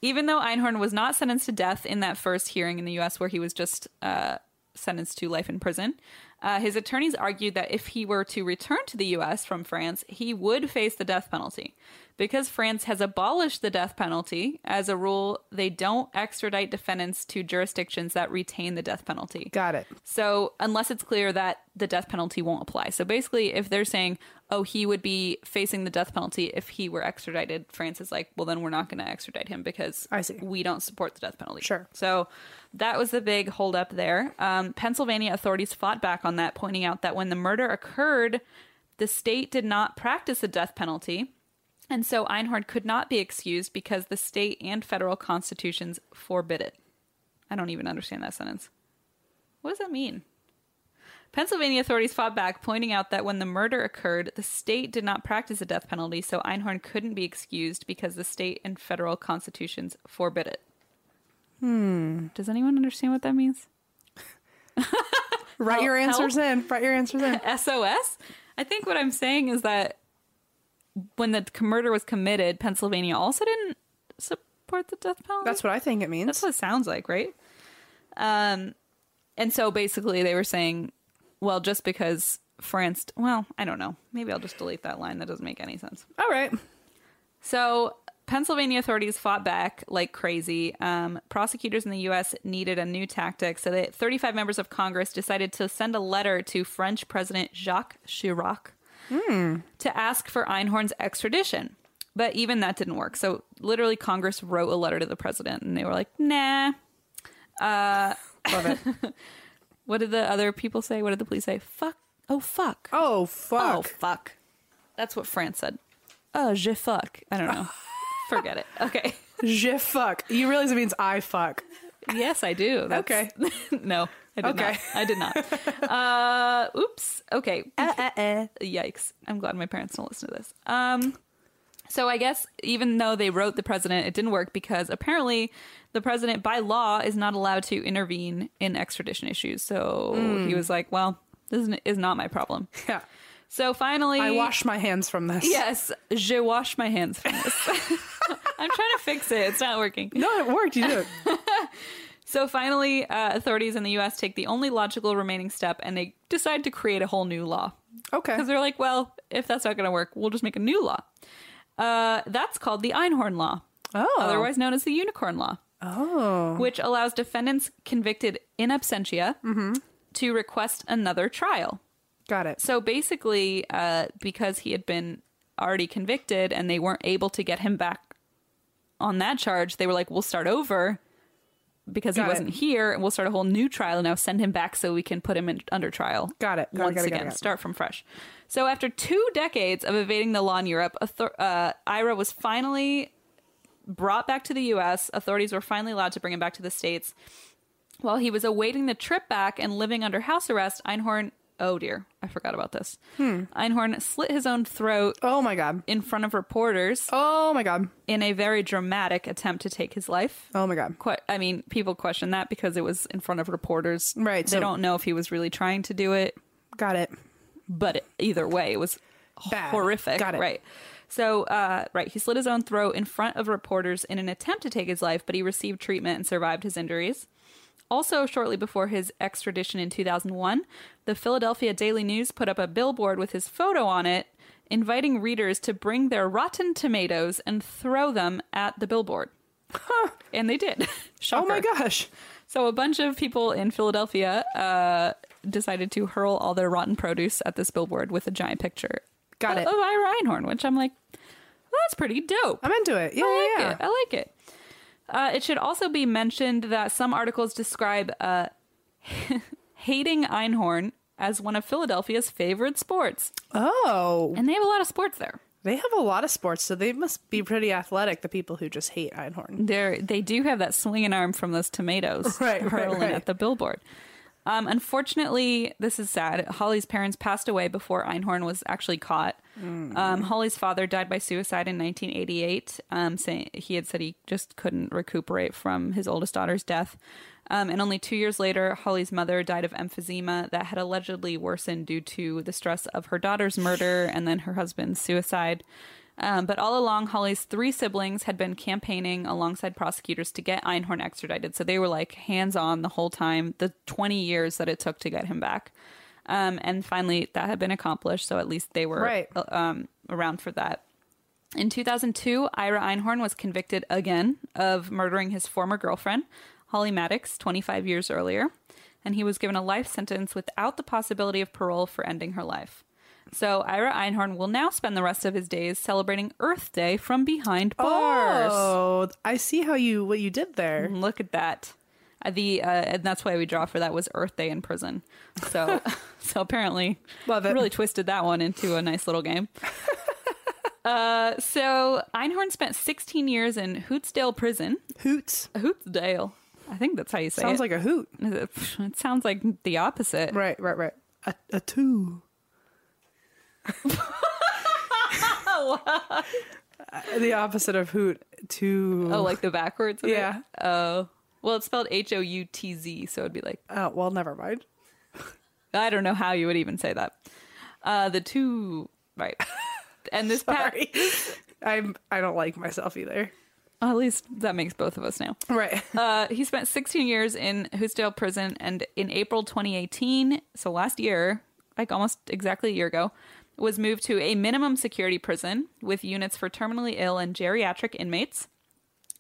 [SPEAKER 1] Even though Einhorn was not sentenced to death in that first hearing in the U.S., where he was just uh, sentenced to life in prison, uh, his attorneys argued that if he were to return to the U.S. from France, he would face the death penalty. Because France has abolished the death penalty, as a rule, they don't extradite defendants to jurisdictions that retain the death penalty.
[SPEAKER 6] Got it.
[SPEAKER 1] So, unless it's clear that the death penalty won't apply. So, basically, if they're saying, oh, he would be facing the death penalty if he were extradited, France is like, well, then we're not going to extradite him because
[SPEAKER 6] I see.
[SPEAKER 1] we don't support the death penalty.
[SPEAKER 6] Sure.
[SPEAKER 1] So, that was the big holdup there. Um, Pennsylvania authorities fought back on that, pointing out that when the murder occurred, the state did not practice the death penalty. And so Einhorn could not be excused because the state and federal constitutions forbid it. I don't even understand that sentence. What does that mean? Pennsylvania authorities fought back, pointing out that when the murder occurred, the state did not practice the death penalty, so Einhorn couldn't be excused because the state and federal constitutions forbid it. Hmm. Does anyone understand what that means?
[SPEAKER 6] Write your
[SPEAKER 1] Help?
[SPEAKER 6] answers in. Write your answers in.
[SPEAKER 1] SOS? I think what I'm saying is that when the murder was committed, Pennsylvania also didn't support the death penalty.
[SPEAKER 6] That's what I think it means.
[SPEAKER 1] That's what it sounds like, right? Um, and so basically they were saying, well, just because France, well, I don't know. Maybe I'll just delete that line. That doesn't make any sense.
[SPEAKER 6] All right.
[SPEAKER 1] So Pennsylvania authorities fought back like crazy. Um, prosecutors in the U.S. needed a new tactic, so that 35 members of Congress decided to send a letter to French President Jacques Chirac
[SPEAKER 6] Hmm.
[SPEAKER 1] to ask for Einhorn's extradition. But even that didn't work. So literally, Congress wrote a letter to the president, and they were like, "Nah." Uh,
[SPEAKER 6] Love it.
[SPEAKER 1] What did the other people say? What did the police say? Fuck. Oh fuck.
[SPEAKER 6] Oh fuck.
[SPEAKER 1] Oh fuck. That's what France said. Oh, je fuck. I don't know. Forget it. Okay.
[SPEAKER 6] Je fuck. You realize it means I fuck.
[SPEAKER 1] Yes, I do. That's-
[SPEAKER 6] Okay.
[SPEAKER 1] no, I did
[SPEAKER 6] Okay.
[SPEAKER 1] not. I did not. Uh, oops. Okay.
[SPEAKER 6] Eh,
[SPEAKER 1] Yikes. I'm glad my parents don't listen to this. Um, so I guess even though they wrote the president, it didn't work because apparently the president by law is not allowed to intervene in extradition issues. So
[SPEAKER 6] Hmm.
[SPEAKER 1] he was like, well, this is- is not my problem.
[SPEAKER 6] Yeah.
[SPEAKER 1] So finally,
[SPEAKER 6] I wash my hands from this.
[SPEAKER 1] Yes, je wash my hands from this. I'm trying to fix it. It's not working.
[SPEAKER 6] No, it worked. You did. it.
[SPEAKER 1] So finally, uh, authorities in the U.S. take the only logical remaining step, and they decide to create a whole new law
[SPEAKER 6] Okay.
[SPEAKER 1] because they're like, well, if that's not going to work, we'll just make a new law. Uh, that's called the Einhorn Law,
[SPEAKER 6] Oh.
[SPEAKER 1] otherwise known as the Unicorn Law,
[SPEAKER 6] Oh.
[SPEAKER 1] which allows defendants convicted in absentia
[SPEAKER 6] Mm-hmm.
[SPEAKER 1] to request another trial.
[SPEAKER 6] Got it.
[SPEAKER 1] So basically, uh, because he had been already convicted and they weren't able to get him back on that charge, they were like, we'll start over because
[SPEAKER 6] Got
[SPEAKER 1] he
[SPEAKER 6] it.
[SPEAKER 1] wasn't here and we'll start a whole new trial and now send him back so we can put him in, under trial.
[SPEAKER 6] Got it. Got it,
[SPEAKER 1] once
[SPEAKER 6] got it, got it,
[SPEAKER 1] again,
[SPEAKER 6] got it.
[SPEAKER 1] start from fresh. So after two decades of evading the law in Europe, author- uh, Ira was finally brought back to the U.S. Authorities were finally allowed to bring him back to the States. While he was awaiting the trip back and living under house arrest, Einhorn, oh dear, I forgot about this.
[SPEAKER 6] Hmm.
[SPEAKER 1] Einhorn slit his own throat
[SPEAKER 6] Oh my god.
[SPEAKER 1] in front of reporters
[SPEAKER 6] Oh my god.
[SPEAKER 1] in a very dramatic attempt to take his life.
[SPEAKER 6] Oh my god.
[SPEAKER 1] Que- I mean, people question that because it was in front of reporters.
[SPEAKER 6] Right,
[SPEAKER 1] They
[SPEAKER 6] so-
[SPEAKER 1] don't know if he was really trying to do it.
[SPEAKER 6] Got it.
[SPEAKER 1] but either way, it was
[SPEAKER 6] Bad.
[SPEAKER 1] horrific.
[SPEAKER 6] Got it.
[SPEAKER 1] Right. So, uh, right, he slit his own throat in front of reporters in an attempt to take his life, but he received treatment and survived his injuries. Also, shortly before his extradition in 2001, the Philadelphia Daily News put up a billboard with his photo on it, inviting readers to bring their rotten tomatoes and throw them at the billboard. and they did.
[SPEAKER 6] Oh my
[SPEAKER 1] Shocker.
[SPEAKER 6] gosh.
[SPEAKER 1] So a bunch of people in Philadelphia uh, decided to hurl all their rotten produce at this billboard with a giant picture
[SPEAKER 6] Got
[SPEAKER 1] of,
[SPEAKER 6] it.
[SPEAKER 1] of Ira Einhorn, which I'm like, well, that's pretty dope.
[SPEAKER 6] I'm into it. Yeah,
[SPEAKER 1] I
[SPEAKER 6] yeah,
[SPEAKER 1] like
[SPEAKER 6] yeah.
[SPEAKER 1] it. I like it. Uh, it should also be mentioned that some articles describe uh, hating Einhorn as one of Philadelphia's favorite sports,
[SPEAKER 6] Oh,
[SPEAKER 1] and they have a lot of sports there.
[SPEAKER 6] they have a lot of sports, so they must be pretty athletic. The people who just hate Einhorn.
[SPEAKER 1] They they do have that swinging arm from those tomatoes
[SPEAKER 6] Right, right,
[SPEAKER 1] hurling
[SPEAKER 6] right.
[SPEAKER 1] at the billboard. Um, unfortunately, this is sad. Holly's parents passed away before Einhorn was actually caught.
[SPEAKER 6] Mm.
[SPEAKER 1] Um, Holly's father died by suicide in 1988. Um, saying he had said he just couldn't recuperate from his oldest daughter's death. Um, and only two years later, Holly's mother died of emphysema that had allegedly worsened due to the stress of her daughter's murder and then her husband's suicide. Um, but all along, Holly's three siblings had been campaigning alongside prosecutors to get Einhorn extradited. So they were like hands on the whole time, the 20 years that it took to get him back. Um, and finally, that had been accomplished. So at least they were
[SPEAKER 6] Right.
[SPEAKER 1] uh, um, around for that. In 2002, Ira Einhorn was convicted again of murdering his former girlfriend, Holly Maddox, 25 years earlier, and he was given a life sentence without the possibility of parole for ending her life. So Ira Einhorn will now spend the rest of his days celebrating Earth Day from behind bars.
[SPEAKER 6] Oh, I see how you what you did there.
[SPEAKER 1] Look at that. Uh, The uh, and that's why we draw for that was Earth Day in prison. So so apparently
[SPEAKER 6] Love it.
[SPEAKER 1] really twisted that one into a nice little game. uh, so Einhorn spent 16 years in Hootsdale Prison.
[SPEAKER 6] Hoots
[SPEAKER 1] Hootsdale. I think that's how you say
[SPEAKER 6] sounds
[SPEAKER 1] it.
[SPEAKER 6] like a hoot.
[SPEAKER 1] it sounds like the opposite.
[SPEAKER 6] Right, right, right. A, a two. the opposite of hoot. Two.
[SPEAKER 1] Oh, like the backwards. of it?
[SPEAKER 6] Yeah.
[SPEAKER 1] Oh. Well, it's spelled H O U T Z, so it'd be like
[SPEAKER 6] Oh, well, never mind.
[SPEAKER 1] I don't know how you would even say that. Uh, the two right. And this pack,
[SPEAKER 6] Sorry. I'm. I don't like myself either.
[SPEAKER 1] at least that makes both of us now.
[SPEAKER 6] Right.
[SPEAKER 1] Uh, he spent 16 years in Hoosdale Prison, and in April 2018, so last year, like almost exactly a year ago, was moved to a minimum security prison with units for terminally ill and geriatric inmates.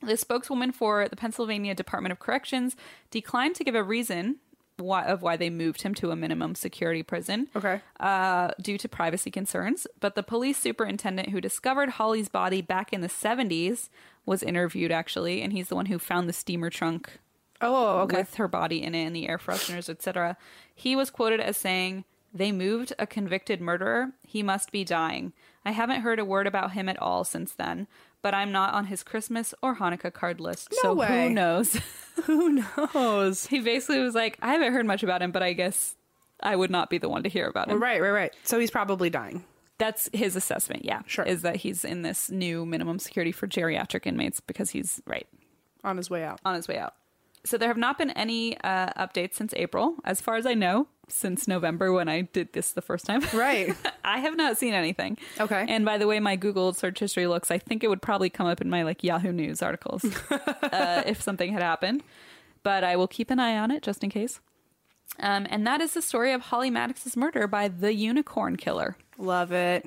[SPEAKER 1] The spokeswoman for the Pennsylvania Department of Corrections declined to give a reason why, of why they moved him to a minimum security prison
[SPEAKER 6] Okay.
[SPEAKER 1] uh, due to privacy concerns. But the police superintendent who discovered Holly's body back in the 70s was interviewed actually, and he's the one who found the steamer trunk
[SPEAKER 6] Oh, okay.
[SPEAKER 1] with her body in it and the air fresheners, etc. He was quoted as saying, "They moved a convicted murderer. He must be dying. I haven't heard a word about him at all since then." But I'm not on his Christmas or Hanukkah card list, so
[SPEAKER 6] way.
[SPEAKER 1] who knows?
[SPEAKER 6] Who knows?
[SPEAKER 1] he basically was like, "I haven't heard much about him, but I guess I would not be the one to hear about him."
[SPEAKER 6] Right, right, right. So he's probably dying.
[SPEAKER 1] that's his assessment yeah
[SPEAKER 6] Sure.
[SPEAKER 1] is that he's in this new minimum security for geriatric inmates because he's right
[SPEAKER 6] on his way out.
[SPEAKER 1] on his way out so there have not been any uh, updates since april as far as i know since november when i did this the first time
[SPEAKER 6] Right.
[SPEAKER 1] i have not seen anything
[SPEAKER 6] Okay.
[SPEAKER 1] and by the way my google search history looks i think it would probably come up in my like yahoo news articles uh, if something had happened but i will keep an eye on it just in case um, and that is the story of holly maddox's murder by the unicorn killer
[SPEAKER 6] Love it.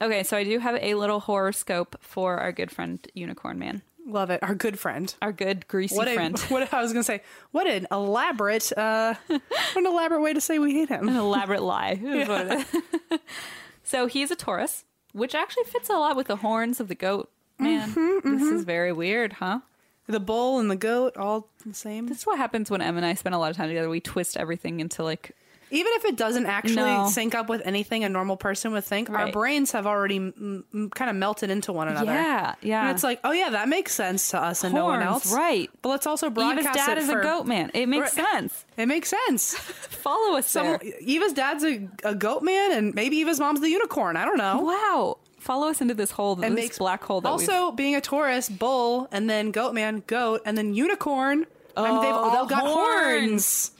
[SPEAKER 1] Okay, so I do have a little horoscope for our good friend Unicorn Man,
[SPEAKER 6] Love it. Our good friend.
[SPEAKER 1] our good greasy
[SPEAKER 6] What a
[SPEAKER 1] friend.
[SPEAKER 6] what I was gonna say. What an elaborate, uh, what an elaborate way to say we hate
[SPEAKER 1] An
[SPEAKER 6] him.
[SPEAKER 1] elaborate lie. is what it is. so he's a Taurus, which actually fits a lot with the horns of the goat. Man,
[SPEAKER 6] Mm-hmm,
[SPEAKER 1] this is very weird, huh?
[SPEAKER 6] The bull and the goat, all the same.
[SPEAKER 1] This is what happens when Em and I spend a lot of time together. We twist everything into like
[SPEAKER 6] Even if it doesn't actually
[SPEAKER 1] No.
[SPEAKER 6] sync up with anything a normal person would think, our
[SPEAKER 1] Right.
[SPEAKER 6] brains have already m- m- kind of melted into one another.
[SPEAKER 1] Yeah, yeah.
[SPEAKER 6] And it's like, oh yeah, that makes sense to us and no one
[SPEAKER 1] Horns,
[SPEAKER 6] else,
[SPEAKER 1] right.
[SPEAKER 6] But let's also broadcast
[SPEAKER 1] Eva's dad
[SPEAKER 6] it
[SPEAKER 1] is
[SPEAKER 6] for-
[SPEAKER 1] a goat man. It makes
[SPEAKER 6] Right.
[SPEAKER 1] sense.
[SPEAKER 6] It makes sense.
[SPEAKER 1] Follow us
[SPEAKER 6] Some,
[SPEAKER 1] there.
[SPEAKER 6] Eva's dad's a, a goat man, and maybe Eva's mom's the unicorn. I don't know.
[SPEAKER 1] Wow. Follow us into this hole, this
[SPEAKER 6] and
[SPEAKER 1] black hole that we've-
[SPEAKER 6] also being a Taurus, bull, and then goat man, goat, and then unicorn. I mean, they've all got
[SPEAKER 1] Oh, horns.
[SPEAKER 6] horns.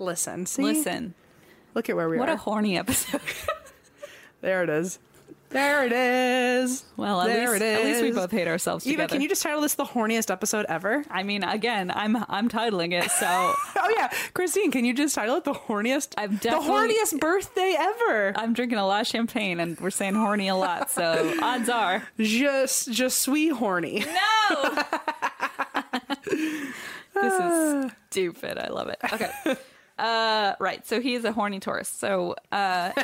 [SPEAKER 6] Listen, see,
[SPEAKER 1] listen.
[SPEAKER 6] look at where we
[SPEAKER 1] What
[SPEAKER 6] are.
[SPEAKER 1] a horny episode.
[SPEAKER 6] There it is. There it is.
[SPEAKER 1] Well, at
[SPEAKER 6] there
[SPEAKER 1] least
[SPEAKER 6] it is.
[SPEAKER 1] at least we both hate ourselves together.
[SPEAKER 6] Eva, can you just title this the horniest episode ever?
[SPEAKER 1] I mean, again, I'm I'm titling it, so
[SPEAKER 6] Oh yeah, Christine, can you just title it the horniest?
[SPEAKER 1] I've
[SPEAKER 6] the
[SPEAKER 1] definitely-
[SPEAKER 6] horniest birthday ever.
[SPEAKER 1] I'm drinking a lot of champagne, and we're saying horny a lot. So odds are,
[SPEAKER 6] Just, just sweet horny.
[SPEAKER 1] no. this is stupid. I love it. Okay. Uh, right. So he is a horny Taurus. So uh, here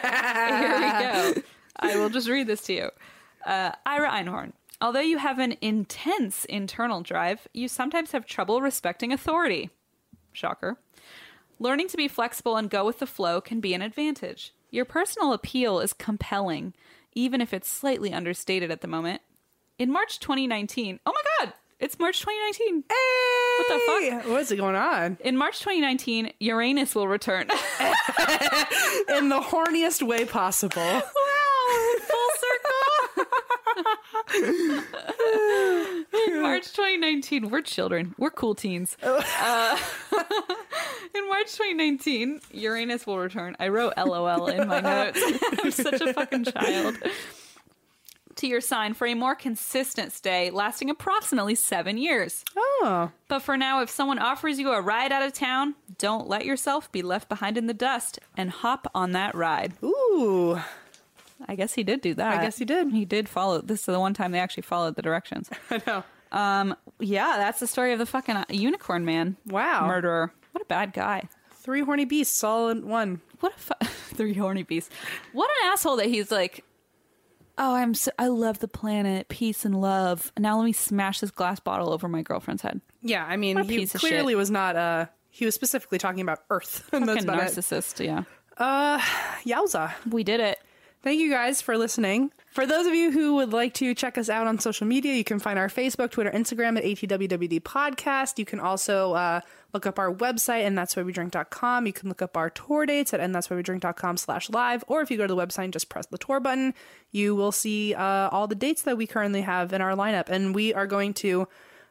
[SPEAKER 1] we go. I will just read this to you. Uh, Ira Einhorn. Although you have an intense internal drive, you sometimes have trouble respecting authority. Shocker. Learning to be flexible and go with the flow can be an advantage. Your personal appeal is compelling, even if it's slightly understated at the moment. In March 2019, oh my god, it's March 2019. What the fuck?
[SPEAKER 6] Hey, what's going on
[SPEAKER 1] In March 2019, Uranus will return.
[SPEAKER 6] in the horniest way possible?
[SPEAKER 1] wow, full circle. in March 2019, we're children. We're cool teens. Uh, in March 2019, Uranus will return. I wrote LOL in my notes. I'm such a fucking child. To your sign for a more consistent stay lasting approximately seven years.
[SPEAKER 6] Oh,
[SPEAKER 1] But for now, if someone offers you a ride out of town, don't let yourself be left behind in the dust and hop on that ride.
[SPEAKER 6] ooh,
[SPEAKER 1] I guess he did do that.
[SPEAKER 6] I guess he did.
[SPEAKER 1] He did follow. This is the one time they actually followed the directions. Um,
[SPEAKER 6] I know.
[SPEAKER 1] yeah, that's the story of the fucking uh, unicorn man.
[SPEAKER 6] Wow.
[SPEAKER 1] Murderer. What a bad guy.
[SPEAKER 6] Three horny beasts all in one.
[SPEAKER 1] What a fu- three horny beast. What an asshole that he's like. Oh, I'm so I love the planet, peace and love. Now let me smash this glass bottle over my girlfriend's head.
[SPEAKER 6] Yeah, I mean,
[SPEAKER 1] What a
[SPEAKER 6] he
[SPEAKER 1] piece of
[SPEAKER 6] clearly
[SPEAKER 1] shit.
[SPEAKER 6] was not. Uh, he was specifically talking about Earth. and that's
[SPEAKER 1] Fucking
[SPEAKER 6] about it.
[SPEAKER 1] narcissist. Yeah,
[SPEAKER 6] Yowza.
[SPEAKER 1] we did it.
[SPEAKER 6] Thank you guys for listening. For those of you who would like to check us out on social media, you can find our Facebook, Twitter, Instagram at ATWWD Podcast. You can also uh, look up our website, and that's why we drink.com. You can look up our tour dates at and that's why we drink.com slash live. Or if you go to the website and just press the tour button, you will see uh, all the dates that we currently have in our lineup. And we are going to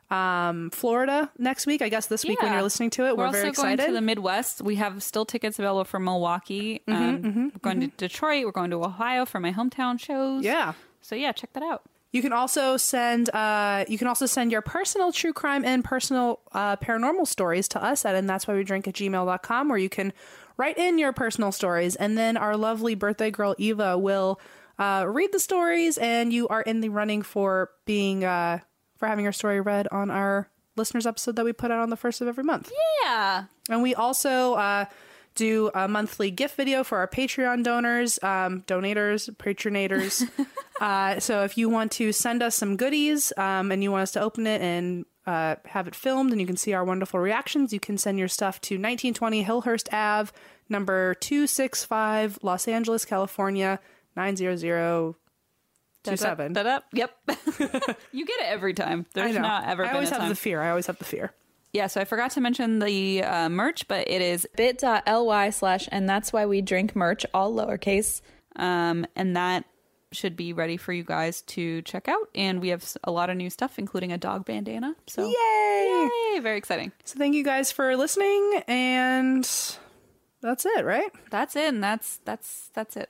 [SPEAKER 6] um, Florida next week. I guess this week when
[SPEAKER 1] Yeah.
[SPEAKER 6] you're listening to it, we're,
[SPEAKER 1] also
[SPEAKER 6] very excited.
[SPEAKER 1] going to the Midwest. We have still tickets available for Milwaukee.
[SPEAKER 6] Mm-hmm,
[SPEAKER 1] um, we're going to Detroit. We're going to Ohio for my hometown shows.
[SPEAKER 6] yeah.
[SPEAKER 1] So yeah, check that out.
[SPEAKER 6] You can also send uh, you can also send your personal true crime and personal uh, paranormal stories to us at and that's why we drink at gmail.com where you can write in your personal stories and then our lovely birthday girl Eva will uh, read the stories and you are in the running for being uh, for having your story read on our listeners episode that we put out on the first of every month.
[SPEAKER 1] Yeah.
[SPEAKER 6] And we also uh, do a monthly gift video for our Patreon donors, um, donators, patronators. uh, so if you want to send us some goodies um, and you want us to open it and uh, have it filmed and you can see our wonderful reactions, you can send your stuff to 1920 Hillhurst Ave, number 265, Los Angeles, California, 90027.
[SPEAKER 1] Da, da, da. Yep. you get it every time. There's
[SPEAKER 6] I know.
[SPEAKER 1] not ever
[SPEAKER 6] I
[SPEAKER 1] been
[SPEAKER 6] always
[SPEAKER 1] a
[SPEAKER 6] have
[SPEAKER 1] time.
[SPEAKER 6] the fear. I always have the fear.
[SPEAKER 1] yeah, so I forgot to mention the uh, merch, but it is
[SPEAKER 7] bit.ly slash and that's why we drink merch, all lowercase.
[SPEAKER 1] um and that should be ready for you guys to check out and we have s- a lot of new stuff including a dog bandana. So
[SPEAKER 6] Yay!
[SPEAKER 1] Yay, very exciting.
[SPEAKER 6] So thank you guys for listening, and that's it, right?
[SPEAKER 1] That's it. And that's that's that's it.